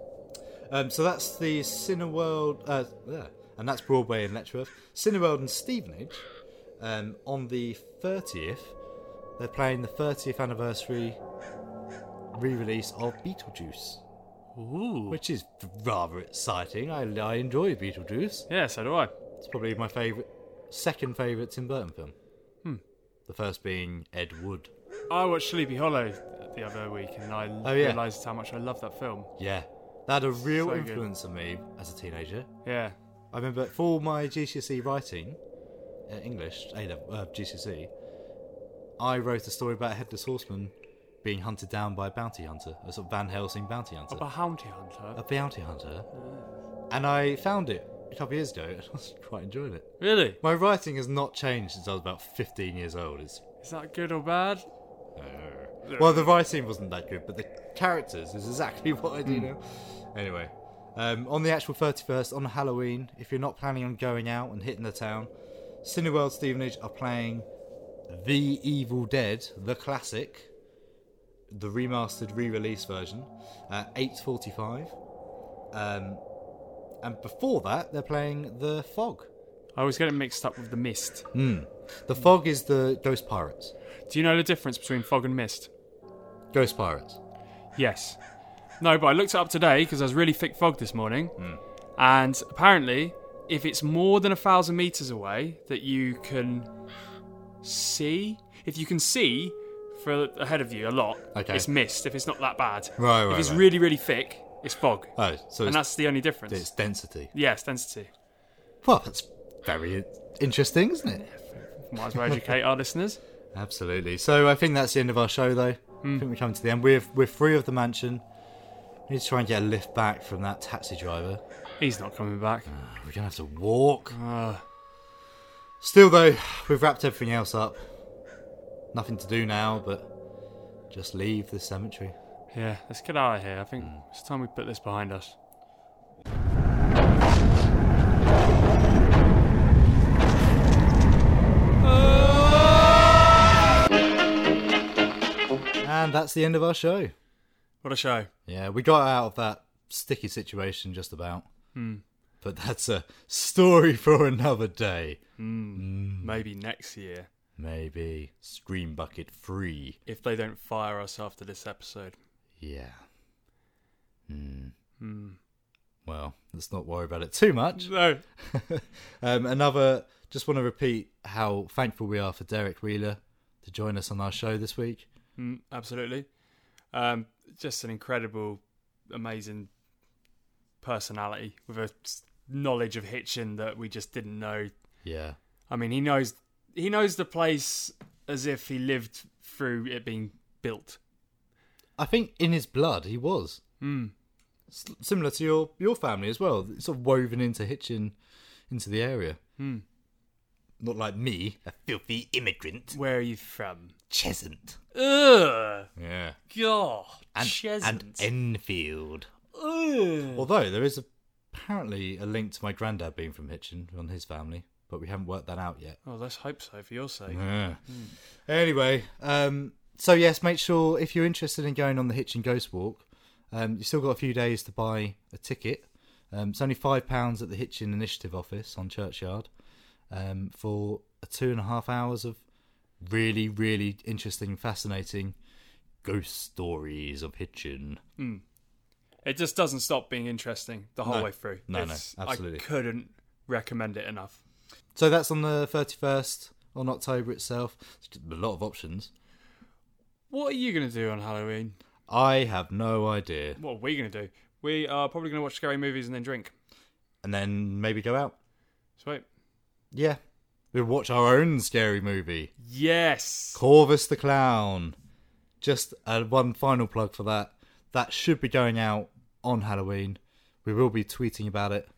A: Um, so that's the Cineworld, uh, yeah, and that's Broadway in Letchworth. Cineworld and Stevenage um, on the 30th. They're playing the 30th anniversary re-release of Beetlejuice,
B: Ooh.
A: which is rather exciting. I, I enjoy Beetlejuice.
B: Yeah, so do I.
A: It's probably my favorite, second favorite Tim Burton film.
B: Hmm.
A: The first being Ed Wood.
B: I watched Sleepy Hollow the other week, and I
A: Oh, yeah.
B: realised how much I love that film.
A: Yeah, that had a real
B: So good.
A: influence on me as a teenager.
B: Yeah.
A: I remember for all my GCSE E writing, uh, English, A level, uh, GCSE, I wrote a story about a headless horseman being hunted down by a bounty hunter, a sort of Van Helsing bounty hunter.
B: Of a bounty hunter.
A: a bounty hunter. And I found it a couple of years ago <laughs> and I was quite enjoying it.
B: Really?
A: My writing has not changed since I was about 15 years old. It's,
B: Is that good or bad?
A: well, the writing wasn't that good, but the characters is exactly <laughs> what I do
B: Hmm.
A: now. Anyway, um, on the actual 31st, on Halloween, if you're not planning on going out and hitting the town, Cineworld Stevenage are playing The Evil Dead, the classic, the remastered re-release version, at 8.45. Um, and before that, they're playing The Fog.
B: I always get it mixed up with the mist.
A: Hmm. The Fog is the Ghost Pirates.
B: Do you know the difference between fog and mist?
A: Ghost Pirates.
B: Yes. No, but I looked it up today because I was really thick fog this morning, and apparently, if it's more than a thousand meters away that you can see, if you can see for ahead of you a lot,
A: Okay.
B: it's mist. If it's not that bad,
A: Right,
B: If
A: right,
B: it's
A: right.
B: really, really thick, it's fog,
A: Oh, so
B: and
A: it's,
B: that's the only difference.
A: it's density.
B: Yes, density.
A: Well, that's very interesting, isn't it?
B: Might as well educate our listeners.
A: Absolutely. So I think that's the end of our show, though. I think we're coming to the end. We're we're free of the mansion. We need to try and get a lift back from that taxi driver.
B: He's not coming back.
A: We're gonna have to walk. Still, though, we've wrapped everything else up. Nothing to do now, but just leave the cemetery.
B: Yeah, Mm. let's get out of here. I think it's time we put this behind us.
A: that's the end of our show.
B: What a show.
A: Yeah, we got out of that sticky situation just about. But that's a story for another day.
B: Mm. Maybe next year,
A: Maybe. Scream Bucket free.
B: if they don't fire us after this episode.
A: Yeah. Hmm.
B: Mm.
A: Well, let's not worry about it too much.
B: No.
A: um, another, just want to repeat how thankful we are for Derek Wheeler to join us on our show this week.
B: Mm, absolutely. Um, just an incredible, amazing personality with a s- knowledge of Hitchin that we just didn't know.
A: Yeah.
B: I mean, he knows he knows the place as if he lived through it being built.
A: I think in his blood he was.
B: Mm.
A: S- similar to your, your family as well. It's sort of woven into Hitchin, into the area.
B: Mm.
A: Not like me, a filthy immigrant.
B: Where are you from?
A: Chesant.
B: Ugh.
A: Yeah.
B: God.
A: And, and
B: Chesant.
A: Enfield.
B: Ugh.
A: Although there is apparently a link to my granddad being from Hitchin on his family, but we haven't worked that out yet.
B: Oh, let's hope so for your sake.
A: Yeah.
B: Mm.
A: Anyway, um, so yes, make sure if you're interested in going on the Hitchin Ghost Walk, um, you've still got a few days to buy a ticket. Um, it's only £5 at the Hitchin Initiative office on Churchyard um, for a two and a half hours of really, really interesting, fascinating ghost stories of Hitchin.
B: Mm. It just doesn't stop being interesting the whole
A: No.
B: way through.
A: No, no,
B: I
A: absolutely.
B: couldn't recommend it enough.
A: So that's on the 31st on October itself. It's just a lot of options.
B: What are you going to do on Halloween?
A: I have no idea.
B: What are we going to do? We are probably going to watch scary movies and then drink.
A: And then maybe go out.
B: Sweet.
A: Yeah. We'll watch our own scary movie.
B: Yes.
A: Corvus the Clown. Just uh, one final plug for that. That should be going out on Halloween. We will be tweeting about it.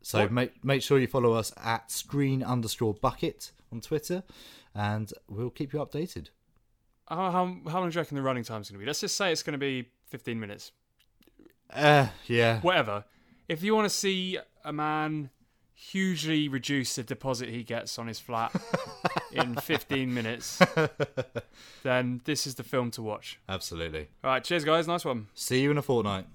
A: So
B: What-
A: make make sure you follow us at screen underscore bucket on Twitter, and we'll keep you updated.
B: How, how, how long do you reckon the running time's going to be? Let's just say it's going to be 15 minutes.
A: Uh, yeah.
B: Whatever. If you want to see a man hugely reduce the deposit he gets on his
A: <laughs>
B: flat in 15 minutes, then this is the film to watch.
A: Absolutely.
B: All right. Cheers, guys. Nice one.
A: See you in a fortnight.